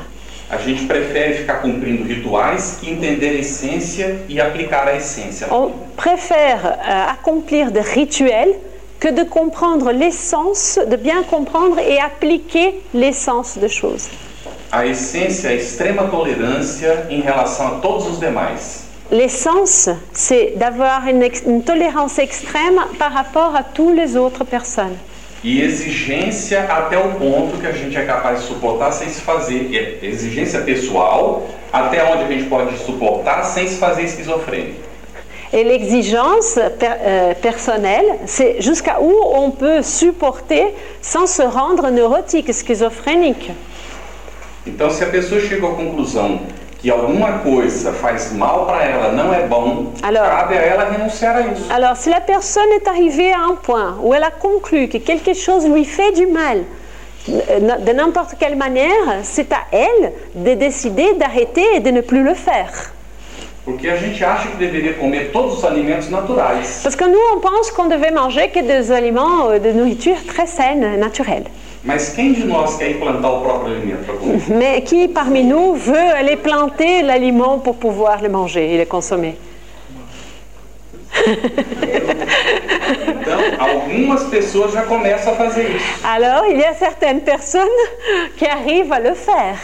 S3: A gente prefere ficar cumprindo rituais que entender a essência e aplicar a essência.
S2: On préfère euh, accomplir des rituels que de comprendre l'essence, de bien comprendre et appliquer l'essence de choses.
S3: A essência é a extrema tolerância em relação a todos os demais.
S2: L'essence, c'est d'avoir une, ex- une tolérance extrême par rapport à toutes les autres personnes.
S3: E exigência até o ponto que a gente é capaz de suportar sem se fazer. É exigência pessoal até onde a gente pode suportar sem se fazer esquizofrênico.
S2: Et l'exigence per- euh, personnelle, c'est jusqu'à où on peut supporter sans se rendre neurotique, schizophrénique.
S3: Então, se a pessoa chega à conclusão que alguma coisa faz mal para ela, não é bom,
S2: Alors-
S3: cabe a ela renunciar a isso.
S2: Alors, si la personne est arrivée à un point où elle a conclu que quelque chose lui fait du mal, euh, de n'importe quelle manière, c'est à elle de décider d'arrêter et de ne plus le faire.
S3: Porque a gente acha que deveria comer todos os alimentos naturais.
S2: Parce que nous, on pense qu'on devait manger que des aliments euh, de nourriture très saine, naturelle.
S3: Mas quem de nós quer implantar o próprio alimento para comer?
S2: Mais qui parmi nous veut aller planter l'aliment pour pouvoir le manger et le consommer
S3: Então, algumas pessoas já começam a fazer isso.
S2: Alors, il y a certaines personnes qui arrivent à le faire.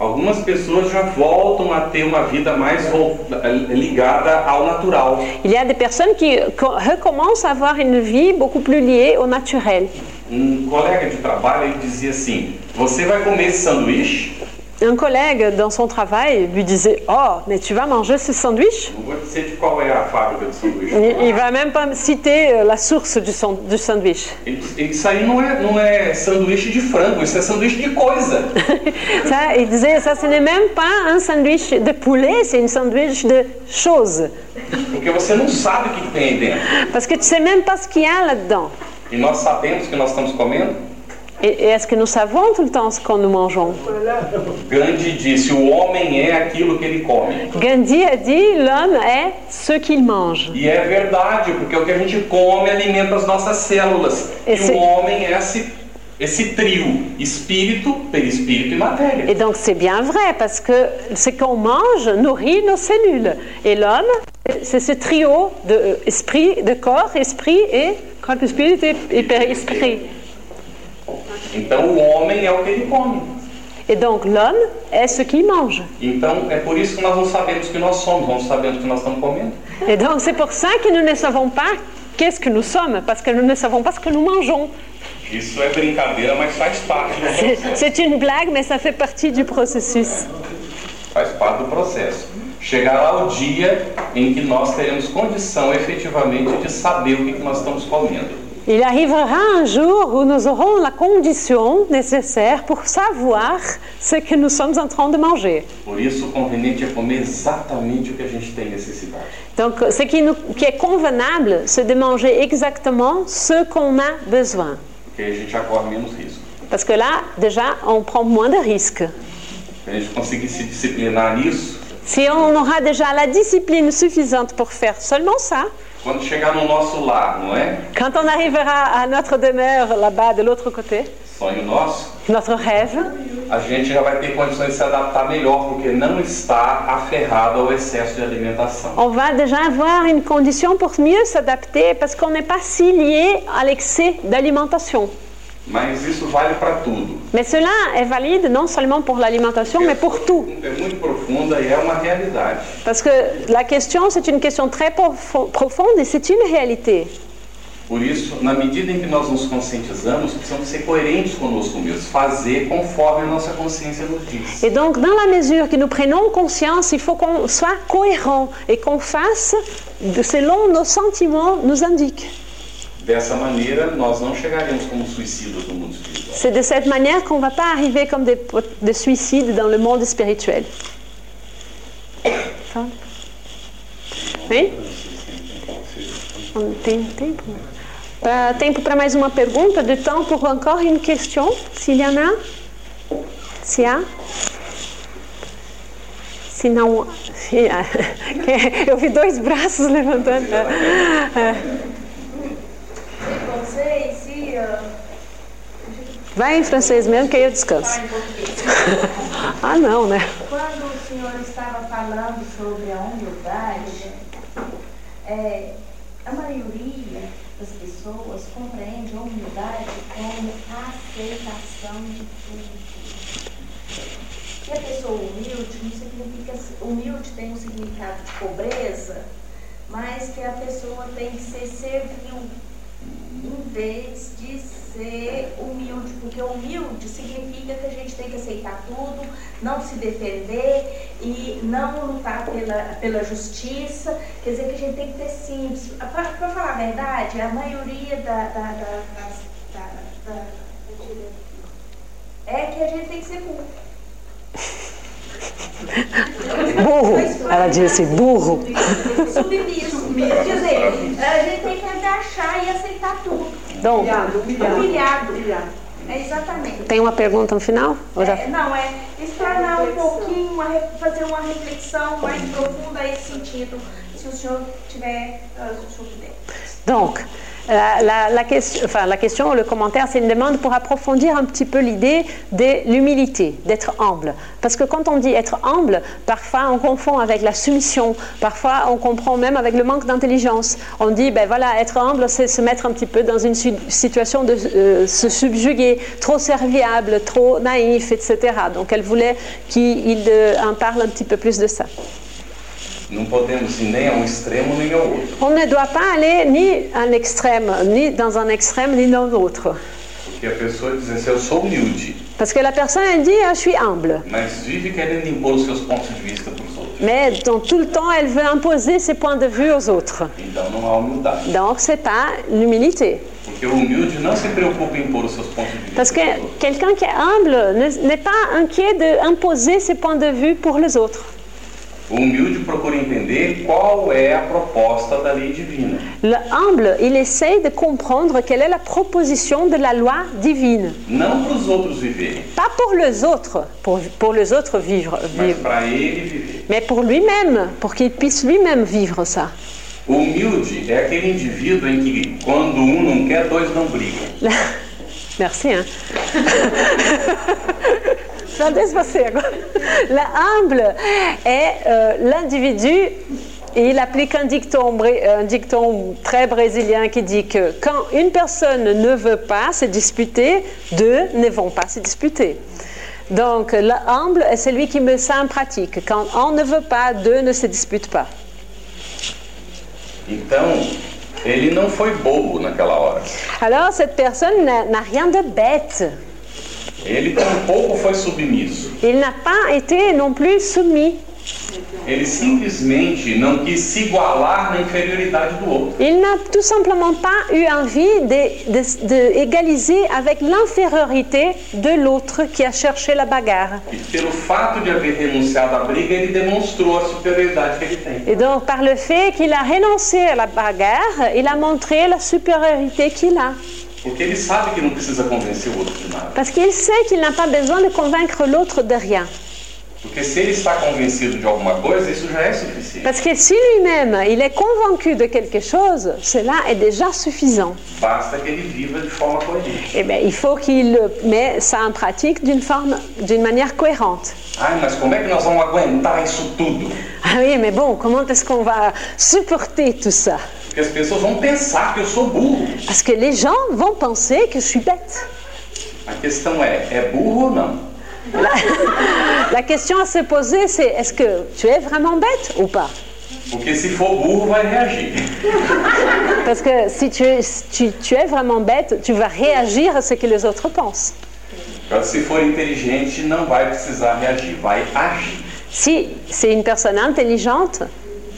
S3: Algumas pessoas já voltam a ter uma vida mais vol- eh, ligada ao natural.
S2: Il y a des personnes qui co- recommencent à avoir une vie beaucoup plus liée au naturel.
S3: Um colega de trabalho ele dizia assim: Você vai comer esse sanduíche?
S2: Un collègue dans son travail lui disait Oh, mais tu vas manger ce sandwich
S3: Não vou dizer de qual é a fábrica de sanduíche.
S2: Il il va même pas me citer euh, la source du, san- du sandwich.
S3: Ele disse, Isso aí não é, não é sanduíche de frango, isso é sanduíche de coisa.
S2: Ça, il disait Ça, ce n'est même pas un sandwich de poulet, c'est une sandwich de choses.
S3: Porque você não sabe o que que tem aí dentro.
S2: Parce que tu sais même pas ce qu'il y a là-dedans.
S3: E nós sabemos que nós estamos comendo.
S2: Et, et est-ce que nous savons tout le temps ce qu'on nous mangeons
S3: Gandhi disse: O homem é aquilo que ele come.
S2: Gandhi a dit L'homme est ce qu'il mange.
S3: E é verdade, porque o que a gente come alimenta as nossas células.
S2: Esse-
S3: E o homem é esse, esse trio: espírito, perispírito e matéria.
S2: Et donc c'est bien vrai parce que ce qu'on mange nourrit nos cellules. Et l'homme, c'est ce trio de euh, esprit, de corps, esprit et corps, esprit et, et périsprit.
S3: Então o homem é o que ele come.
S2: Et donc l'homme est ce qu'il mange.
S3: Então é por isso que nós não sabemos o que nós somos, nós não sabemos o que nós estamos comendo.
S2: Et donc c'est pour ça que nous ne savons pas qu'est-ce que nous sommes parce que nous ne savons pas ce que nous mangeons.
S3: Isso é brincadeira, mas faz parte, né? do
S2: C'est-
S3: processo.
S2: C'est une blague, mais ça fait partie du processus.
S3: faz parte do processo. Chegará o dia em que nós teremos condição efetivamente de saber o que que nós estamos comendo.
S2: Il arrivera un jour où nous aurons la condition nécessaire pour savoir ce que nous sommes en train de manger.
S3: Por isso, o conveniente é comer exatamente o que a gente tem necessidade.
S2: Donc, ce qui, nous- qui est convenable, c'est de manger exactement ce qu'on a besoin.
S3: Porque aí a gente já corre menos risco.
S2: Parce que là, déjà, on prend moins de risques.
S3: Se a gente conseguir se disciplinar nisso,
S2: Si on aura déjà la discipline suffisante pour faire seulement ça,
S3: quando chegar no nosso lar, não é?
S2: quand on arrivera à notre demeure là-bas de l'autre côté,
S3: Sonho nosso,
S2: notre rêve,
S3: a gente já vai ter condições de se adaptar melhor, porque não está aferrado ao excesso de alimentação.
S2: on va déjà avoir une condition pour mieux s'adapter parce qu'on n'est pas si lié à l'excès d'alimentation.
S3: Mas isso vale para tudo.
S2: Mais cela est valide non seulement pour l'alimentation, mais pour tout.
S3: É muito profunda e é uma realidade.
S2: Parce que la question, c'est une question très profo- profonde et c'est une réalité.
S3: Por isso, na medida em que nós nos conscientizamos, precisamos ser coerentes conosco mesmos, fazer conforme a nossa consciência nos diz.
S2: Et donc, dans la mesure que nous prenons conscience, il faut qu'on soit cohérent et qu'on fasse de- selon nos sentiments nous indiquent.
S3: Dessa maneira, nós não chegaremos como suicidas no mundo espiritual.
S2: C'est de cette manière qu'on ne va pas arriver comme des, pot- des suicides dans le monde spirituel. Fala. Oui? On tem tempo? Ah, tempo para mais uma pergunta, de temps pour encore une question, s'il y en a? S'il y a? Se não. se há. Eu vi dois braços levantando.
S6: Francês, se ah,
S2: Vai em francês mesmo, que aí eu descanso.
S6: falar em português.
S2: Ah, não, né?
S6: Quando o senhor estava falando sobre a humildade, é, a maioria das pessoas compreende a humildade como a aceitação de tudo. E a pessoa humilde não significa. Humilde tem um significado de pobreza, mas que a pessoa tem que ser servil em vez de ser humilde, porque humilde significa que a gente tem que aceitar tudo, não se defender e não lutar pela, pela justiça, quer dizer que a gente tem que ter simples. Para falar a verdade, a maioria da, da- da- das- da- da- é que a gente tem que ser burro.
S2: Burro, ela disse, burro.
S6: Submisso. Quer dizer, a gente tem que agachar e aceitar tudo.
S2: Dom,
S6: Humilhado. É exatamente.
S2: tem uma pergunta no final? Ou já-
S6: É, não, é explanar um pouquinho, uma re- fazer uma reflexão mais profunda a esse sentido, se o senhor tiver, ah, se o senhor puder.
S2: Donc, la, la- la question, enfin, la question, le commentaire, c'est une demande pour approfondir un petit peu l'idée de l'humilité, d'être humble. Parce que quand on dit être humble, parfois on confond avec la soumission, parfois on comprend même avec le manque d'intelligence. On dit, ben voilà, être humble, c'est se mettre un petit peu dans une su- situation de euh, se subjuguer, trop serviable, trop naïf, etc. Donc, elle voulait qu'il euh, en parle un petit peu plus de ça.
S3: Não podemos ir nem a um extremo nem ao outro.
S2: On ne doit pas aller ni à l'extrême, ni dans un extrême, ni dans l'autre.
S3: Porque a pessoa diz assim, eu sou humilde,
S2: Parce que la personne elle dit Ah, Je suis humble.
S3: mas vive querendo impor os seus pontos de vista para os outros.
S2: Mais dans tout le temps, elle veut imposer ses points de vue aux autres.
S3: Então não há humildade.
S2: Donc, c'est pas l'humilité.
S3: Porque o humilde não se preocupa em impor os seus pontos de vista.
S2: Parce que
S3: para os outros.
S2: quelqu'un qui est humble ne- n'est pas inquiet d'imposer ses points de vue pour les autres.
S3: O humilde procura entender qual é a proposta da lei divina.
S2: Le humble, il essaye de comprendre quelle est la proposition de la loi divine.
S3: Não para os outros viverem,
S2: Pas pour les autres, pour, pour les autres vivre,
S3: mas
S2: vivre,
S3: para ele viver.
S2: mais pour lui-même, pour qu'il puisse lui-même vivre ça.
S3: O humilde é aquele indivíduo em que quando um não quer, dois não brigam.
S2: Merci. Hein. Je la laisse passer, hein, quoi. La humble est euh, l'individu. et Il applique un dicton, bré- euh, un dicton très brésilien qui dit que quand une personne ne veut pas se disputer, deux ne vont pas se disputer. Donc, le humble est celui qui met ça en pratique. Quand on ne veut pas, deux ne se disputent pas.
S3: Então, ele não foi bobo naquela hora.
S2: Alors, cette personne n'a n'a rien de bête.
S3: Ele tampouco foi submisso.
S2: Il n'a pas été non plus soumis.
S3: Ele simplesmente não quis se igualar na inferioridade do outro.
S2: Il n'a tout simplement pas eu envie d'égaliser de, de égaliser avec l'infériorité de l'autre qui a cherché la bagarre.
S3: E pelo fato de haver renunciado à briga, ele demonstrou a superioridade que ele tem.
S2: Et donc, par le fait qu'il a renoncé à la bagarre, il a montré la supériorité qu'il a.
S3: Porque ele sabe que não precisa convencer o outro de nada.
S2: Parce qu'il sait qu'il n'a pas besoin de convaincre l'autre de rien.
S3: Porque se ele está convencido de alguma coisa, isso já é suficiente.
S2: Parce que si lui-même, il est convaincu de quelque chose, cela est déjà suffisant.
S3: Basta que ele viva de forma coerente.
S2: Eh bien, il faut qu'il mette ça en pratique d'une forme, d'une manière cohérente.
S3: Ai, mas como é que nós vamos aguentar isso tudo?
S2: Ah oui, mais bon, comment est-ce qu'on va supporter tout ça
S3: Porque as pessoas vão pensar que eu sou burro.
S2: Parce que les gens vont penser que je suis bête.
S3: A questão é, é burro ou não?
S2: La question à se poser, c'est est-ce que tu es vraiment bête ou pas
S3: Porque se for burro, vai reagir.
S2: Parce que si tu es, tu- tu es vraiment bête, tu vas réagir à ce que les autres pensent.
S3: Agora, se for inteligente, não vai precisar reagir, vai agir.
S2: Si c'est une personne intelligente,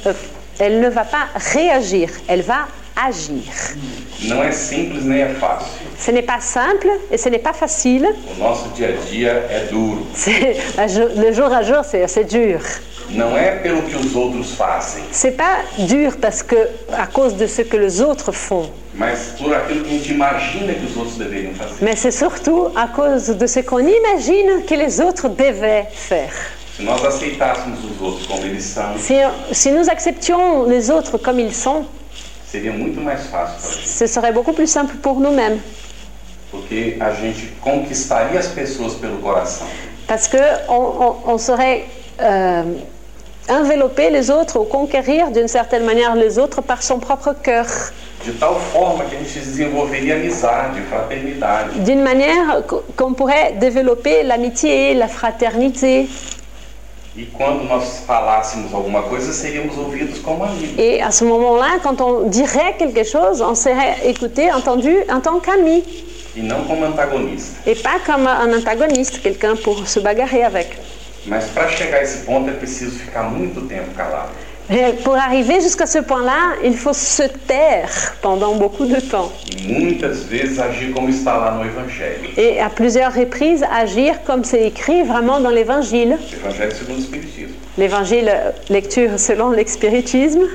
S2: euh, elle ne va pas réagir, elle va agir.
S3: Não é simples nem é fácil.
S2: Ce n'est pas simple et ce n'est pas facile.
S3: O nosso dia a dia é duro.
S2: C'est- la jo- Le jour à jour, c'est c'est dur.
S3: Não é pelo que os outros fazem,
S2: C'est pas dur parce que à cause de ce que les autres font,
S3: mas por aquilo que a gente imagina que os outros deveriam fazer.
S2: mais c'est surtout à cause de ce qu'on imagine que les autres devaient faire.
S3: Se nós aceitássemos os outros como eles são,
S2: Si, si nous acceptions les autres comme ils sont,
S3: seria muito mais fácil para gente,
S2: ce serait beaucoup plus simple pour nous-mêmes.
S3: porque a gente conquistaria as pessoas pelo coração.
S2: Parce que on, on- on saurait euh, envelopper les autres ou conquérir d'une certaine manière les autres par son propre cœur.
S3: De tal forma que a gente desenvolveria amizade, fraternidade.
S2: D'une manière qu- qu'on pourrait développer l'amitié, la fraternité.
S3: E quando nós falássemos alguma coisa, seríamos ouvidos como amigos.
S2: Et à ce moment-là, quand on dirait quelque chose, on serait écouté, entendu en tant qu'ami.
S3: E não como antagonista.
S2: Et pas comme un antagoniste, quelqu'un pour se bagarrer avec.
S3: Mas para chegar a esse ponto é preciso ficar muito tempo calado.
S2: Et pour arriver jusqu'à ce point-là, il faut se taire pendant beaucoup de temps.
S3: E muitas vezes agir como está lá no Evangelho.
S2: et à plusieurs reprises agir comme c'est écrit vraiment dans l'Évangile.
S3: Evangelho segundo o Espiritismo.
S2: L'Évangile, euh, lecture selon l'expiritisme.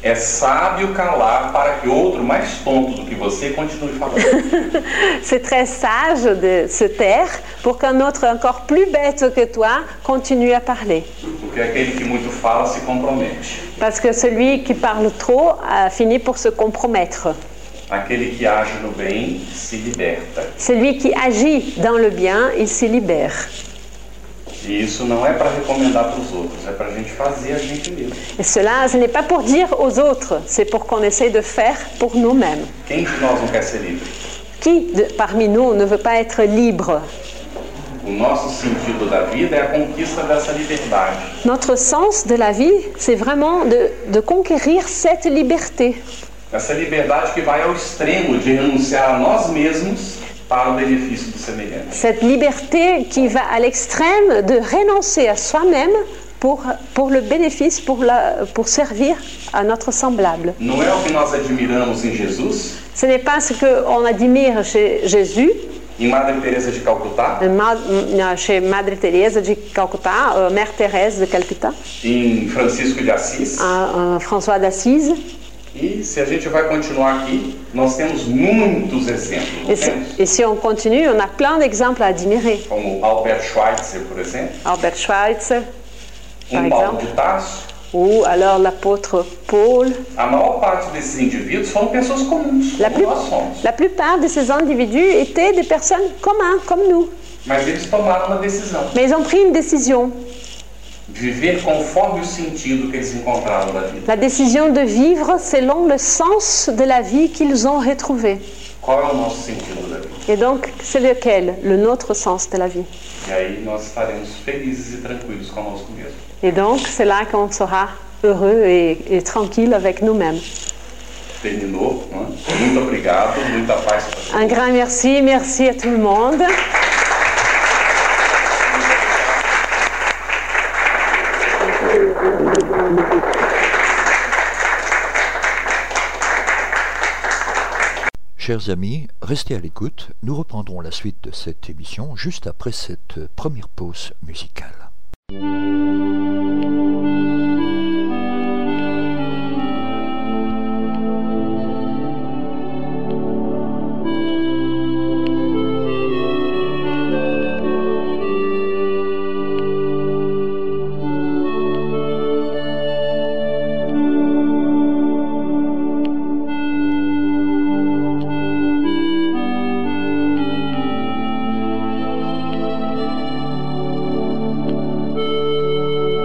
S3: É sábio calar para que outro mais tonto do que você continue falando.
S2: C'est très sage de se taire pour qu'un autre encore plus bête que toi continue à parler.
S3: Porque é aquele que muito fala se compromete.
S2: Parce que celui qui parle trop a fini por se compromettre.
S3: Aquele que age no bem se liberta.
S2: Celui qui agit dans le bien, il se libère.
S3: E isso não é para recomendar para os outros, é para a gente fazer a gente mesmo.
S2: Et cela, ce n'est pas pour dire aux autres, c'est pour qu'on essaye de faire pour nous-mêmes.
S3: Quem de nós não quer ser livre?
S2: Qui de- parmi nous ne veut pas être libre
S3: O nosso sentido da vida é a conquista dessa liberdade.
S2: Notre sens de la vie, c'est vraiment de, de conquérir cette liberté.
S3: Essa liberdade que vai ao extremo de renunciar a nós mesmos para o benefício do semelhante.
S2: Cette liberté qui va à l'extrême de renoncer à soi-même pour, pour le bénéfice, pour, la- pour servir à notre semblable.
S3: Não é o que nós admiramos em Jesus,
S2: Ce n'est pas ce qu'on admire chez Jésus,
S3: em Madre Teresa de Calcutá,
S2: ma- euh, chez Madre Thérèse de Calcutta, euh, Mère Thérèse de Calcutta,
S3: em Francisco de Assis.
S2: un- un François d'Assise.
S3: E se a gente vai continuar aqui, nós temos muitos exemplos, não
S2: Et, si-
S3: temos?
S2: et si on continue, on a plein d'exemples à admirer.
S3: como Albert Schweitzer, por exemplo,
S2: Albert Schweitzer
S3: um
S2: Vai,
S3: Paulo
S2: então.
S3: de Tarso.
S2: ou alors l'apôtre Paul.
S3: A maior parte desses indivíduos foram pessoas comuns,
S2: La,
S3: como
S2: plus-
S3: nós somos.
S2: la plupart de ces individus étaient des personnes communes, comme nous.
S3: Mas eles tomaram uma decisão.
S2: Mais ils ont pris une décision,
S3: Viver conforme o sentido que eles encontraram da vida.
S2: la décision de vivre selon le sens de la vie qu'ils ont retrouvé.
S3: Qual é o nosso sentido da vida?
S2: Et donc, c'est lequel Le nôtre sens de la vie.
S3: E aí nós estaremos felizes e tranquilos conosco mesmo.
S2: Et donc, c'est là qu'on sera heureux et, et tranquille avec nous-mêmes.
S3: Terminou, né? Muito obrigado, muita paz para todos.
S2: Un grand merci, merci à tout le monde.
S1: Chers amis, restez à l'écoute. Nous reprendrons la suite de cette émission juste après cette première pause musicale.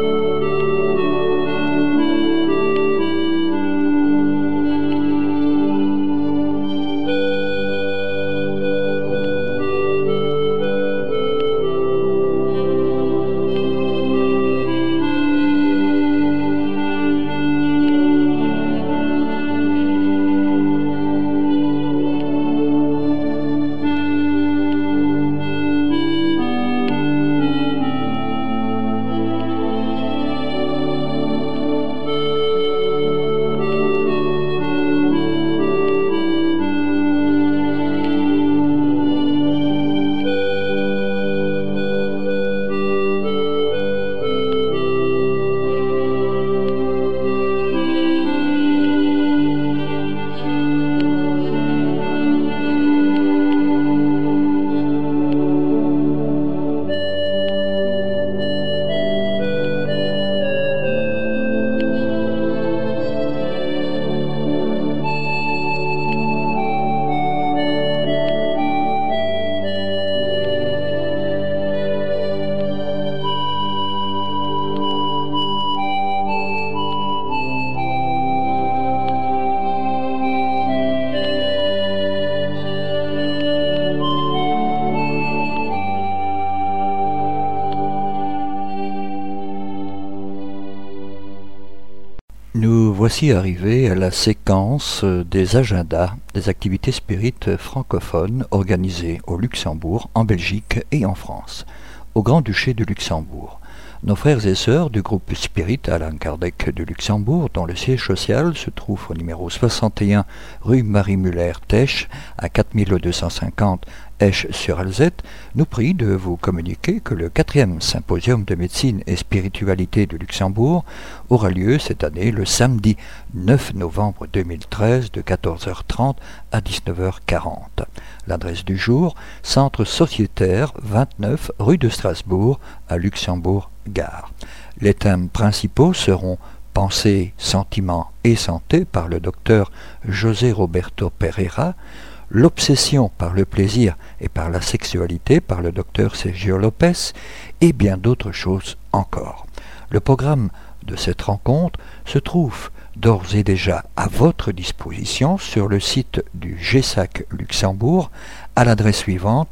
S7: Thank
S1: voici arrivé à la séquence des agendas des activités spirites francophones organisées au Luxembourg, en Belgique et en France, au Grand-Duché de Luxembourg. Nos frères et sœurs du groupe Spirit Alain Kardec de Luxembourg, dont le siège social se trouve au numéro 61 rue Marie-Muller-Teche, à 4250 sur Alzette, nous prie de vous communiquer que le quatrième symposium de médecine et spiritualité de Luxembourg aura lieu cette année le samedi 9 novembre 2013 de 14h30 à 19h40. L'adresse du jour, Centre sociétaire 29 rue de Strasbourg à Luxembourg Gare. Les thèmes principaux seront Pensée, sentiments et santé par le docteur José Roberto Pereira, l'obsession par le plaisir et par la sexualité par le docteur Sergio Lopez et bien d'autres choses encore. Le programme de cette rencontre se trouve d'ores et déjà à votre disposition sur le site du GSAC Luxembourg à l'adresse suivante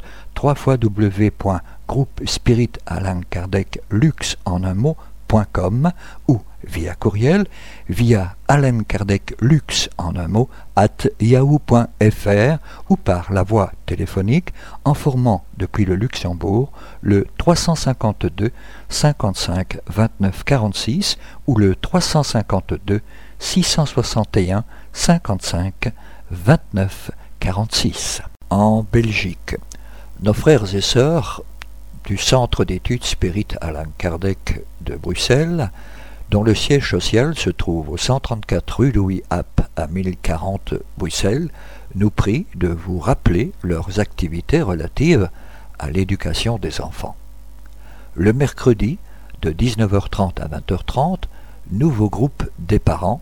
S1: www.groupespiritalainkardeclux en un mot.com ou via courriel via Alain Kardec Lux en un mot at yahoo.fr ou par la voie téléphonique en formant depuis le Luxembourg le 352 55 29 46 ou le 352 661 55 29 46. En Belgique, nos frères et sœurs du Centre d'études Spirit Alain Kardec de Bruxelles dont le siège social se trouve au 134 rue Louis App à 1040 Bruxelles, nous prie de vous rappeler leurs activités relatives à l'éducation des enfants. Le mercredi, de 19h30 à 20h30, nouveau groupe des parents,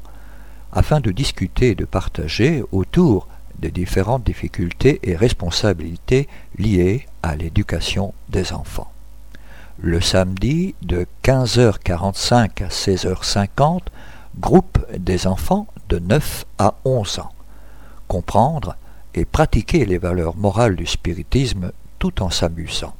S1: afin de discuter et de partager autour des différentes difficultés et responsabilités liées à l'éducation des enfants le samedi de 15h45 à 16h50, groupe des enfants de 9 à 11 ans. Comprendre et pratiquer les valeurs morales du spiritisme tout en s'amusant.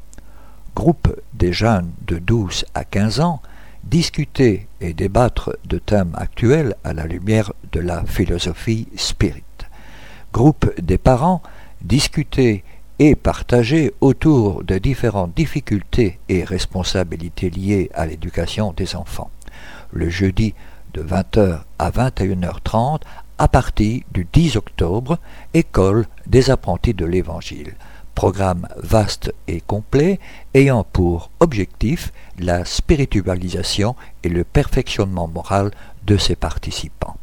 S1: Groupe des jeunes de 12 à 15 ans, discuter et débattre de thèmes actuels à la lumière de la philosophie spirit. Groupe des parents, discuter et partager autour de différentes difficultés et responsabilités liées à l'éducation des enfants. Le jeudi de 20h à 21h30 à partir du 10 octobre, École des apprentis de l'Évangile. Programme vaste et complet ayant pour objectif la spiritualisation et le perfectionnement moral de ses participants.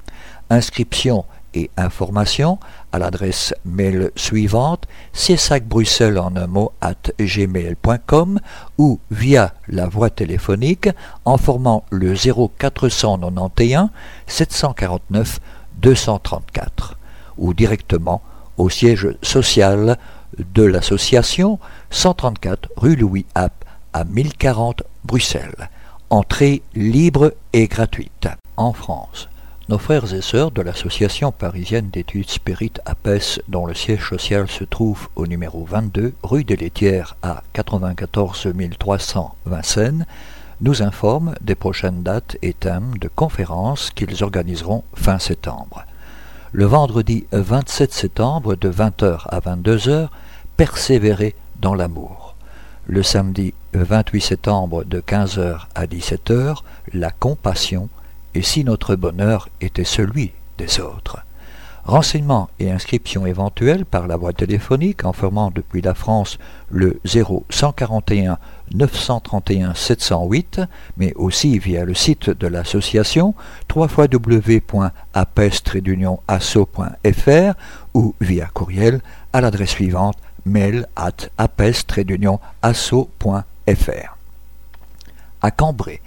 S1: Inscription et informations à l'adresse mail suivante csacbruxelles en un mot at gmail.com ou via la voie téléphonique en formant le 0491 749 234 ou directement au siège social de l'association 134 rue Louis App à 1040 Bruxelles. Entrée libre et gratuite. En France, nos frères et sœurs de l'Association parisienne d'études spirites APES, dont le siège social se trouve au numéro 22, rue des Laitières à 94 300 Vincennes, nous informent des prochaines dates et thèmes de conférences qu'ils organiseront fin septembre. Le vendredi 27 septembre de 20h à 22h, persévérer dans l'amour. Le samedi 28 septembre de 15h à 17h, la compassion et si notre bonheur était celui des autres. Renseignements et inscriptions éventuelles par la voie téléphonique en formant depuis la France le 0 141 931 708, mais aussi via le site de l'association www.apes-asso.fr ou via courriel à l'adresse suivante mail at apes-asso.fr. À Cambrai,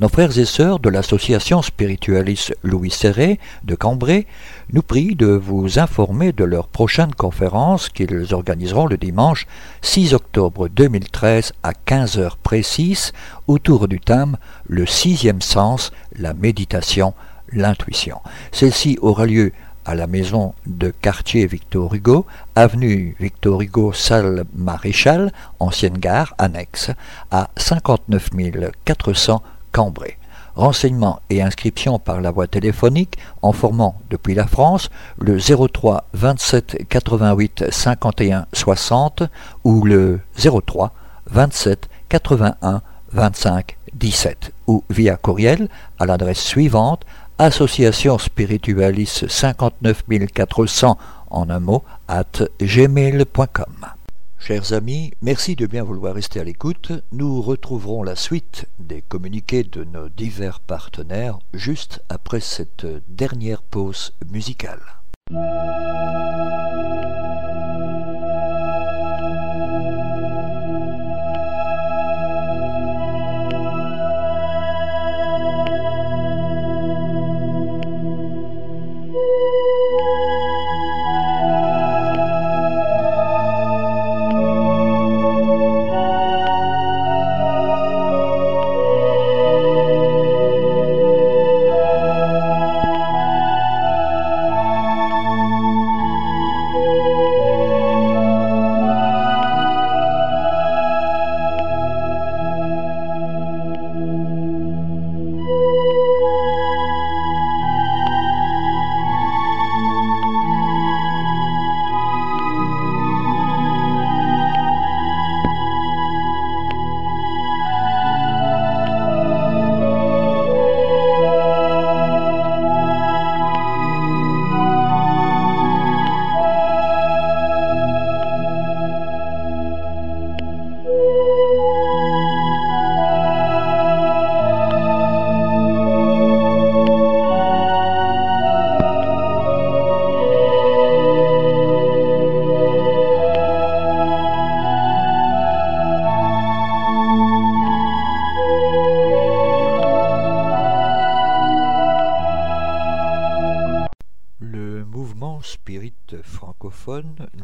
S1: nos frères et sœurs de l'association spiritualiste Louis Serré de Cambrai nous prient de vous informer de leur prochaine conférence qu'ils organiseront le dimanche 6 octobre 2013 à 15h précise autour du thème Le sixième sens, la méditation, l'intuition. Celle-ci aura lieu à la maison de quartier Victor Hugo, avenue Victor Hugo, salle Maréchal, ancienne gare annexe, à 59 400 Cambrai. renseignements et inscriptions par la voie téléphonique en formant depuis la France le 03 27 88 51 60 ou le 03 27 81 25 17 ou via courriel à l'adresse suivante association spiritualis 59400 en un mot at gmail.com. Chers amis, merci de bien vouloir rester à l'écoute. Nous retrouverons la suite des communiqués de nos divers partenaires juste après cette dernière pause musicale.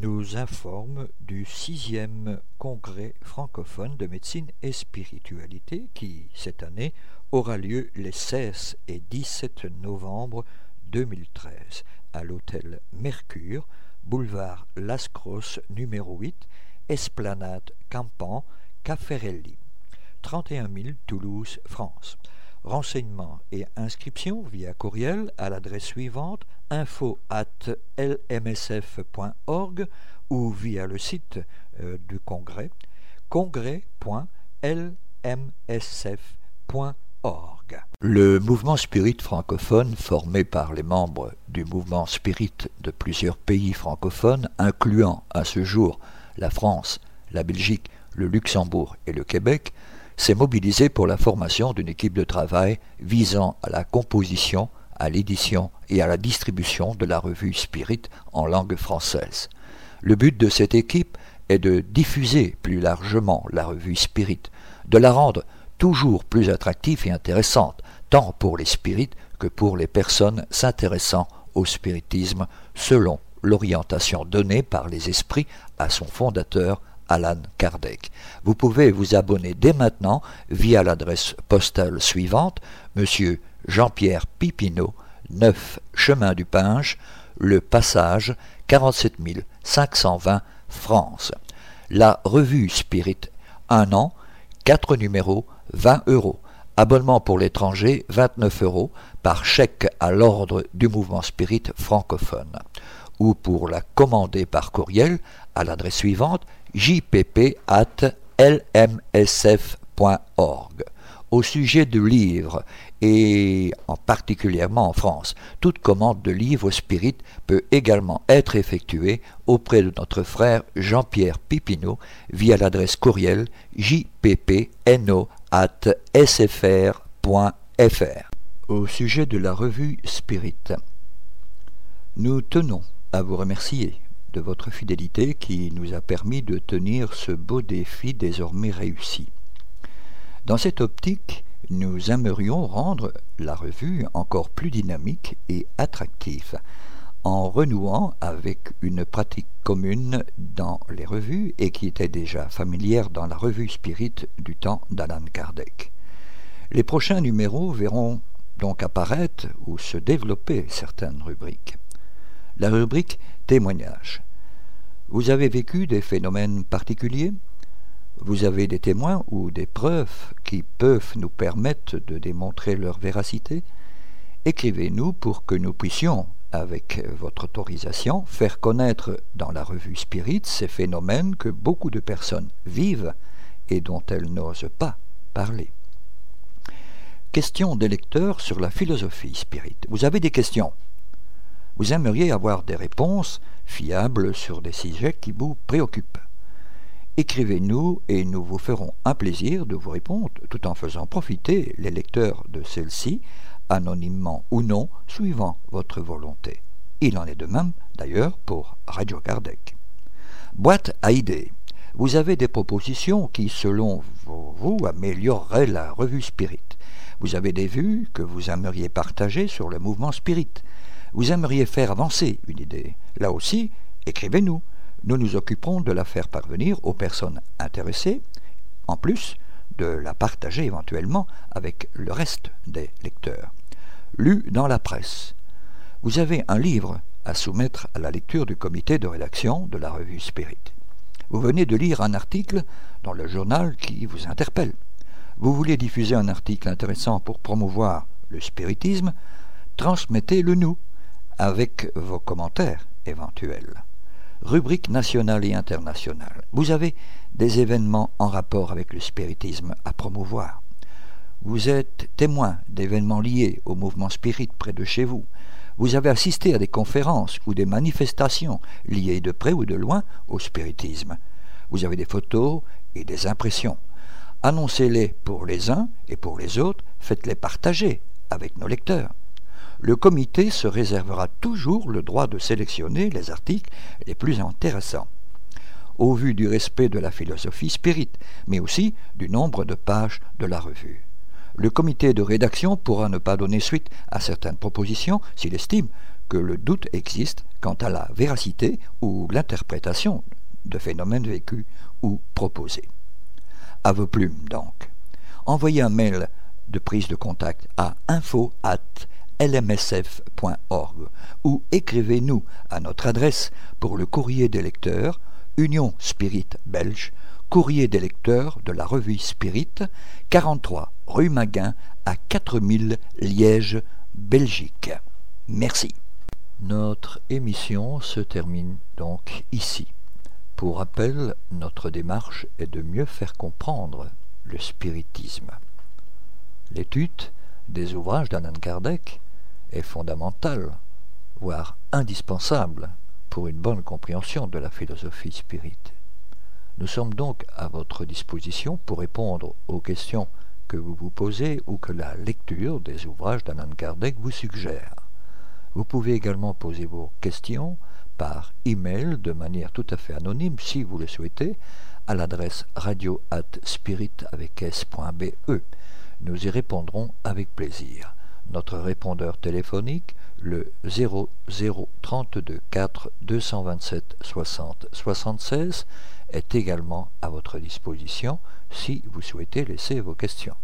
S1: nous informe du 6e congrès francophone de médecine et spiritualité qui, cette année, aura lieu les 16 et 17 novembre 2013 à l'hôtel Mercure, boulevard Lascros numéro 8, esplanade Campan, Caffarelli, 31 000 Toulouse, France. Renseignements et inscriptions via courriel à l'adresse suivante info at lmsf.org ou via le site euh, du congrès congrès.lmsf.org. Le mouvement spirit francophone, formé par les membres du mouvement spirit de plusieurs pays francophones, incluant à ce jour la France, la Belgique, le Luxembourg et le Québec, s'est mobilisé pour la formation d'une équipe de travail visant à la composition, à l'édition et à la distribution de la revue Spirit en langue française. Le but de cette équipe est de diffuser plus largement la revue Spirit, de la rendre toujours plus attractive et intéressante, tant pour les spirites que pour les personnes s'intéressant au spiritisme, selon l'orientation donnée par les esprits à son fondateur, Alan Kardec. Vous pouvez vous abonner dès maintenant via l'adresse postale suivante, Monsieur Jean-Pierre Pipineau, 9 Chemin du Pinge, Le Passage, 47 520 France. La revue Spirit, un an, 4 numéros, 20 euros. Abonnement pour l'étranger, 29 euros, par chèque à l'ordre du mouvement Spirit francophone. Ou pour la commander par courriel à l'adresse suivante jpp.lmsf.org. Au sujet du livre, et en particulièrement en France, toute commande de livres spirit peut également être effectuée auprès de notre frère Jean-Pierre Pipineau via l'adresse courriel jppno.sfr.fr. Au sujet de la revue Spirit, nous tenons à vous remercier de votre fidélité qui nous a permis de tenir ce beau défi désormais réussi. Dans cette optique, nous aimerions rendre la revue encore plus dynamique et attractive en renouant avec une pratique commune dans les revues et qui était déjà familière dans la revue Spirit du temps d'Alan Kardec. Les prochains numéros verront donc apparaître ou se développer certaines rubriques. La rubrique Témoignages. Vous avez vécu des phénomènes particuliers vous avez des témoins ou des preuves qui peuvent nous permettre de démontrer leur véracité, écrivez-nous pour que nous puissions, avec votre autorisation, faire connaître dans la revue Spirit ces phénomènes que beaucoup de personnes vivent et dont elles n'osent pas parler. Question des lecteurs sur la philosophie Spirit. Vous avez des questions Vous aimeriez avoir des réponses fiables sur des sujets qui vous préoccupent écrivez-nous et nous vous ferons un plaisir de vous répondre tout en faisant profiter les lecteurs de celle-ci, anonymement ou non, suivant votre volonté. Il en est de même, d'ailleurs, pour Radio Kardec. Boîte à idées. Vous avez des propositions qui, selon vous, amélioreraient la revue Spirit. Vous avez des vues que vous aimeriez partager sur le mouvement Spirit. Vous aimeriez faire avancer une idée. Là aussi, écrivez-nous nous nous occuperons de la faire parvenir aux personnes intéressées, en plus de la partager éventuellement avec le reste des lecteurs. Lu dans la presse. Vous avez un livre à soumettre à la lecture du comité de rédaction de la revue Spirit. Vous venez de lire un article dans le journal qui vous interpelle. Vous voulez diffuser un article intéressant pour promouvoir le spiritisme, transmettez-le nous avec vos commentaires éventuels rubrique nationale et internationale. Vous avez des événements en rapport avec le spiritisme à promouvoir. Vous êtes témoin d'événements liés au mouvement spirit près de chez vous. Vous avez assisté à des conférences ou des manifestations liées de près ou de loin au spiritisme. Vous avez des photos et des impressions. Annoncez-les pour les uns et pour les autres, faites-les partager avec nos lecteurs le comité se réservera toujours le droit de sélectionner les articles les plus intéressants, au vu du respect de la philosophie spirit, mais aussi du nombre de pages de la revue. Le comité de rédaction pourra ne pas donner suite à certaines propositions s'il estime que le doute existe quant à la véracité ou l'interprétation de phénomènes vécus ou proposés. À vos plumes donc. Envoyez un mail de prise de contact à info@ lmsf.org ou écrivez-nous à notre adresse pour le courrier des lecteurs, Union Spirit Belge, courrier des lecteurs de la revue Spirit, 43 rue Maguin à 4000 Liège, Belgique. Merci. Notre émission se termine donc ici. Pour rappel, notre démarche est de mieux faire comprendre le spiritisme. L'étude des ouvrages d'Alan Kardec est fondamentale, voire indispensable, pour une bonne compréhension de la philosophie spirit. Nous sommes donc à votre disposition pour répondre aux questions que vous vous posez ou que la lecture des ouvrages d'Alan Kardec vous suggère. Vous pouvez également poser vos questions par email de manière tout à fait anonyme si vous le souhaitez à l'adresse radio at spirit avec s.be. E. Nous y répondrons avec plaisir notre répondeur téléphonique le 00324 4 227 60 76 est également à votre disposition si vous souhaitez laisser vos questions.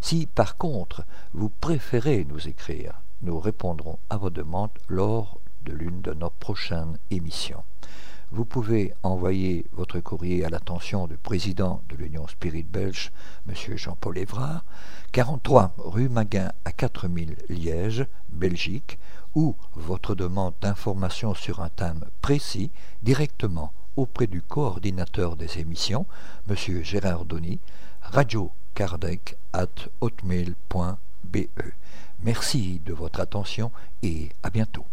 S1: Si par contre vous préférez nous écrire, nous répondrons à vos demandes lors de l'une de nos prochaines émissions. Vous pouvez envoyer votre courrier à l'attention du président de l'Union Spirit Belge, M. Jean-Paul Évrard, 43 rue Maguin à 4000 Liège, Belgique, ou votre demande d'information sur un thème précis directement auprès du coordinateur des émissions, M. Gérard Donny, radio kardec at hotmail.be. Merci de votre attention et à bientôt.